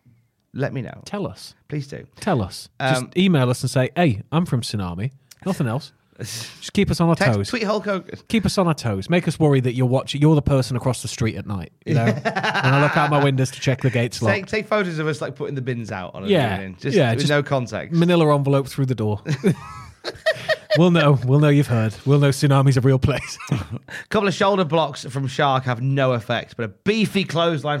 [SPEAKER 5] let me know.
[SPEAKER 6] Tell us.
[SPEAKER 5] Please do.
[SPEAKER 6] Tell us.
[SPEAKER 5] Um,
[SPEAKER 6] Just email us and say, "Hey, I'm from Tsunami. Nothing else. Just keep us on our
[SPEAKER 5] Text,
[SPEAKER 6] toes.
[SPEAKER 5] tweet Hulk Hogan.
[SPEAKER 6] Keep us on our toes. Make us worry that you're watching. You're the person across the street at night. You know, when I look out my windows to check the gates
[SPEAKER 5] Take,
[SPEAKER 6] locked.
[SPEAKER 5] take photos of us like putting the bins out on a
[SPEAKER 6] Yeah,
[SPEAKER 5] evening, just
[SPEAKER 6] yeah,
[SPEAKER 5] with
[SPEAKER 6] just-
[SPEAKER 5] no context.
[SPEAKER 6] Manila envelope through the door. we'll know. We'll know you've heard. We'll know Tsunami's a real place.
[SPEAKER 5] A couple of shoulder blocks from Shark have no effect, but a beefy clothesline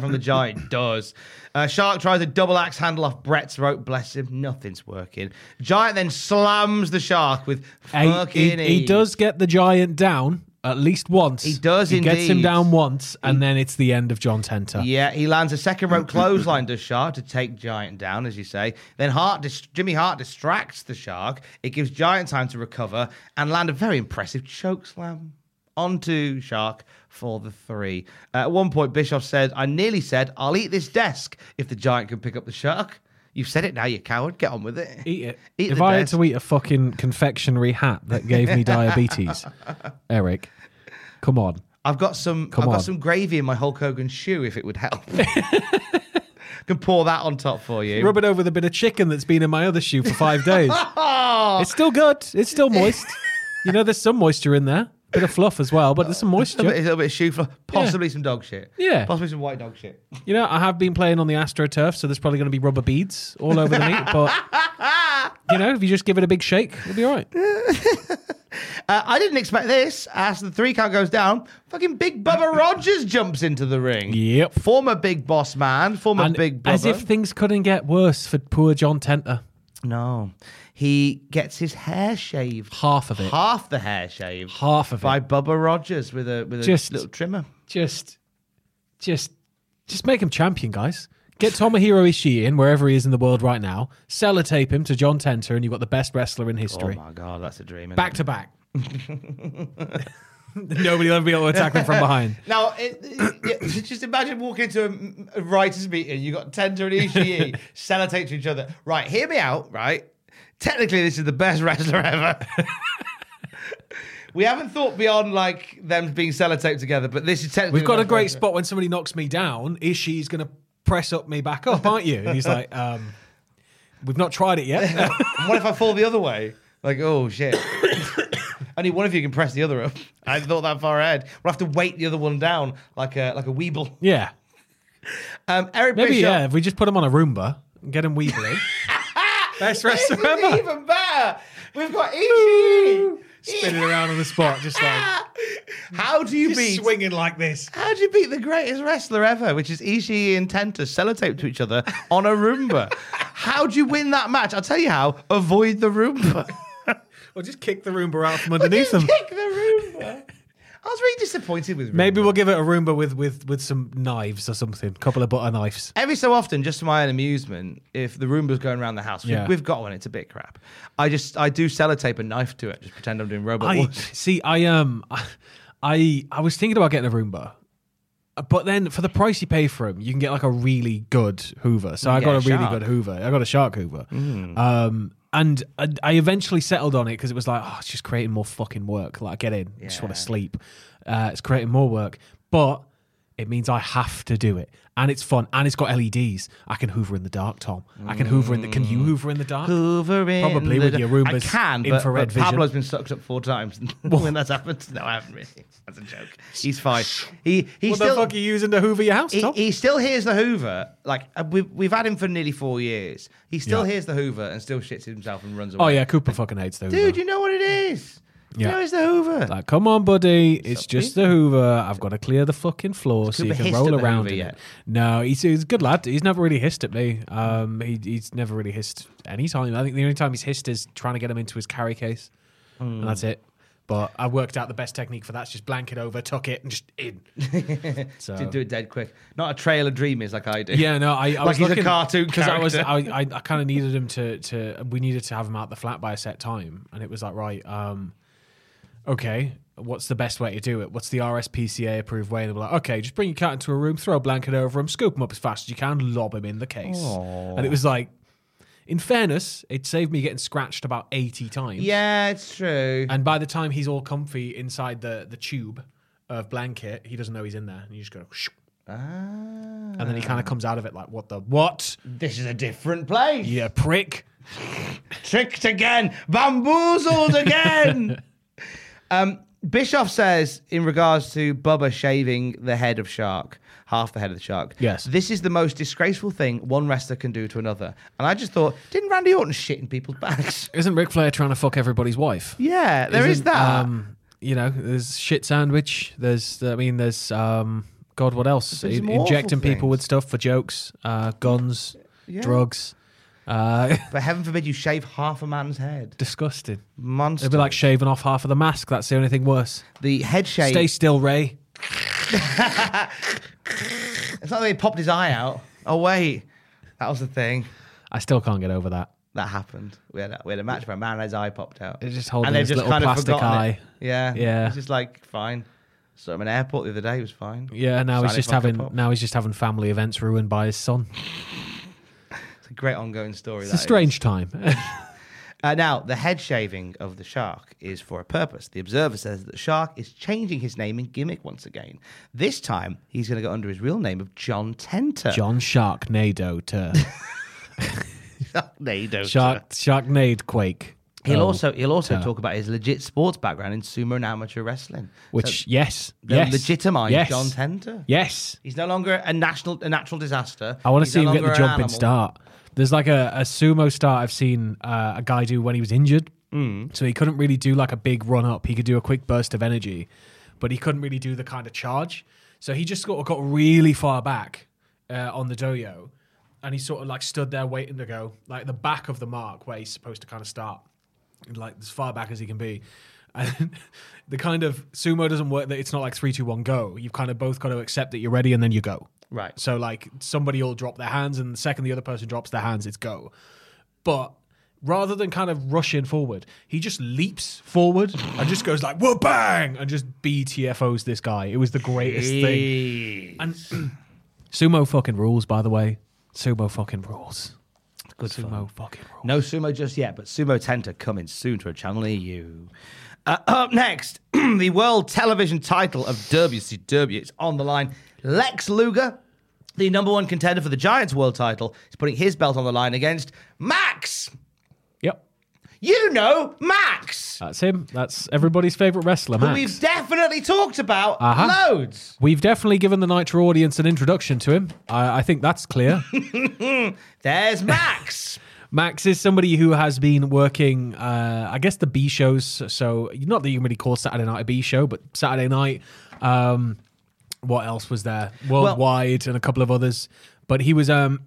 [SPEAKER 5] from the Giant does. Uh, Shark tries a double axe handle off Brett's rope. Bless him, nothing's working. Giant then slams the Shark with
[SPEAKER 6] Hey, he,
[SPEAKER 5] fucking.
[SPEAKER 6] he
[SPEAKER 5] ease.
[SPEAKER 6] does get the giant down at least once.
[SPEAKER 5] He does
[SPEAKER 6] He gets him
[SPEAKER 5] indeed.
[SPEAKER 6] down once, and then it's the end of John Tenter.
[SPEAKER 5] Yeah, he lands a second rope clothesline to Shark to take Giant down, as you say. Then Hart, dis- Jimmy Hart distracts the Shark. It gives Giant time to recover and land a very impressive choke slam onto Shark for the three. Uh, at one point, Bischoff said, "I nearly said I'll eat this desk if the Giant can pick up the Shark." You've said it now, you coward. Get on with it.
[SPEAKER 6] Eat it.
[SPEAKER 5] Eat
[SPEAKER 6] if
[SPEAKER 5] the
[SPEAKER 6] I had
[SPEAKER 5] dead.
[SPEAKER 6] to eat a fucking confectionery hat that gave me diabetes, Eric, come on.
[SPEAKER 5] I've got some.
[SPEAKER 6] Come
[SPEAKER 5] I've
[SPEAKER 6] on.
[SPEAKER 5] got some gravy in my Hulk Hogan shoe. If it would help, can pour that on top for you.
[SPEAKER 6] Rub it over the bit of chicken that's been in my other shoe for five days.
[SPEAKER 5] Ah!
[SPEAKER 6] it's still good. It's still moist. you know, there's some moisture in there. Bit of fluff as well, but there's some
[SPEAKER 5] a little
[SPEAKER 6] moisture.
[SPEAKER 5] bit, a little bit of shoe fluff, possibly some dog shit.
[SPEAKER 6] Yeah.
[SPEAKER 5] possibly some white dog shit.
[SPEAKER 6] You know, I have been playing on the AstroTurf, so there's probably going to be rubber beads all over the meat. But you know, if you just give it a big shake, it'll be all right.
[SPEAKER 5] Uh, I didn't expect this. As the three count goes down, fucking Big Bubba Rogers jumps into the ring.
[SPEAKER 6] Yep.
[SPEAKER 5] former Big Boss Man, former
[SPEAKER 6] And
[SPEAKER 5] Big Brother.
[SPEAKER 6] as if things couldn't get worse for poor John Tenter.
[SPEAKER 5] no, he gets his hair shaved.
[SPEAKER 6] Half of it.
[SPEAKER 5] Half the hair shaved.
[SPEAKER 6] Half of
[SPEAKER 5] by
[SPEAKER 6] it.
[SPEAKER 5] Bubba Rogers with a with a
[SPEAKER 6] Just-
[SPEAKER 5] little trimmer.
[SPEAKER 6] Just, just, just make him champion, guys. Get Tomohiro Ishii in wherever he is in the world right now. Sellotape him to John Tenter, and you've got the best wrestler in history.
[SPEAKER 5] Oh my god, that's a dream. isn't
[SPEAKER 6] back
[SPEAKER 5] it?
[SPEAKER 6] to back. Nobody will ever be able to attack them from behind.
[SPEAKER 5] Now, it, it- yeah, just imagine walking into a, a writers' meeting. You got Tender and Ishii sellotape to each other. Right, hear me out. Right, technically, this is the best wrestler ever. we haven't thought beyond like them being sellotaped together, but this is technically
[SPEAKER 6] We've
[SPEAKER 5] the
[SPEAKER 6] got a
[SPEAKER 5] best
[SPEAKER 6] great
[SPEAKER 5] wrestler.
[SPEAKER 6] spot when somebody knocks me down. Ishii's going to press up me back up, aren't you? And he's like, um, we've not tried it yet.
[SPEAKER 5] And what if I fall the other way? Like, oh shit. Only one of you can press the other up. I thought that far ahead. We'll have to weight the other one down like a like a weeble.
[SPEAKER 6] yeah.
[SPEAKER 5] Um, Eric
[SPEAKER 6] Maybe,
[SPEAKER 5] Bischoff.
[SPEAKER 6] yeah, if we just put him on a Roomba and get him Weebly. Best
[SPEAKER 5] This
[SPEAKER 6] wrestler
[SPEAKER 5] is
[SPEAKER 6] ever.
[SPEAKER 5] even better. We've got Ishii.
[SPEAKER 6] Spinning around on the spot, just like
[SPEAKER 5] How do you beat?
[SPEAKER 6] swinging like this.
[SPEAKER 5] How do you beat the greatest wrestler ever, which is Ishii and Tenta sellotape to each other on a Roomba? how do you win that match? I'll tell you how. Avoid the Roomba.
[SPEAKER 6] Or just kick the Roomba out from
[SPEAKER 5] Just
[SPEAKER 6] underneath them.
[SPEAKER 5] kick the Roomba. I was really disappointed with Roomba.
[SPEAKER 6] Maybe we'll give it a Roomba with with with some knives or something, a couple of butter knives.
[SPEAKER 5] Every so often, just for my own amusement, if the Roomba's going around the house,
[SPEAKER 6] Yeah.
[SPEAKER 5] we, have got one. It's a bit crap. I just I do sellotape a knife to it. Just pretend I'm doing robot.
[SPEAKER 6] I
[SPEAKER 5] wars.
[SPEAKER 6] see. I um, I I was thinking about getting a Roomba, but then for the price you pay for them, you can get like a really good Hoover. So I
[SPEAKER 5] Yeah,
[SPEAKER 6] got a really
[SPEAKER 5] shark. Mm.
[SPEAKER 6] good Hoover. I got a Shark Hoover. Um, and I, I eventually settled on it because it was like, oh, it's just creating more fucking work. Like, get in, I just want to sleep. Uh, it's creating more work, but it means I have to do it. And it's fun, and it's got LEDs. I can Hoover in the dark, Tom. I can Hoover in the. Can
[SPEAKER 5] Mm.
[SPEAKER 6] you Hoover in the dark?
[SPEAKER 5] Hoover in
[SPEAKER 6] Probably
[SPEAKER 5] the
[SPEAKER 6] with
[SPEAKER 5] da-
[SPEAKER 6] your Roomba's
[SPEAKER 5] I can, but,
[SPEAKER 6] infrared
[SPEAKER 5] but
[SPEAKER 6] vision.
[SPEAKER 5] Pablo's been sucked up four times when that's happened. No, I haven't really. That's a joke. He's fine. He he
[SPEAKER 6] What the
[SPEAKER 5] still
[SPEAKER 6] fuck are you using to Hoover your house,
[SPEAKER 5] he,
[SPEAKER 6] Tom?
[SPEAKER 5] he still hears the Hoover. Like uh, we've we've had him for nearly four years. He still
[SPEAKER 6] Yeah.
[SPEAKER 5] hears the Hoover and still shits himself and runs away.
[SPEAKER 6] oh yeah, Cooper fucking hates the Hoover.
[SPEAKER 5] dude, you know what it is.
[SPEAKER 6] Yeah.
[SPEAKER 5] You know it's the Hoover.
[SPEAKER 6] Like, come on, buddy. It's just the Hoover. I've got to clear the fucking floor so you
[SPEAKER 5] Cooper
[SPEAKER 6] can
[SPEAKER 5] hissed
[SPEAKER 6] roll
[SPEAKER 5] at the
[SPEAKER 6] around
[SPEAKER 5] Hoover
[SPEAKER 6] in
[SPEAKER 5] yet?
[SPEAKER 6] it. No, he's, he's a good lad. He's never really hissed at me. Um, he, he's never really hissed any time. I think the only time he's hissed is trying to get him into his carry case, and
[SPEAKER 5] Hmm.
[SPEAKER 6] that's it. But I worked out the best technique for that's just blank it over, tuck it, and just in. so
[SPEAKER 5] Did do it dead quick. Not a trail of dreamers like I do.
[SPEAKER 6] uh, yeah, no, I, I
[SPEAKER 5] Like
[SPEAKER 6] was
[SPEAKER 5] he's a
[SPEAKER 6] looking,
[SPEAKER 5] cartoon
[SPEAKER 6] because I was I,
[SPEAKER 5] character.
[SPEAKER 6] I, I kind of needed him to to we needed to have him out the flat by a set time, and it was like right, um, okay, what's the best way to do it? What's the RSPCA approved way? And they were like, okay, just bring your cat into a room, throw a blanket over him, scoop him up as fast as you can, lob him in the case, and it was like. In fairness, it saved me getting scratched about 80 times.
[SPEAKER 5] Yeah, it's true.
[SPEAKER 6] And by the time he's all comfy inside the, the tube of blanket, he doesn't know he's in there. And you just go, shoo,
[SPEAKER 5] Ah,
[SPEAKER 6] and then he kind of comes out of it like, what the what?
[SPEAKER 5] this is a different place.
[SPEAKER 6] Yeah, prick.
[SPEAKER 5] tricked again, bamboozled again. um, Bischoff says in regards to Bubba shaving the head of shark, half the head of the shark.
[SPEAKER 6] Yes.
[SPEAKER 5] this is the most disgraceful thing one wrestler can do to another. And I just thought, didn't Randy Orton shit in people's backs?
[SPEAKER 6] Isn't Ric Flair trying to fuck everybody's wife?
[SPEAKER 5] yeah, there is
[SPEAKER 6] Isn't,
[SPEAKER 5] that.
[SPEAKER 6] Um, you know, there's shit sandwich. There's, I mean, there's, um, God, what else?
[SPEAKER 5] There's been
[SPEAKER 6] In-
[SPEAKER 5] some awful
[SPEAKER 6] injecting people
[SPEAKER 5] things.
[SPEAKER 6] with stuff for jokes, uh, guns, drugs. Uh,
[SPEAKER 5] but heaven forbid you shave half a man's head.
[SPEAKER 6] disgusting.
[SPEAKER 5] Monster.
[SPEAKER 6] It'd be like shaving off half of the mask. That's the only thing worse.
[SPEAKER 5] the head shave.
[SPEAKER 6] Stay still, Ray.
[SPEAKER 5] it's not that he popped his eye out. Oh wait, that was the thing.
[SPEAKER 6] I still can't get over that.
[SPEAKER 5] That happened. We had a, we had a match where a man had his eye popped out.
[SPEAKER 6] It's just holding
[SPEAKER 5] they've
[SPEAKER 6] his little plastic
[SPEAKER 5] forgotten
[SPEAKER 6] eye.
[SPEAKER 5] It. Yeah,
[SPEAKER 6] Yeah.
[SPEAKER 5] It's just like fine. So I'm in an airport the other day. It was fine.
[SPEAKER 6] Yeah, now
[SPEAKER 5] Sign
[SPEAKER 6] he's
[SPEAKER 5] it
[SPEAKER 6] just
[SPEAKER 5] back up
[SPEAKER 6] having
[SPEAKER 5] up.
[SPEAKER 6] now he's just having family events ruined by his son.
[SPEAKER 5] It's a great ongoing story.
[SPEAKER 6] It's
[SPEAKER 5] that
[SPEAKER 6] a
[SPEAKER 5] is.
[SPEAKER 6] strange time.
[SPEAKER 5] Uh, now, the head shaving of the shark is for a purpose. The Observer says that the shark is changing his name and gimmick once again. This time, he's going to go under his real name of John Tenter.
[SPEAKER 6] John Sharknado to
[SPEAKER 5] Oh, Sharknado.
[SPEAKER 6] Shark Sharknade Quake.
[SPEAKER 5] He'll
[SPEAKER 6] Oh,
[SPEAKER 5] also he'll also talk about his legit sports background in sumo and amateur wrestling,
[SPEAKER 6] which yes,
[SPEAKER 5] They'll
[SPEAKER 6] yes,
[SPEAKER 5] legitimise
[SPEAKER 6] yes,
[SPEAKER 5] John Tenter.
[SPEAKER 6] Yes,
[SPEAKER 5] He's no longer a national a natural disaster.
[SPEAKER 6] I want to
[SPEAKER 5] He's
[SPEAKER 6] see
[SPEAKER 5] no
[SPEAKER 6] him get the
[SPEAKER 5] longer an
[SPEAKER 6] jumping
[SPEAKER 5] animal.
[SPEAKER 6] start. There's like a, a sumo start I've seen uh, a guy do when he was injured. Mm. So he couldn't really do like a big run up. He could do a quick burst of energy, but he couldn't really do the kind of charge. So he just sort of got really far back uh, on the doyo and he sort of like stood there waiting to go, like the back of the mark where he's supposed to kind of start, like as far back as he can be. And the kind of sumo doesn't work that it's not like three, two, one, go. You've kind of both got to accept that you're ready and then you go.
[SPEAKER 5] Right.
[SPEAKER 6] So like somebody will drop their hands, and the second the other person drops their hands, it's go. But rather than kind of rushing forward, he just leaps forward and just goes like whoa bang and just BTFOs this guy. It was the greatest thing. And sumo fucking rules, by the way. Sumo fucking rules.
[SPEAKER 5] Good
[SPEAKER 6] Sumo
[SPEAKER 5] fun.
[SPEAKER 6] fucking rules.
[SPEAKER 5] No sumo just yet, but Sumo Tenter coming soon to a channel near you. Uh, up next, the world television title of WCW. It's on the line. Lex Luger, the number one contender for the Giants world title, is putting his belt on the line against Max.
[SPEAKER 6] Yep.
[SPEAKER 5] You know, Max.
[SPEAKER 6] That's him. That's everybody's favorite wrestler,
[SPEAKER 5] Who
[SPEAKER 6] Max.
[SPEAKER 5] we've definitely talked about
[SPEAKER 6] Uh-huh.
[SPEAKER 5] loads.
[SPEAKER 6] We've definitely given the Nitro audience an introduction to him. I, I think that's clear.
[SPEAKER 5] There's Max.
[SPEAKER 6] Max is somebody who has been working, uh, I guess, the B shows. So, not that you can really call Saturday night a B show, but Saturday night. Um, what else was there? Worldwide and a couple of others. But he was um,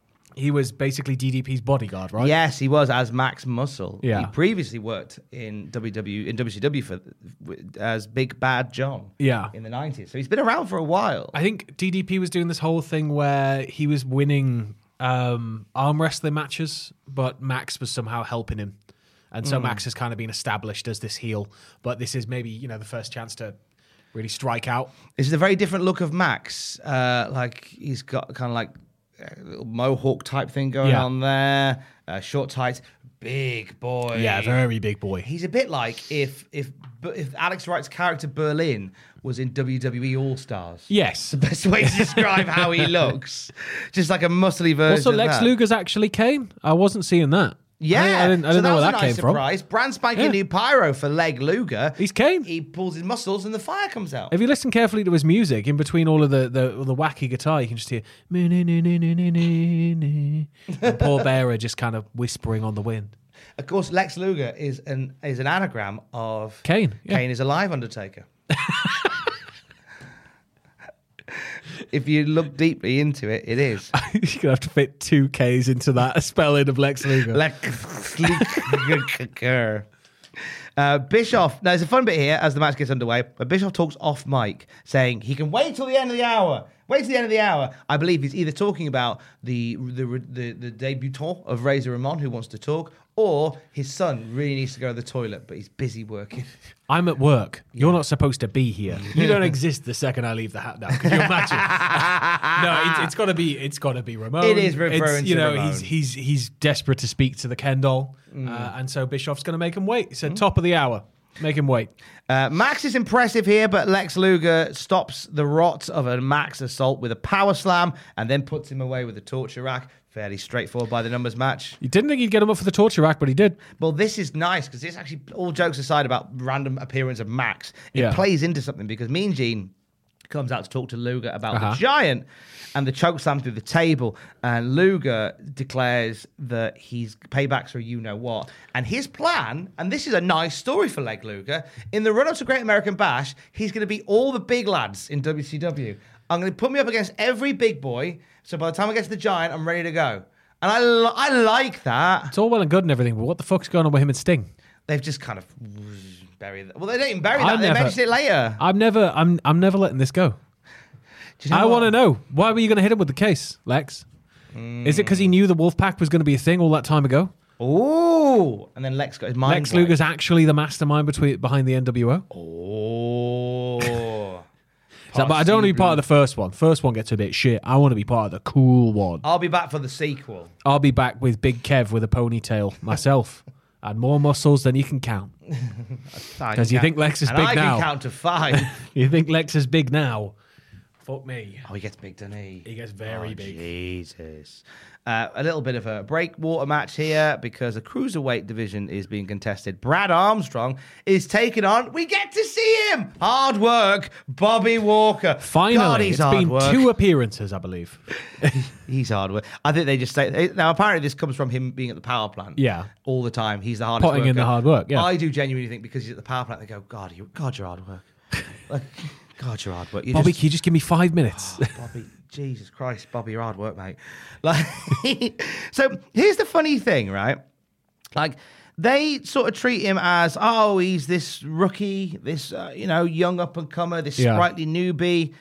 [SPEAKER 6] he was basically DDP's bodyguard, right?
[SPEAKER 5] Yes, he was as Max Muscle. He
[SPEAKER 6] Yeah.
[SPEAKER 5] previously worked in WW in WCW for as Big Bad John.
[SPEAKER 6] Yeah.
[SPEAKER 5] In the nineties, so he's been around for a while.
[SPEAKER 6] I think DDP was doing this whole thing where he was winning um, arm wrestling matches, but Max was somehow helping him. And so Max has kind of been established as this heel, but this is maybe, you know, the first chance to really strike out.
[SPEAKER 5] This is a very different look of Max. Uh, like he's got kind of like a little mohawk type thing going
[SPEAKER 6] Yeah.
[SPEAKER 5] on there. Uh, short tights, big boy.
[SPEAKER 6] Yeah, very big boy.
[SPEAKER 5] He's a bit like if if if Alex Wright's character Berlin was in WWE All Stars.
[SPEAKER 6] Yes.
[SPEAKER 5] Best way to describe how he looks, just like a muscly version.
[SPEAKER 6] Also,
[SPEAKER 5] of
[SPEAKER 6] Lex
[SPEAKER 5] that.
[SPEAKER 6] Luger's actually came. I wasn't seeing that.
[SPEAKER 5] Yeah,
[SPEAKER 6] I, didn't, I
[SPEAKER 5] so
[SPEAKER 6] didn't know
[SPEAKER 5] was
[SPEAKER 6] where that
[SPEAKER 5] a nice
[SPEAKER 6] came
[SPEAKER 5] surprise. Brand spanking
[SPEAKER 6] Yeah.
[SPEAKER 5] new pyro for Leg Luger.
[SPEAKER 6] He's came.
[SPEAKER 5] He pulls his muscles and the fire comes out.
[SPEAKER 6] from. If you listen carefully to his music, in between all of the the, all the wacky guitar, you can just hear "Me, ne, ne, ne, ne, ne, ne, ne," and Paul Bearer just kind of whispering on the wind.
[SPEAKER 5] Of course, Lex Luger is an is an anagram of
[SPEAKER 6] Kane, yeah.
[SPEAKER 5] Kane is a live Undertaker. if you look deeply into it, it is.
[SPEAKER 6] You're gonna have to fit two K's into that spelling of Lex Luger.
[SPEAKER 5] Lex Luger. Uh, Bischoff. Now, there's a fun bit here as the match gets underway. But Bischoff talks off mic, saying he can wait till the end of the hour. Wait till the end of the hour. I believe he's either talking about the the the, the debutant of Razor Ramon who wants to talk, or his son really needs to go to the toilet, but he's busy working.
[SPEAKER 6] I'm at work. You're not supposed to be here. You don't exist the second I leave the hat down. Can you imagine? no, it's, it's got to be. It's got to be Ramon.
[SPEAKER 5] It is referring
[SPEAKER 6] It's,
[SPEAKER 5] to
[SPEAKER 6] you know,
[SPEAKER 5] Ramon.
[SPEAKER 6] he's he's he's desperate to speak to the Ken doll, uh, and so Bischoff's going to make him wait. He said, "Top of the hour, make him wait."
[SPEAKER 5] Uh, Max is impressive here, but Lex Luger stops the rot of a Max assault with a power slam and then puts him away with a torture rack. Fairly straightforward by the numbers match.
[SPEAKER 6] You didn't think he'd get him up for the torture rack, but he did.
[SPEAKER 5] Well, this is nice because this actually, all jokes aside about random appearance of Max, it
[SPEAKER 6] Yeah.
[SPEAKER 5] plays into something because Mean Gene comes out to talk to Luger about
[SPEAKER 6] Uh-huh.
[SPEAKER 5] the giant and the choke slam through the table, and Luger declares that he's paybacks or you know what, and his plan, and this is a nice story for Leg Luger. In the run up to Great American Bash, he's going to be all the big lads in WCW. I'm going to put me up against every big boy, so by the time I get to the giant, I'm ready to go. And I, li- I like that.
[SPEAKER 6] It's all well and good and everything, but what the fuck's going on with him and Sting?
[SPEAKER 5] They've just kind of buried that. Well, they didn't even bury
[SPEAKER 6] I
[SPEAKER 5] that. They
[SPEAKER 6] never-
[SPEAKER 5] mentioned it later.
[SPEAKER 6] I'm never, I'm, I'm never letting this go.
[SPEAKER 5] Do you know
[SPEAKER 6] I
[SPEAKER 5] what?
[SPEAKER 6] want to know why were you going to hit him with the case, Lex? Is it because he knew the wolf pack was going to be a thing all that time ago?
[SPEAKER 5] Ooh. And then Lex got his mind.
[SPEAKER 6] Lex Luger's actually the mastermind between behind the NWO.
[SPEAKER 5] Oh.
[SPEAKER 6] It's like, but I don't want to be part of the first one. First one gets a bit shit. I want to be part of the cool one.
[SPEAKER 5] I'll be back for the sequel.
[SPEAKER 6] I'll be back with Big Kev with a ponytail myself. I had more muscles than you can count.
[SPEAKER 5] Because
[SPEAKER 6] you think Lex is
[SPEAKER 5] and
[SPEAKER 6] big
[SPEAKER 5] I
[SPEAKER 6] now.
[SPEAKER 5] can count to five.
[SPEAKER 6] You think Lex is big now? Fuck me.
[SPEAKER 5] oh, he gets big, doesn't he?
[SPEAKER 6] He gets very
[SPEAKER 5] Oh,
[SPEAKER 6] big.
[SPEAKER 5] Jesus. Uh, a little bit of a breakwater match here because the cruiserweight division is being contested. Brad Armstrong is taking on. We get to see him. Hard work, Bobby Walker.
[SPEAKER 6] Finally,
[SPEAKER 5] God, he's
[SPEAKER 6] it's
[SPEAKER 5] hard
[SPEAKER 6] been
[SPEAKER 5] work.
[SPEAKER 6] two appearances, I believe.
[SPEAKER 5] He's hard work. I think they just say now. Apparently, this comes from him being at the power plant.
[SPEAKER 6] Yeah.
[SPEAKER 5] all the time. He's the hardest.
[SPEAKER 6] Putting in the
[SPEAKER 5] worker.
[SPEAKER 6] hard work, yeah.
[SPEAKER 5] I do genuinely think because he's at the power plant, they go, God, you, God, you're hard work. like, God, you're hard work. You're
[SPEAKER 6] Bobby,
[SPEAKER 5] just-
[SPEAKER 6] can you just give me five minutes?
[SPEAKER 5] Bobby, Jesus Christ, Bobby, you're hard work, mate. Like, so here's the funny thing, right? Like, they sort of treat him as, oh, he's this rookie, this uh, you know young up and comer, this
[SPEAKER 6] Yeah.
[SPEAKER 5] sprightly newbie.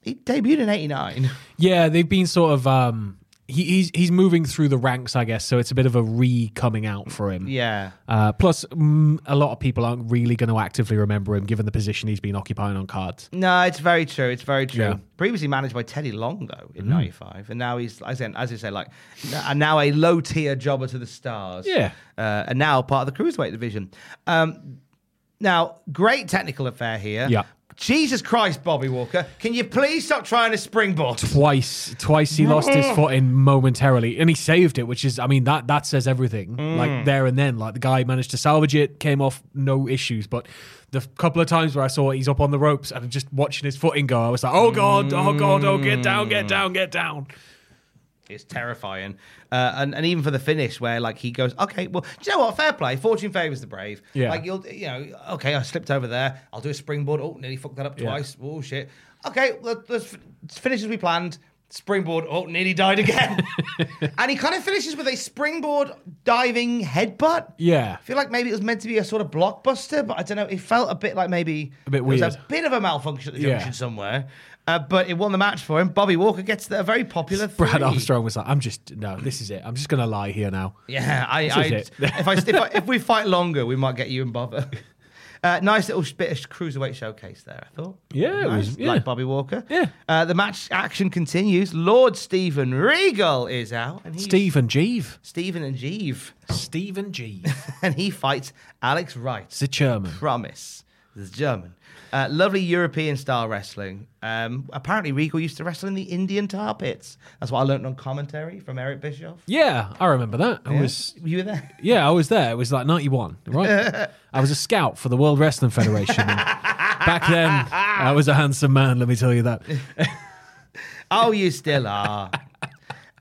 [SPEAKER 5] He debuted in '89.
[SPEAKER 6] yeah, they've been sort of. Um, he, he's he's moving through the ranks, I guess. So it's a bit of a re coming out for him.
[SPEAKER 5] yeah,
[SPEAKER 6] Uh, plus, mm, a lot of people aren't really going to actively remember him, given the position he's been occupying on cards.
[SPEAKER 5] no, it's very true. It's very true.
[SPEAKER 6] Yeah. Mm.
[SPEAKER 5] Previously managed by Teddy Long though in '95, and now he's, as I- as you say, like, and now a low tier jobber to the stars.
[SPEAKER 6] Yeah.
[SPEAKER 5] uh, and now part of the cruiserweight division. Um, now, great technical affair here.
[SPEAKER 6] Yeah.
[SPEAKER 5] Jesus Christ, Bobby Walker, can you please stop trying to springboard?
[SPEAKER 6] Twice, twice he lost his footing momentarily, and he saved it, which is, I mean, that that says everything. Like there and then, like the guy managed to salvage it, came off no issues. But the f- couple of times where I saw he's up on the ropes and I'm just watching his footing go, I was like, oh god, oh god, oh get down, get down, get down.
[SPEAKER 5] It's terrifying. Uh, and, and even for the finish, where like he goes, okay, well, do you know what? Fair play. Fortune favors the brave.
[SPEAKER 6] Yeah.
[SPEAKER 5] Like you'll, you know, okay, I slipped over there. I'll do a springboard. Oh, nearly fucked that up twice. Oh shit. Okay, let, let's f- finish as we planned. Springboard. Oh, nearly died again. and he kind of finishes with a springboard diving headbutt.
[SPEAKER 6] Yeah,
[SPEAKER 5] I feel like maybe it was meant to be a sort of blockbuster, but I don't know. It felt a bit like maybe
[SPEAKER 6] A bit
[SPEAKER 5] there was a
[SPEAKER 6] weird.
[SPEAKER 5] bit of a malfunction at the
[SPEAKER 6] Yeah.
[SPEAKER 5] junction somewhere. Uh, but it won the match for him. Bobby Walker gets the, a very popular.
[SPEAKER 6] Brad
[SPEAKER 5] three.
[SPEAKER 6] Armstrong was like, I'm just no, this is it. I'm just gonna lie here now.
[SPEAKER 5] Yeah, I,
[SPEAKER 6] This
[SPEAKER 5] I,
[SPEAKER 6] is it.
[SPEAKER 5] if, I, if I if we fight longer, we might get you in bother. Uh, nice little sh- bit of cruiserweight showcase there, I thought.
[SPEAKER 6] Yeah, it
[SPEAKER 5] nice.
[SPEAKER 6] was- yeah.
[SPEAKER 5] like Bobby Walker.
[SPEAKER 6] Yeah.
[SPEAKER 5] Uh, the match action continues. Lord Stephen Regal is out, and he's
[SPEAKER 6] Stephen Jeeve,
[SPEAKER 5] Stephen and Jeeve,
[SPEAKER 6] Stephen Jeeve,
[SPEAKER 5] and he fights Alex Wright.
[SPEAKER 6] the chairman.
[SPEAKER 5] promise. This is German. Uh, lovely European style wrestling. Um, apparently, Regal used to wrestle in the Indian tar pits. That's what I learned on commentary from Eric Bischoff.
[SPEAKER 6] Yeah, I remember that. I was
[SPEAKER 5] You were there?
[SPEAKER 6] Yeah, I was there. It was like 91, right? I was a scout for the World Wrestling Federation. And back then, I was a handsome man, let me tell you that.
[SPEAKER 5] Oh, you still are.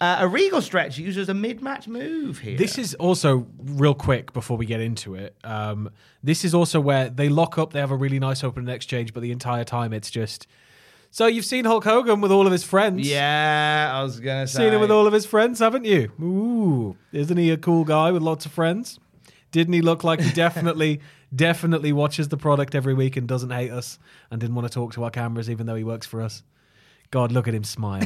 [SPEAKER 5] Uh, a Regal stretch used as a mid match move here.
[SPEAKER 6] This is also, real quick before we get into it, um, this is also where they lock up, they have a really nice opening exchange, but the entire time it's just. So you've seen Hulk Hogan with all of his friends.
[SPEAKER 5] Yeah, I was going to say.
[SPEAKER 6] Seen him with all of his friends, haven't you? Ooh, isn't he a cool guy with lots of friends? Didn't he look like he definitely, definitely watches the product every week and doesn't hate us and didn't want to talk to our cameras even though he works for us? God, look at him smile.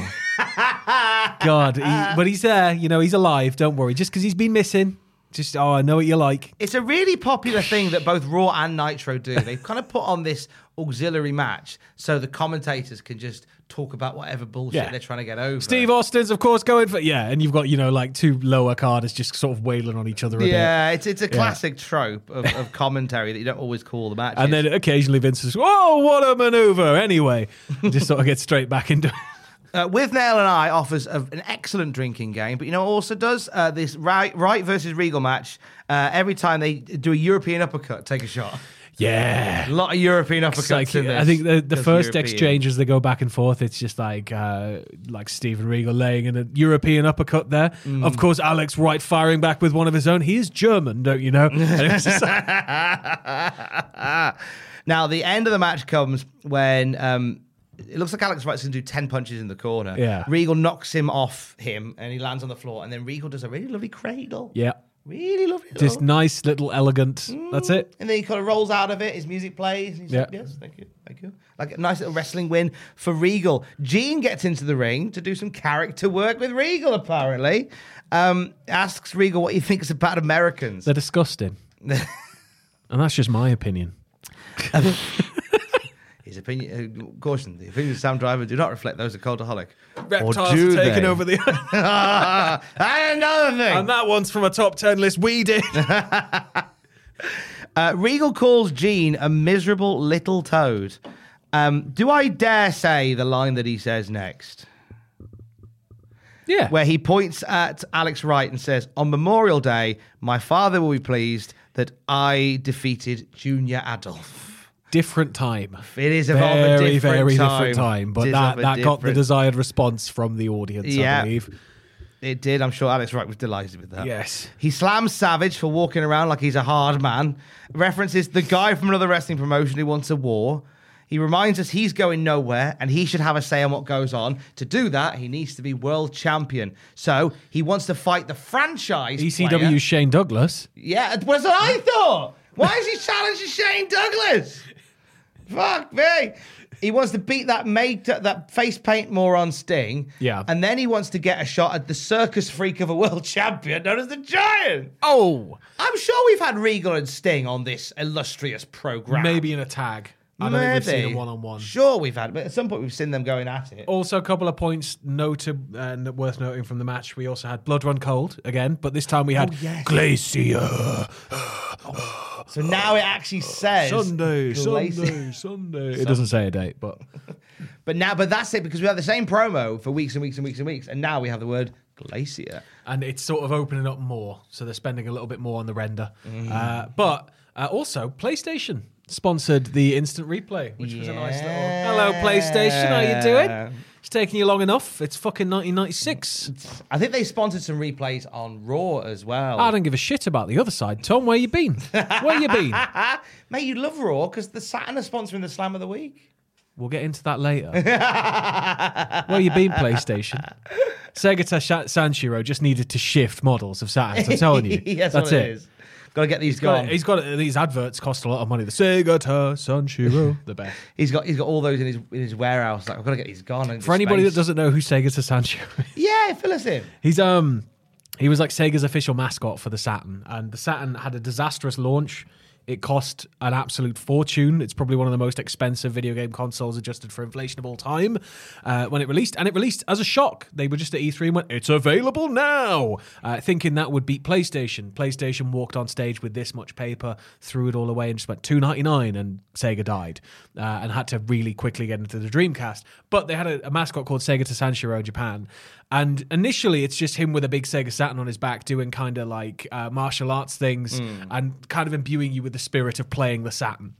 [SPEAKER 6] God, he, but he's there. You know, he's alive. Don't worry. Just because he's been missing. Just, oh, I know what you like.
[SPEAKER 5] It's a really popular thing that both Raw and Nitro do. They've kind of put on this auxiliary match so the commentators can just talk about whatever bullshit
[SPEAKER 6] Yeah.
[SPEAKER 5] they're trying to get over.
[SPEAKER 6] Steve Austin's, of course, going for, yeah. And you've got, you know, like two lower carders just sort of wailing on each other a bit.
[SPEAKER 5] Yeah, it's it's a classic trope of, of commentary that you don't always call the matches.
[SPEAKER 6] And then occasionally Vince is, "Whoa, what a maneuver!" Anyway, just sort of gets straight back into.
[SPEAKER 5] uh, with Nail and I offers a, an excellent drinking game, but you know what also does uh, this right right versus Regal match. Uh, every time they do a European uppercut, take a shot.
[SPEAKER 6] yeah.
[SPEAKER 5] A lot of European uppercuts
[SPEAKER 6] It's like,
[SPEAKER 5] in this.
[SPEAKER 6] I think the, the
[SPEAKER 5] 'cause
[SPEAKER 6] first
[SPEAKER 5] European.
[SPEAKER 6] exchange as they go back and forth, it's just like uh, like Steven Regal laying in a European uppercut there.
[SPEAKER 5] Mm.
[SPEAKER 6] Of course, Alex Wright firing back with one of his own. He is German, don't you know? And it was just like-
[SPEAKER 5] now the end of the match comes when um, it looks like Alex Wright's going to do ten punches in the corner.
[SPEAKER 6] Yeah.
[SPEAKER 5] Regal knocks him off him, and he lands on the floor. And then Regal does a really lovely cradle.
[SPEAKER 6] yeah,
[SPEAKER 5] really lovely.
[SPEAKER 6] just
[SPEAKER 5] little-
[SPEAKER 6] nice little elegant. That's it.
[SPEAKER 5] And then he kind of rolls out of it. His music plays. And he's like,
[SPEAKER 6] Yeah.
[SPEAKER 5] yes, thank you, thank you. Like a nice little wrestling win for Regal. Gene gets into the ring to do some character work with Regal. Apparently, um, asks Regal what he thinks about Americans.
[SPEAKER 6] They're disgusting, and that's just my opinion.
[SPEAKER 5] His opinion, uh, caution, the opinions of Sam Driver do not reflect those of Cultaholic.
[SPEAKER 6] Reptiles
[SPEAKER 5] or do
[SPEAKER 6] have taken
[SPEAKER 5] they?
[SPEAKER 6] over the
[SPEAKER 5] Ah, and another thing.
[SPEAKER 6] And that one's from a top 10 list we did.
[SPEAKER 5] Uh, Regal calls Gene a miserable little toad. Um, do I dare say the line that he says next?
[SPEAKER 6] yeah.
[SPEAKER 5] where he points at Alex Wright and says, On Memorial Day, my father will be pleased that I defeated Junior Adolf.
[SPEAKER 6] different time.
[SPEAKER 5] It is of a
[SPEAKER 6] Very,
[SPEAKER 5] different
[SPEAKER 6] very
[SPEAKER 5] time.
[SPEAKER 6] different time.
[SPEAKER 5] It
[SPEAKER 6] But
[SPEAKER 5] is
[SPEAKER 6] that,
[SPEAKER 5] of a
[SPEAKER 6] that got the
[SPEAKER 5] different-
[SPEAKER 6] desired response from the audience,
[SPEAKER 5] Yeah.
[SPEAKER 6] I believe.
[SPEAKER 5] It did. I'm sure Alex Wright was delighted with that.
[SPEAKER 6] Yes.
[SPEAKER 5] He slams Savage for walking around like he's a hard man, references the guy from another wrestling promotion who wants a war. He reminds us he's going nowhere and he should have a say on what goes on. To do that, he needs to be world champion. So he wants to fight the franchise.
[SPEAKER 6] ECW
[SPEAKER 5] player.
[SPEAKER 6] E Shane Douglas.
[SPEAKER 5] Yeah, it was what I thought. Why is he challenging Shane Douglas? Fuck me. He wants to beat that make that face paint moron Sting.
[SPEAKER 6] Yeah.
[SPEAKER 5] And then he wants to get a shot at the circus freak of a world champion known as the Giant.
[SPEAKER 6] Oh,
[SPEAKER 5] I'm sure we've had Regal and Sting on this illustrious program.
[SPEAKER 6] maybe in a tag. I don't think we've seen a one on one.
[SPEAKER 5] Sure, we've had, but at some point we've seen them going at it.
[SPEAKER 6] Also, a couple of points noted and worth noting from the match. We also had Blood Run Cold again, but this time we
[SPEAKER 5] Oh,
[SPEAKER 6] had Glacier
[SPEAKER 5] So now it actually says
[SPEAKER 6] Oh. Sunday,
[SPEAKER 5] Glacier.
[SPEAKER 6] Sunday, Sunday. It doesn't say a date, but
[SPEAKER 5] But now, but that's it because we had the same promo for weeks and weeks and weeks and weeks, and now we have the word glacier.
[SPEAKER 6] and it's sort of opening up more, so they're spending a little bit more on the render. Uh,
[SPEAKER 5] Mm.
[SPEAKER 6] but uh, also, PlayStation sponsored the instant replay, which was a nice little hello, PlayStation. How you doing? It's taking you long enough. It's fucking 1996.
[SPEAKER 5] I think they sponsored some replays on Raw as well.
[SPEAKER 6] I don't give a shit about the other side. Tom, where you been? Where you been?
[SPEAKER 5] Mate, you love Raw because the Saturn are sponsoring the Slam of the Week.
[SPEAKER 6] We'll get into that later. Where you been, PlayStation? Sega Tash- Sanshiro just needed to shift models of Saturn. I'm telling you,
[SPEAKER 5] yes,
[SPEAKER 6] that's
[SPEAKER 5] what it is. Got to get these
[SPEAKER 6] He's got,
[SPEAKER 5] gone.
[SPEAKER 6] he's got these adverts cost a lot of money. The Sega Ta Sanshiro, the best.
[SPEAKER 5] he's got he's got all those in his in his warehouse. Like I've got to get these gone. and
[SPEAKER 6] For anybody
[SPEAKER 5] space.
[SPEAKER 6] that doesn't know who Sega Ta Sanshiro is,
[SPEAKER 5] yeah, fill us in.
[SPEAKER 6] he's um he was like Sega's official mascot for the Saturn, and the Saturn had a disastrous launch. It cost an absolute fortune. It's probably one of the most expensive video game consoles adjusted for inflation of all time uh, when it released. And it released as a shock. They were just at E3 and went, it's available now, uh, thinking that would beat PlayStation. PlayStation walked on stage with this much paper, threw it all away, and just went $2.99, and Sega died uh, and had to really quickly get into the Dreamcast. But they had a, a mascot called Sega to Sanshiro in Japan. And initially, it's just him with a big Sega Saturn on his back doing kind of like uh, martial arts things and kind of imbuing you with the spirit of playing the Saturn.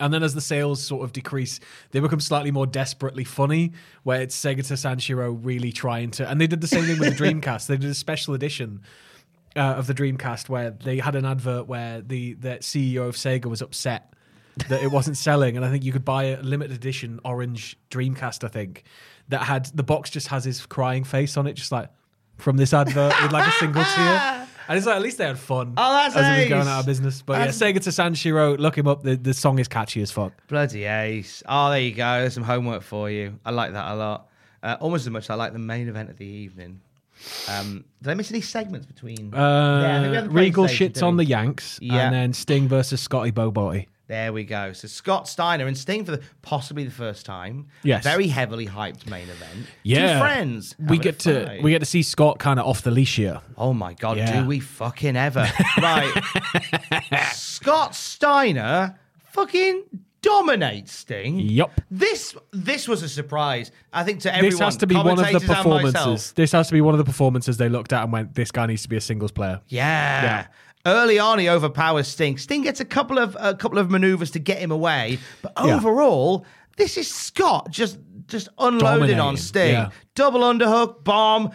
[SPEAKER 6] And then as the sales sort of decrease, they become slightly more desperately funny, where it's Sega to Sanshiro really trying to. And they did the same thing with the Dreamcast. They did a special edition uh, of the Dreamcast where they had an advert where the, the CEO of Sega was upset that it wasn't selling, and I think you could buy a limited edition orange Dreamcast. I think that had the box just has his crying face on it, just like from this advert with like a single tear. And it's like at least they had fun.
[SPEAKER 5] Oh, that's
[SPEAKER 6] as it was
[SPEAKER 5] ace.
[SPEAKER 6] going out of business. But
[SPEAKER 5] That's-
[SPEAKER 6] yeah, Sega to Sanshiro, look him up. The, the song is catchy as fuck.
[SPEAKER 5] Bloody ace. Oh, there you go. There's some homework for you. I like that a lot. Uh, almost as much as I like the main event of the evening. Um, did I miss any segments between? Yeah, I think we
[SPEAKER 6] Uh,
[SPEAKER 5] had the
[SPEAKER 6] Regal
[SPEAKER 5] PlayStation,
[SPEAKER 6] shits
[SPEAKER 5] didn't
[SPEAKER 6] on
[SPEAKER 5] we?
[SPEAKER 6] the Yanks,
[SPEAKER 5] Yeah.
[SPEAKER 6] and then Sting versus Scotty Bobotty.
[SPEAKER 5] There we go. So Scott Steiner and Sting for the, possibly the first time.
[SPEAKER 6] Yes.
[SPEAKER 5] Very heavily hyped main event. Two friends.
[SPEAKER 6] We
[SPEAKER 5] having a
[SPEAKER 6] get to
[SPEAKER 5] fight.
[SPEAKER 6] we get to see Scott kind of off the leash here.
[SPEAKER 5] Oh my god,
[SPEAKER 6] Yeah.
[SPEAKER 5] do we fucking ever? right. Scott Steiner fucking dominates Sting.
[SPEAKER 6] Yup.
[SPEAKER 5] This this was a surprise. I think to everyone.
[SPEAKER 6] this has to be one of the
[SPEAKER 5] commentators and myself.
[SPEAKER 6] performances. This has to be one of the performances they looked at and went, "This guy needs to be a singles player."
[SPEAKER 5] Yeah.
[SPEAKER 6] Yeah.
[SPEAKER 5] Early on, he overpowers Sting. Sting gets a couple of a couple of maneuvers to get him away, but
[SPEAKER 6] Yeah.
[SPEAKER 5] overall, this is Scott just just unloading on
[SPEAKER 6] Dominating,
[SPEAKER 5] Sting.
[SPEAKER 6] yeah.
[SPEAKER 5] Double underhook, bomb,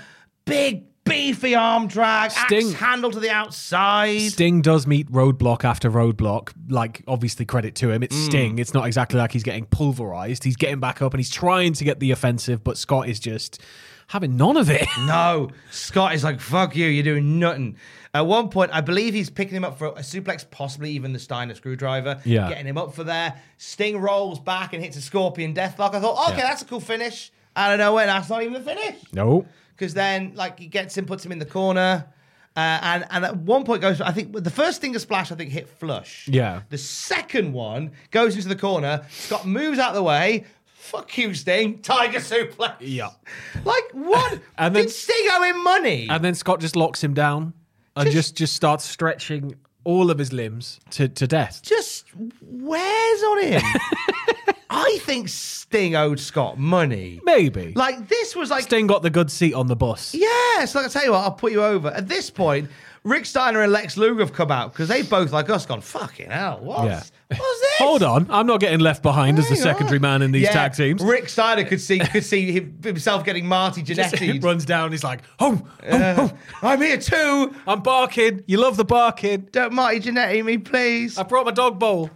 [SPEAKER 5] big beefy arm drag,
[SPEAKER 6] Sting-
[SPEAKER 5] axe handle to the outside.
[SPEAKER 6] Sting does meet roadblock after roadblock. Like, obviously, credit to him. It's
[SPEAKER 5] Mm.
[SPEAKER 6] Sting. It's not exactly like he's getting pulverized. He's getting back up and he's trying to get the offensive, but Scott is just having none of it.
[SPEAKER 5] No, Scott is like, fuck you, you're doing nothing. At one point, I believe he's picking him up for a suplex, possibly even the Steiner screwdriver.
[SPEAKER 6] Yeah.
[SPEAKER 5] Getting him up for there. Sting rolls back and hits a scorpion deathlock. I thought, okay,
[SPEAKER 6] Yeah.
[SPEAKER 5] that's a cool finish. I don't know when that's not even the finish.
[SPEAKER 6] No.
[SPEAKER 5] Because then, like, he gets him, puts him in the corner. Uh, and and at one point goes, I think the first thing to splash, I think hit flush.
[SPEAKER 6] Yeah.
[SPEAKER 5] The second one goes into the corner. Scott moves out of the way. Fuck you, Sting. Tiger suplex.
[SPEAKER 6] Yeah.
[SPEAKER 5] Like what?
[SPEAKER 6] And
[SPEAKER 5] Did
[SPEAKER 6] then-
[SPEAKER 5] Sting owe him money?
[SPEAKER 6] And then Scott just locks him down and just just, starts stretching all of his limbs to, to death.
[SPEAKER 5] just wears on him. I think Sting owed Scott money.
[SPEAKER 6] Maybe.
[SPEAKER 5] Like this was like
[SPEAKER 6] Sting got the good seat on the bus.
[SPEAKER 5] Yeah, so like I tell you what, I'll put you over. At this point, Rick Steiner and Lex Luger have come out because they both like us gone fucking hell. What's,
[SPEAKER 6] Yeah.
[SPEAKER 5] what's this?
[SPEAKER 6] Hold on, I'm not getting left behind as the
[SPEAKER 5] Hang
[SPEAKER 6] secondary
[SPEAKER 5] on.
[SPEAKER 6] man in these
[SPEAKER 5] Yeah,
[SPEAKER 6] tag teams.
[SPEAKER 5] Rick Steiner could see could see him- himself getting Marty
[SPEAKER 6] He
[SPEAKER 5] Jannetty.
[SPEAKER 6] runs down. He's like, "Oh, oh, oh,
[SPEAKER 5] I'm here too.
[SPEAKER 6] I'm barking. You love the barking.
[SPEAKER 5] Don't Marty Jannetty me, please.
[SPEAKER 6] I brought my dog bowl."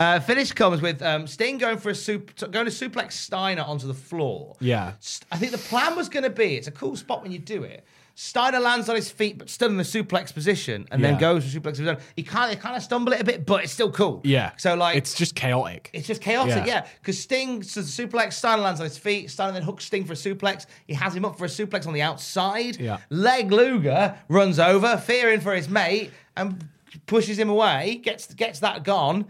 [SPEAKER 5] Uh, finish comes with um, Sting going for a sup- t- going to suplex Steiner onto the floor.
[SPEAKER 6] Yeah.
[SPEAKER 5] St- I think the plan was going to be it's a cool spot when you do it. Steiner lands on his feet, but still in the suplex position, and
[SPEAKER 6] Yeah.
[SPEAKER 5] then goes for suplex position. He kind of kind of stumble it a bit, but it's still cool.
[SPEAKER 6] Yeah.
[SPEAKER 5] So like
[SPEAKER 6] it's just chaotic.
[SPEAKER 5] It's just chaotic,
[SPEAKER 6] Yeah.
[SPEAKER 5] yeah. Because Sting so the suplex, Steiner lands on his feet. Steiner then hooks Sting for a suplex. He has him up for a suplex on the outside.
[SPEAKER 6] Yeah.
[SPEAKER 5] Leg Luger runs over, fearing for his mate, and pushes him away. gets gets that gone.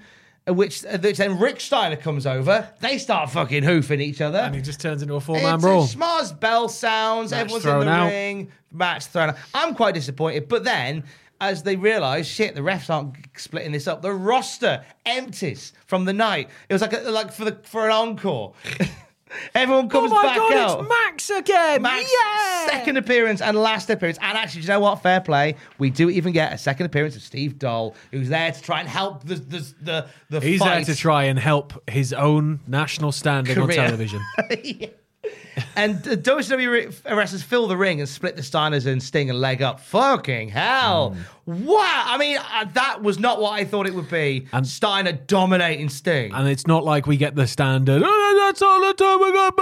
[SPEAKER 5] uh, Which, uh, which then Rick Steiner comes over. They start fucking hoofing each other.
[SPEAKER 6] and he just turns into a four man
[SPEAKER 5] it's a
[SPEAKER 6] brawl.
[SPEAKER 5] schmar's bell sounds.
[SPEAKER 6] Match
[SPEAKER 5] everyone's in
[SPEAKER 6] thrown
[SPEAKER 5] the
[SPEAKER 6] out.
[SPEAKER 5] ring. Match thrown out. I'm quite disappointed. But then, as they realise, shit, the refs aren't splitting this up. The roster empties from the night. It was like a, like for the for an encore.
[SPEAKER 6] Oh
[SPEAKER 5] Everyone comes Oh back out.
[SPEAKER 6] Max again!
[SPEAKER 5] Max, second appearance and last appearance. And actually, do you know what? Fair play. We do even get a second appearance of Steve Dole, who's there to try and help the the the, the
[SPEAKER 6] He's
[SPEAKER 5] fight.
[SPEAKER 6] there to try and help his own national standing
[SPEAKER 5] Career.
[SPEAKER 6] on television.
[SPEAKER 5] And the WWE wrestlers fill the ring and split the Steiners and Sting and leg up. Fucking hell.
[SPEAKER 6] Hmm.
[SPEAKER 5] Wow. I mean, uh, that was not what I thought it would be.
[SPEAKER 6] And-
[SPEAKER 5] Steiner dominating Sting.
[SPEAKER 6] and it's not like we get the standard, oh, that's all the time we got,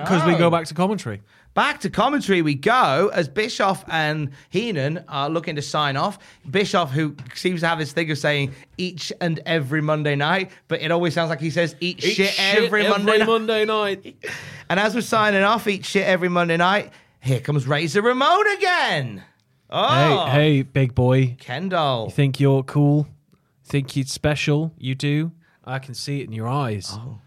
[SPEAKER 6] because we
[SPEAKER 5] No.
[SPEAKER 6] go back to commentary.
[SPEAKER 5] Back to commentary we go as Bischoff and Heenan are looking to sign off. Bischoff, who seems to have this thing of saying each and every Monday night, but it always sounds like he says eat, shit, every, Monday night.
[SPEAKER 6] night.
[SPEAKER 5] And as we're signing off, eat shit every Monday night, here comes Razor Ramon again. Oh,
[SPEAKER 6] Hey, hey, big boy.
[SPEAKER 5] Kendall.
[SPEAKER 6] You think you're cool? Think you're special? You do? I can see it in your eyes.
[SPEAKER 5] Oh.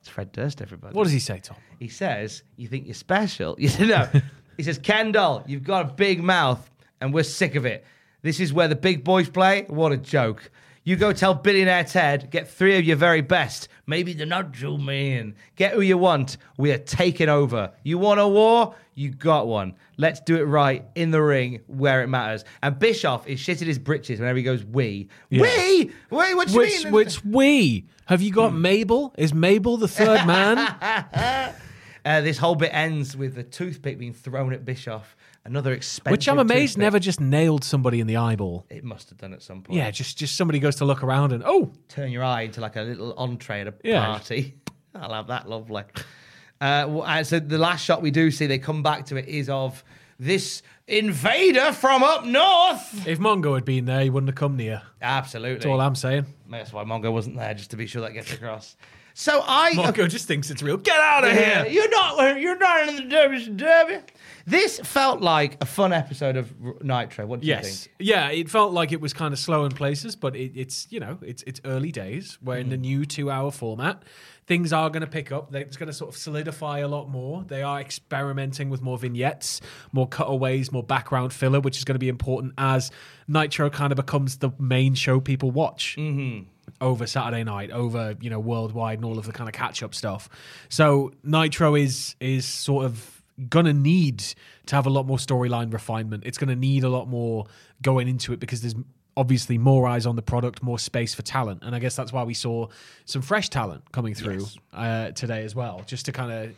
[SPEAKER 5] It's Fred Durst, everybody.
[SPEAKER 6] What does he say, Tom?
[SPEAKER 5] He says, "You think you're special?" You know. he says, "Kendall, you've got a big mouth, and we're sick of it. This is where the big boys play. What a joke." You go tell billionaire Ted, get three of your very best. Maybe they're not Joe Man. Get who you want. We are taking over. You want a war? You got one. Let's do it right in the ring where it matters. And Bischoff is shitting his britches whenever he goes, we. We? We? What do you
[SPEAKER 6] Which,
[SPEAKER 5] mean?
[SPEAKER 6] which we? Have you
[SPEAKER 5] Hmm.
[SPEAKER 6] got Mabel? Is Mabel the third man?
[SPEAKER 5] Uh, this whole bit ends with a toothpick being thrown at Bischoff. Another expensive.
[SPEAKER 6] Which I'm amazed
[SPEAKER 5] toothpick.
[SPEAKER 6] never just nailed somebody in the eyeball.
[SPEAKER 5] It must have done at some point.
[SPEAKER 6] Yeah, just just somebody goes to look around and oh,
[SPEAKER 5] Turn your eye into like a little entree at a
[SPEAKER 6] Yeah.
[SPEAKER 5] party. I'll have that lovely. Uh, well, and so the last shot we do see, they come back to it, is of this invader from up north.
[SPEAKER 6] if Mongo had been there, he wouldn't have come near.
[SPEAKER 5] Absolutely.
[SPEAKER 6] That's all I'm saying.
[SPEAKER 5] That's why Mongo wasn't there, just to be sure that gets across. So I.
[SPEAKER 6] Mongo just thinks it's real. Get out of
[SPEAKER 5] Yeah,
[SPEAKER 6] here.
[SPEAKER 5] You're not. You're not in the derby. derby. This felt like a fun episode of R- Nitro. What do you
[SPEAKER 6] Yes.
[SPEAKER 5] think?
[SPEAKER 6] Yeah, it felt like it was kind of slow in places, but it, it's, you know, it's it's early days. We're in the
[SPEAKER 5] Mm-hmm.
[SPEAKER 6] new two hour format. Things are going to pick up. They- It's going to sort of solidify a lot more. They are experimenting with more vignettes, more cutaways, more background filler, which is going to be important as Nitro kind of becomes the main show people watch. over Saturday night, over you know worldwide and all of the kind of catch up stuff. So Nitro is is sort of gonna need to have a lot more storyline refinement. It's gonna need a lot more going into it because there's obviously more eyes on the product, more space for talent, and I guess that's why we saw some fresh talent coming through uh, today as well, just to kind of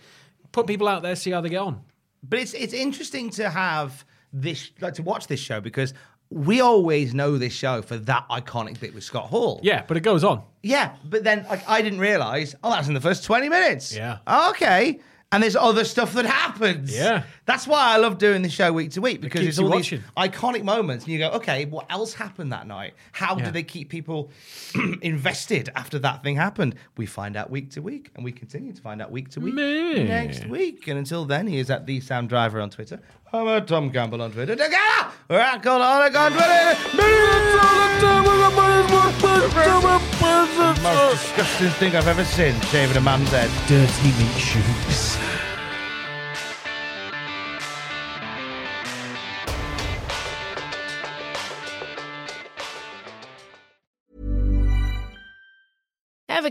[SPEAKER 6] put people out there, see how they get on.
[SPEAKER 5] But it's it's interesting to have this like to watch this show because we always know this show for that iconic bit with Scott Hall.
[SPEAKER 6] Yeah, but it goes on.
[SPEAKER 5] Yeah, but then like I didn't realize. Oh, that's in the first twenty minutes.
[SPEAKER 6] Yeah.
[SPEAKER 5] Okay. and there's other stuff that happens.
[SPEAKER 6] Yeah.
[SPEAKER 5] That's why I love doing the show week to week because
[SPEAKER 6] keeps
[SPEAKER 5] it's
[SPEAKER 6] you
[SPEAKER 5] all
[SPEAKER 6] watching.
[SPEAKER 5] these iconic moments, and you go, okay, what else happened that night? How do they keep people invested after that thing happened? We find out week to week, and we continue to find out week to week
[SPEAKER 6] Man.
[SPEAKER 5] next week. And until then, he is at the Sam Driver on Twitter. I'm at Tom Campbell on Twitter. Together, we're at Colonic on Twitter. Most disgusting thing I've ever seen, shaving a man's head.
[SPEAKER 6] Dirty meat shoots.
[SPEAKER 9] Ever